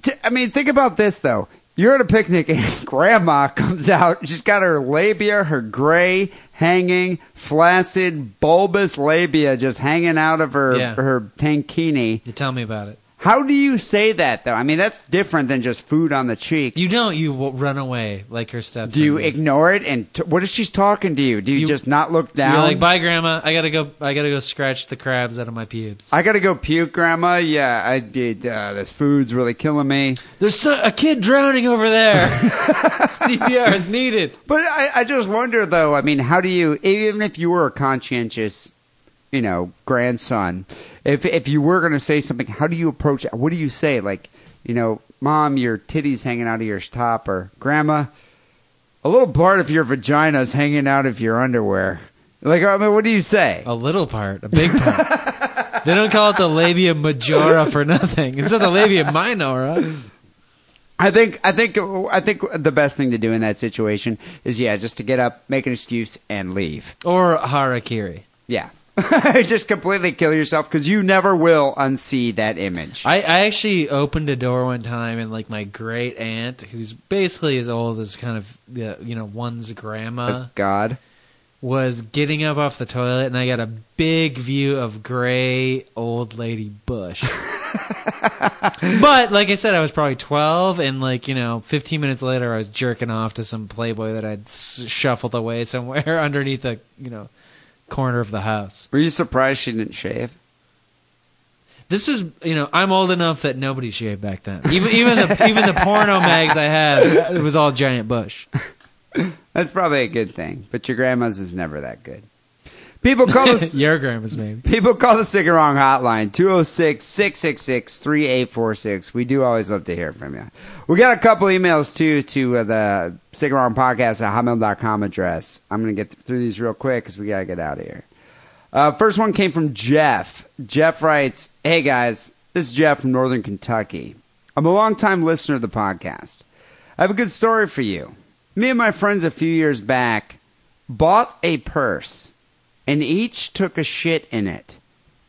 S3: t- I mean, think about this, though. You're at a picnic and grandma comes out. She's got her labia, her gray, hanging, flaccid, bulbous labia just hanging out of her,
S4: Yeah.
S3: her tankini.
S4: You tell me about it.
S3: How do you say that, though? I mean, that's different than just food on the cheek.
S4: You don't. You w- run away like her steps.
S3: do you ignore it? And t- what if she's talking to you? Do you,
S4: You-
S3: just not look down?
S4: You're like, bye, grandma. I gotta go. I gotta go scratch the crabs out of my pubes.
S3: I gotta go puke, Grandma. Yeah, I did. Uh, this food's really killing me.
S4: There's so, a kid drowning over there. CPR is needed.
S3: But I, I just wonder, though. I mean, how do you, even if you were a conscientious, you know, grandson, if if you were going to say something, how do you approach? it? What do you say? Like, you know, mom, your titties hanging out of your top, or grandma, a little part of your vagina's hanging out of your underwear. Like, I mean, what do you say?
S4: A little part, a big part. they don't call it the labia majora for nothing. It's not the labia minora.
S3: I think I think I think the best thing to do in that situation is yeah, just to get up, make an excuse, and leave.
S4: Or harakiri.
S3: Yeah. just completely kill yourself because you never will unsee that image.
S4: I, I actually opened a door one time, and like my great aunt, who's basically as old as kind of uh, you know one's grandma,
S3: As God.
S4: was getting up off the toilet, and I got a big view of gray old lady Bush. but like I said, I was probably twelve, and like you know, fifteen minutes later, I was jerking off to some Playboy that I'd s- shuffled away somewhere underneath a you know corner of the house.
S3: Were you surprised she didn't shave?
S4: This was, you know, I'm old enough that nobody shaved back then. Even even the even the porno mags I had, it was all giant bush.
S3: That's probably a good thing, but your grandma's is never that good. People call us.
S4: Your grandma's maybe.
S3: People call the Sick and Wrong Hotline, 206 666 3846. We do always love to hear from you. We got a couple emails, too, to uh, the Sick and Wrong Podcast at hotmail.com address. I'm going to get through these real quick because we got to get out of here. Uh, first one came from Jeff. Jeff writes, Hey guys, this is Jeff from Northern Kentucky. I'm a longtime listener of the podcast. I have a good story for you. Me and my friends a few years back bought a purse and each took a shit in it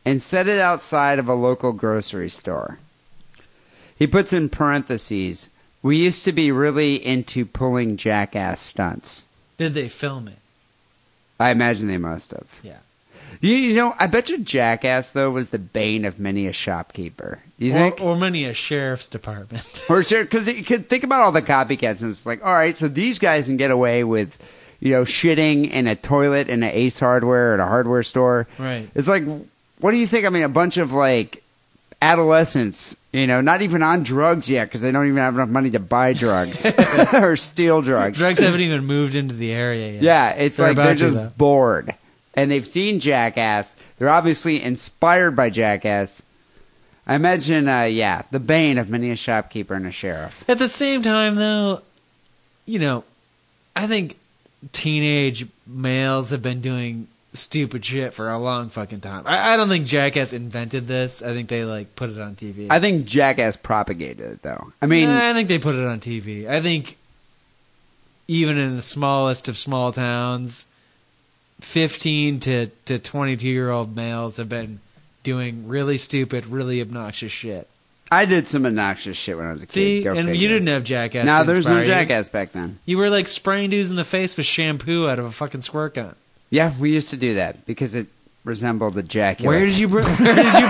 S3: and set it outside of a local grocery store. He puts in parentheses, we used to be really into pulling jackass stunts.
S4: Did they film it?
S3: I imagine they must have.
S4: Yeah.
S3: You, you know, I bet you jackass though was the bane of many a shopkeeper. You
S4: or,
S3: think?
S4: or many a sheriff's department.
S3: Or sure, because you could think about all the copycats, and it's like, all right, so these guys can get away with, you know, shitting in a toilet in an Ace Hardware at a hardware store.
S4: Right.
S3: It's like, what do you think? I mean, a bunch of like adolescents, you know, not even on drugs yet because they don't even have enough money to buy drugs or steal drugs.
S4: Drugs haven't even moved into the area yet.
S3: Yeah, it's
S4: They're
S3: like
S4: about
S3: they're
S4: to,
S3: just
S4: though.
S3: bored, and they've seen Jackass. They're obviously inspired by Jackass. I imagine, uh, yeah, the bane of many a shopkeeper and a sheriff.
S4: At the same time, though, you know, I think teenage males have been doing stupid shit for a long fucking time. I, I don't think Jackass invented this. I think they like put it on TV.
S3: I think Jackass propagated it, though. I mean,
S4: Nah, I think they put it on TV. I think even in the smallest of small towns, fifteen to to twenty two year old males have been doing really stupid, really obnoxious shit.
S3: I did some obnoxious shit when I was a
S4: See,
S3: kid. Go
S4: and you
S3: figure.
S4: didn't have Jackass.
S3: No,
S4: to
S3: there was no
S4: inspire you.
S3: Jackass back then.
S4: You were like spraying dudes in the face with shampoo out of a fucking squirt gun.
S3: Yeah, we used to do that because it resembled a Jackass.
S4: Where did you br- where did you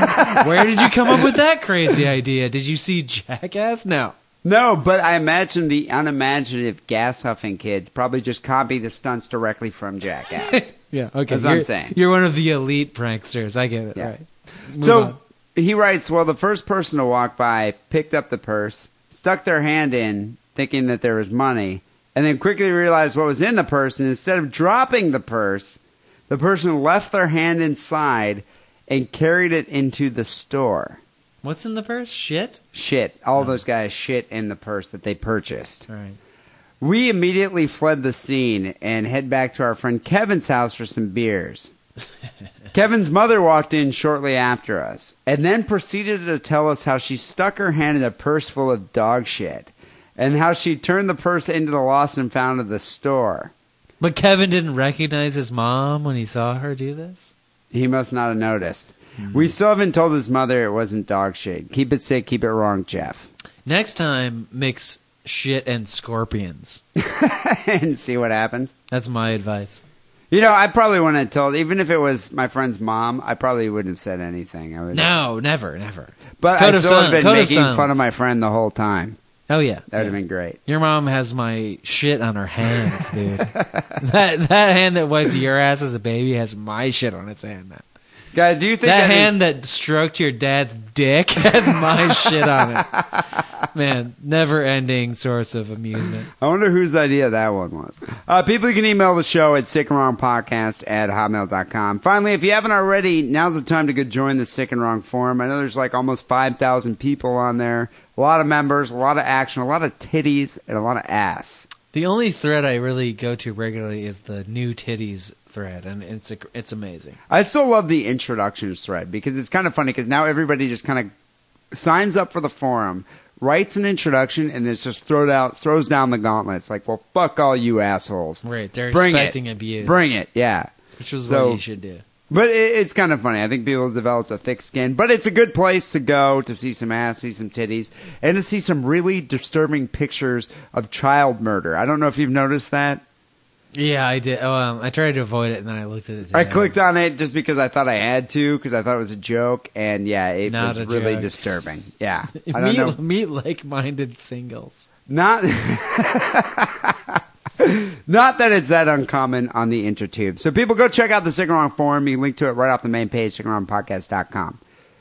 S4: where did you come up with that crazy idea? Did you see Jackass? No.
S3: No, but I imagine the unimaginative gas huffing kids probably just copy the stunts directly from Jackass.
S4: Yeah, okay.
S3: That's what I'm
S4: You're-
S3: saying.
S4: You're one of the elite pranksters. I get it.
S3: Yeah.
S4: Right. Move
S3: so
S4: on.
S3: he writes, well, the first person to walk by picked up the purse, stuck their hand in, thinking that there was money, and then quickly realized what was in the purse. And instead of dropping the purse, the person left their hand inside and carried it into the store.
S4: What's in the purse? Shit.
S3: Shit. All those guys shit in the purse that they purchased.
S4: All right.
S3: We immediately fled the scene and head back to our friend Kevin's house for some beers. Kevin's mother walked in shortly after us and then proceeded to tell us how she stuck her hand in a purse full of dog shit and how she turned the purse into the lost and found of the store.
S4: But Kevin didn't recognize his mom when he saw her do this.
S3: He must not have noticed. We still haven't told his mother it wasn't dog shit. Keep it sick, keep it wrong, Jeff.
S4: Next time, mix shit and scorpions.
S3: and see what happens.
S4: That's my advice.
S3: You know, I probably wouldn't have told, even if it was my friend's mom, I probably wouldn't have said anything. I would
S4: No, never, never.
S3: But
S4: Code
S3: I
S4: of
S3: still
S4: silence-
S3: have been
S4: code of
S3: making fun
S4: silence.
S3: of my friend the whole time.
S4: Oh yeah.
S3: That would
S4: Yeah.
S3: have been great.
S4: Your mom has my shit on her hand, dude. that that hand that wiped your ass as a baby has my shit on its hand now.
S3: Guy, do you think
S4: That
S3: that,
S4: hand that stroked your dad's dick has my shit on it. Man, never ending source of
S3: is-
S4: amusement.
S3: I wonder whose idea that one was. Uh, people can email the show at sickandwrongpodcast at hotmail.com. Finally, if you haven't already, now's the time to go join the Sick and Wrong Forum. I know there's like almost 5,000 people on there, a lot of members, a lot of action, a lot of titties, and a lot of ass.
S4: The only thread I really go to regularly is the new titties thread, and it's a, it's amazing.
S3: I still love the introductions thread because it's kind of funny because now everybody just kind of signs up for the forum, writes an introduction, and then it's just thrown out, throws down the gauntlet. It's like, well, fuck all you assholes.
S4: Right, they're
S3: Bring it.
S4: expecting abuse,
S3: Bring it, yeah.
S4: which is
S3: So-
S4: what you should do.
S3: But it, it's kind of funny. I think people have developed a thick skin, but it's a good place to go to see some ass, see some titties, and to see some really disturbing pictures of child murder. I don't know if you've noticed that.
S4: Yeah, I did. Oh, um, I tried to avoid it, and then I looked at it.
S3: I
S4: today.
S3: clicked on it just because I thought I had to, because I thought it was a joke, and yeah, it
S4: Not a
S3: was really
S4: joke.
S3: disturbing. Yeah, I don't
S4: Meet,
S3: know,
S4: meet like-minded singles.
S3: not not that it's that uncommon on the intertube. So people go check out the Sigaron forum. You link to it right off the main page, sigaronpodcast.com.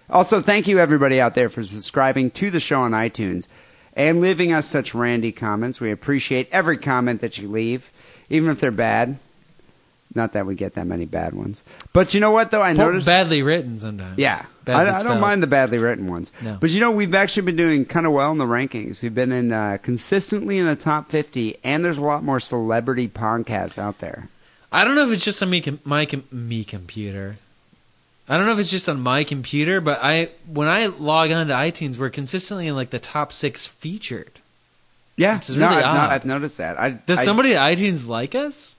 S3: Also, thank you everybody out there for subscribing to the show on iTunes and leaving us such randy comments. We appreciate every comment that you leave, even if they're bad. Not that we get that many bad ones, but you know what though? I
S4: Well,
S3: noticed
S4: badly written sometimes.
S3: Yeah.
S4: Badly
S3: I, I don't
S4: spelled.
S3: mind the badly written ones.
S4: No.
S3: But you know, we've actually been doing kind of well in the rankings. We've been in uh, consistently in the top 50, and there's a lot more celebrity podcasts out there.
S4: I don't know if it's just on me, com- my com- me computer. I don't know if it's just on my computer, but I when I log on to iTunes, we're consistently in like the top six featured.
S3: Yeah.
S4: It's
S3: no,
S4: really
S3: I've, no-
S4: odd.
S3: I've noticed that. I,
S4: Does
S3: I-
S4: somebody at iTunes like us?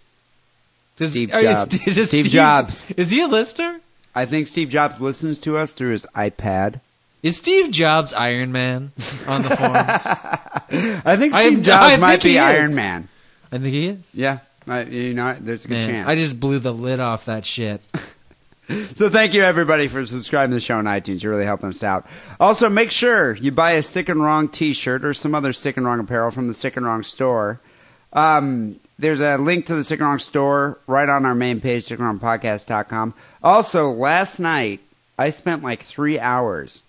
S4: Does,
S3: Steve
S4: are you-
S3: Jobs.
S4: does
S3: Steve Jobs.
S4: Is he a listener?
S3: I think Steve Jobs listens to us through his iPad.
S4: Is Steve Jobs Iron Man on the forums?
S3: I think
S4: I
S3: Steve
S4: am- I
S3: Jobs
S4: think
S3: might
S4: he
S3: be
S4: is.
S3: Iron Man.
S4: I think he is.
S3: Yeah. I, you know, there's a good
S4: Man,
S3: chance.
S4: I just blew the lid off that shit.
S3: So thank you everybody for subscribing to the show on iTunes. You're really helping us out. Also, make sure you buy a Sick and Wrong T-shirt or some other Sick and Wrong apparel from the Sick and Wrong store. Um, there's a link to the Sick and Wrong store right on our main page, sickandwrongpodcast.com. Also, last night I spent like three hours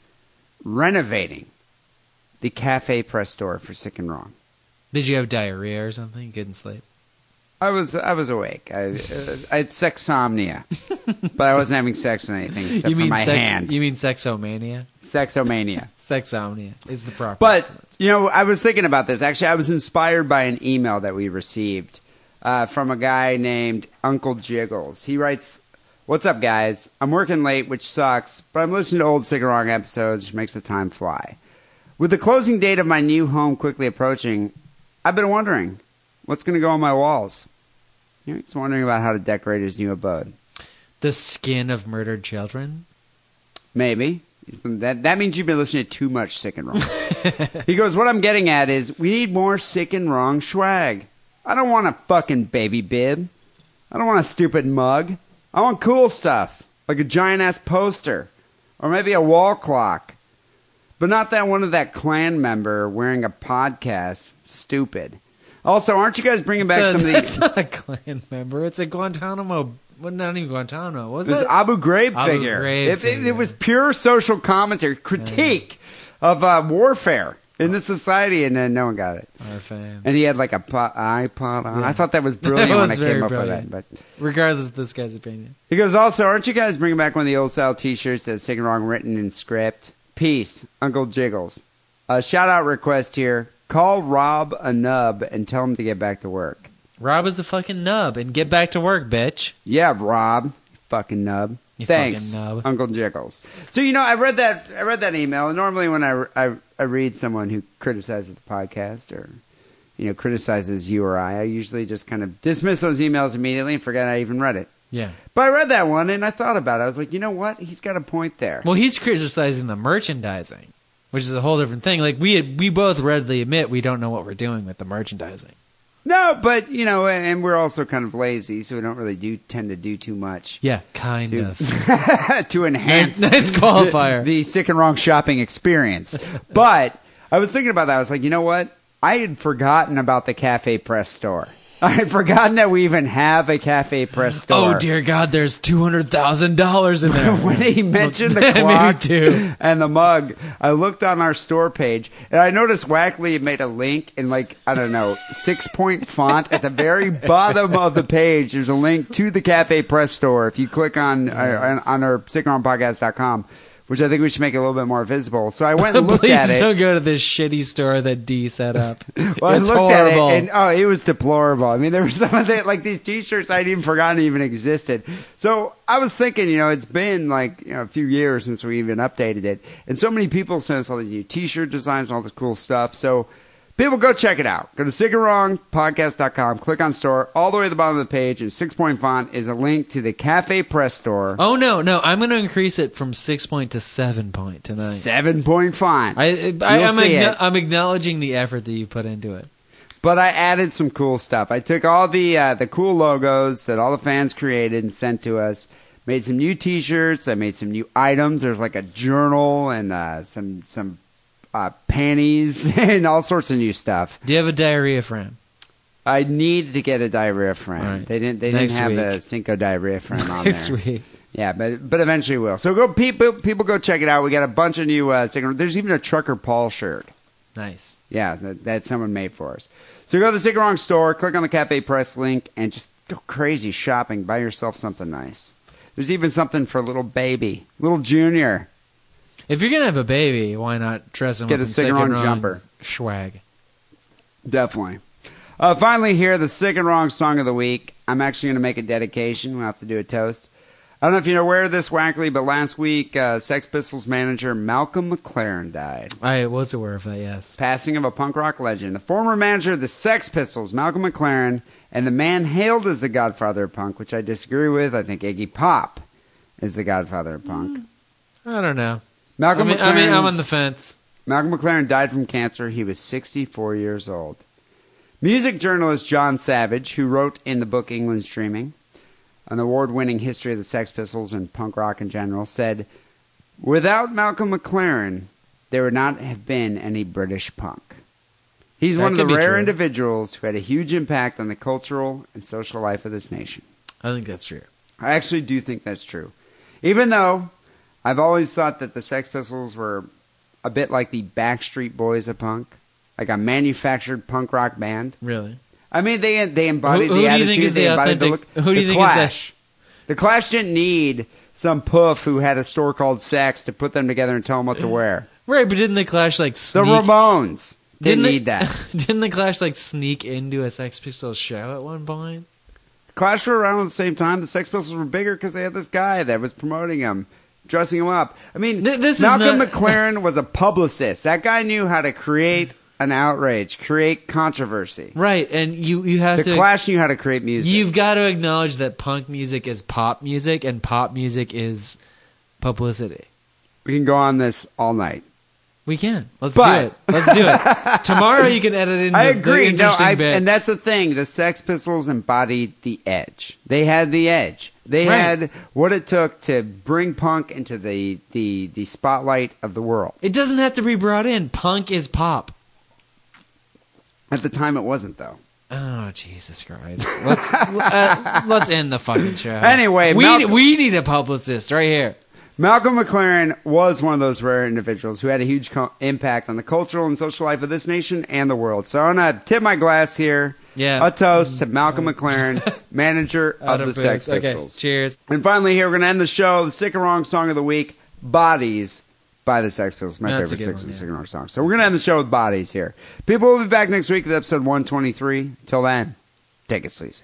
S3: renovating the Cafe Press store for Sick and Wrong.
S4: Did you have diarrhea or something? Couldn't sleep.
S3: I was I was awake. I, uh, I had sexomnia, but I wasn't having sex with anything except
S4: you mean
S3: for my
S4: sex?
S3: hand.
S4: You mean sexomania?
S3: Sexomania.
S4: Sexomnia is the proper.
S3: But you know, I was thinking about this. Actually, I was inspired by an email that we received uh, from a guy named Uncle Jiggles. He writes, "What's up, guys? I'm working late, which sucks, but I'm listening to old Cigarong episodes, which makes the time fly. With the closing date of my new home quickly approaching, I've been wondering what's going to go on my walls. You know, he's wondering about how to decorate his new abode.
S4: the skin of murdered children.
S3: Maybe." That, that means you've been listening to too much sick and wrong. He goes, What I'm getting at is we need more sick and wrong swag. I don't want a fucking baby bib. I don't want a stupid mug. I want cool stuff, like a giant ass poster, or maybe a wall clock. But not that one of that clan member wearing a podcast. Stupid. Also, aren't you guys bringing back
S4: That's
S3: some
S4: a-
S3: of
S4: that's
S3: these?
S4: not a clan member. It's a Guantanamo. Well, not even Guantanamo. What was
S3: It was
S4: that?
S3: Abu Ghraib
S4: Abu
S3: figure.
S4: Ghraib
S3: If it,
S4: figure.
S3: it was pure social commentary, critique of uh, warfare in the society, and then no one got it.
S4: Our fan.
S3: And he had like a po- iPod on. I thought that was
S4: That
S3: brilliant when I
S4: was
S3: came
S4: very
S3: up
S4: brilliant.
S3: with that. But
S4: Regardless of this guy's opinion.
S3: he goes, also, aren't you guys bringing back one of the old style T-shirts that's sing wrong written in script? Peace, Uncle Jiggles. A shout out request here. Call Rob a nub and tell him to get back to work.
S4: Rob is a fucking nub and get back to work, bitch.
S3: Yeah, Rob, you fucking nub.
S4: You
S3: Thanks,
S4: fucking nub.
S3: Uncle Jiggles. So you know, I read that. I read that email. And normally, when I, I I read someone who criticizes the podcast or you know criticizes you or I, I usually just kind of dismiss those emails immediately and forget I even read it.
S4: Yeah.
S3: But I read that one and I thought about it. I was like, you know what? He's got a point there.
S4: Well, he's criticizing the merchandising, which is a whole different thing. Like we had, we both readily admit we don't know what we're doing with the merchandising.
S3: No, but you know, and and we're also kind of lazy, so we don't really do tend to do too much
S4: Yeah, kind
S3: Dude.
S4: of.
S3: to enhance
S4: Nice qualifier.
S3: the, the sick and wrong shopping experience. but I was thinking about that. I was like, you know what? I had forgotten about the cafe press store. I had forgotten that we even have a cafe press store.
S4: Oh dear God, there's two hundred thousand dollars in there.
S3: when he mentioned the
S4: Me
S3: clock
S4: too.
S3: and the mug, I looked on our store page and I noticed Wackley had made a link in like I don't know six point font at the very bottom of the page. There's a link to the Cafe Press store. If you click on uh, on, on our sickonpodcast.com, which I think we should make a little bit more visible. So I went and looked
S4: Please
S3: at it.
S4: don't go to this shitty store that D set up.
S3: Well,
S4: it's
S3: I looked
S4: horrible.
S3: at it and oh, it was deplorable. I mean, there were some of the, like these T-shirts I'd even forgotten even existed. So I was thinking, you know, it's been like you know, a few years since we even updated it, and so many people sent us all these new T-shirt designs, all this cool stuff. So people, go check it out. Go to sigarongpodcast.com, click on store, all the way to the bottom of the page in six point font is a link to the Cafe Press store,
S4: oh no, no, I'm going to increase it from six point to seven point tonight.
S3: seven point font.
S4: I, I
S3: You'll
S4: I'm,
S3: see
S4: acknow-
S3: it.
S4: I'm acknowledging the effort that you put into it.
S3: But I added some cool stuff. I took all the uh, the cool logos that all the fans created and sent to us. Made some new T-shirts. I made some new items. There's like a journal and uh, some some uh, panties and all sorts of new stuff.
S4: Do you have a diarrhea frame?
S3: I need to get a diarrhea frame.
S4: All right.
S3: They didn't. They
S4: Next
S3: didn't have
S4: week.
S3: a Cinco diarrhea frame on
S4: Next
S3: there.
S4: week.
S3: Yeah, but but eventually will. So go people people go check it out. We got a bunch of new. Uh, Cinco- There's even a Trucker Paul shirt.
S4: Nice.
S3: Yeah, that, that someone made for us. So go to the Sick and Wrong store, click on the Cafe Press link, and just go crazy shopping. Buy yourself something nice. There's even something for little baby, little junior.
S4: If you're gonna have a baby, why not dress him
S3: Get
S4: up
S3: a
S4: in
S3: cigarette
S4: second
S3: and
S4: round
S3: jumper.
S4: swag?
S3: Definitely. Uh, finally, here, the Sick and Wrong song of the week. I'm actually going to make a dedication. We'll have to do a toast. I don't know if you're aware of this, Wackley, but last week, uh, Sex Pistols manager Malcolm McLaren died.
S4: I was aware of that. Yes.
S3: Passing of a punk rock legend. The former manager of the Sex Pistols, Malcolm McLaren, and the man hailed as the godfather of punk, which I disagree with. I think Iggy Pop is the godfather of punk.
S4: I don't know. I
S3: Malcolm,
S4: mean,
S3: McLaren,
S4: I mean, I'm on the fence.
S3: Malcolm McLaren died from cancer. He was 64 years old. Music journalist John Savage, who wrote in the book England Streaming, on the award winning history of the Sex Pistols and punk rock in general, said, Without Malcolm McLaren, there would not have been any British punk. He's
S4: That
S3: one of
S4: could
S3: the
S4: be
S3: rare
S4: true.
S3: individuals who had a huge impact on the cultural and social life of this nation.
S4: I think that's true.
S3: I actually do think that's true. Even though I've always thought that the Sex Pistols were a bit like the Backstreet Boys of punk, like a manufactured punk rock band.
S4: Really?
S3: I mean, they they embodied
S4: Who- who
S3: the
S4: do you
S3: attitude.
S4: think is
S3: they
S4: the
S3: embodied the look.
S4: authentic- who
S3: the
S4: do you think is the-
S3: Clash. the Clash didn't need some poof who had a store called Sex to put them together and tell them what to wear.
S4: Right, but didn't Uh, the Clash like
S3: The
S4: sneak?
S3: Ramones didn't,
S4: they-
S3: need that.
S4: didn't the Clash like sneak into a Sex Pistols show at one point?
S3: Clash were around at the same time. The Sex Pistols were bigger because they had this guy that was promoting them, dressing them up. I mean,
S4: Th- this is
S3: Malcolm
S4: not-
S3: McLaren was a publicist. That guy knew how to create an outrage, create controversy.
S4: Right, and you you have
S3: The
S4: to
S3: Clash knew how to create music.
S4: you've got to acknowledge that punk music is pop music, and pop music is publicity.
S3: we can go on this all night.
S4: We can. Let's
S3: But-
S4: do it. Let's do it. Tomorrow you can edit in.
S3: I
S4: the,
S3: agree.
S4: The
S3: No,
S4: interesting
S3: I,
S4: bits.
S3: and that's the thing. The Sex Pistols embodied the edge. They had the edge. They
S4: Right.
S3: had what it took to bring punk into the, the, the spotlight of the world.
S4: It doesn't have to be brought in. Punk is pop.
S3: At the time, it wasn't though.
S4: Oh Jesus Christ! Let's uh, let's end the fucking show.
S3: Anyway,
S4: we
S3: Malcolm-
S4: we need a publicist right here.
S3: Malcolm McLaren was one of those rare individuals who had a huge co- impact on the cultural and social life of this nation and the world. So I'm gonna tip my glass here.
S4: Yeah.
S3: A toast to Malcolm McLaren, manager of
S4: Out
S3: the
S4: boots.
S3: Sex
S4: Okay,
S3: Pistols.
S4: Cheers.
S3: And finally, here we're gonna end the show. The sick and wrong song of the week, "Bodies" by the Sex Pistols. My
S4: That's a
S3: favorite
S4: good
S3: Sex
S4: one, yeah.
S3: sick and wrong song. So we're gonna end the show with "Bodies" here. People will be back next week with episode 123. Till then, take it sleazy.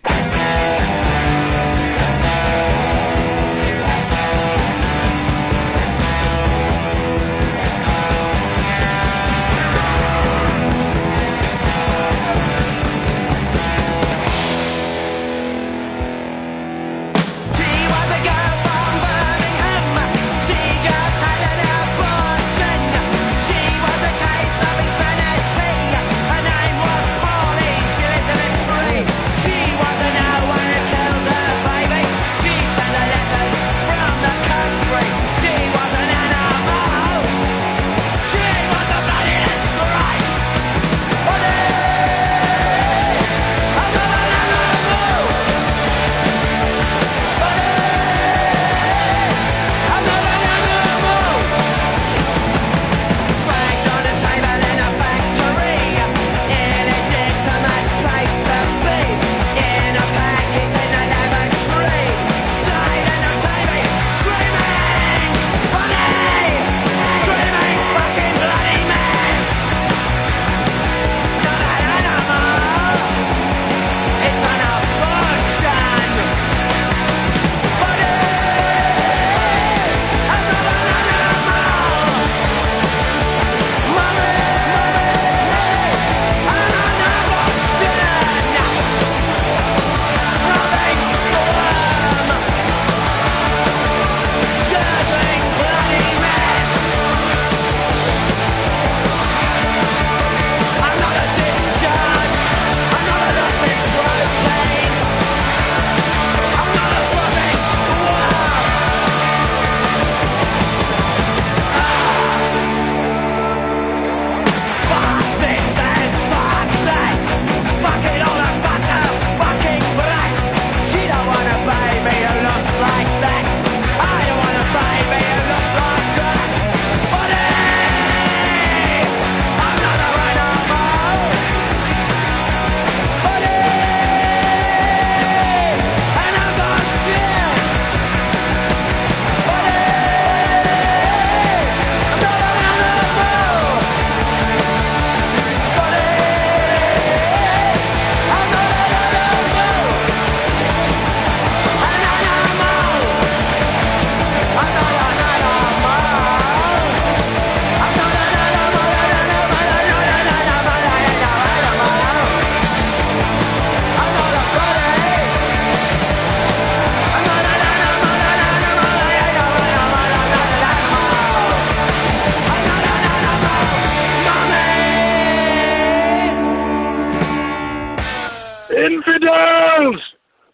S6: Infidels!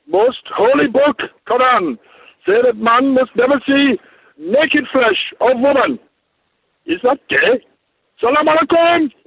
S1: most holy book, Quran, say that man must never see naked flesh of woman. Is that gay? Salam alaikum!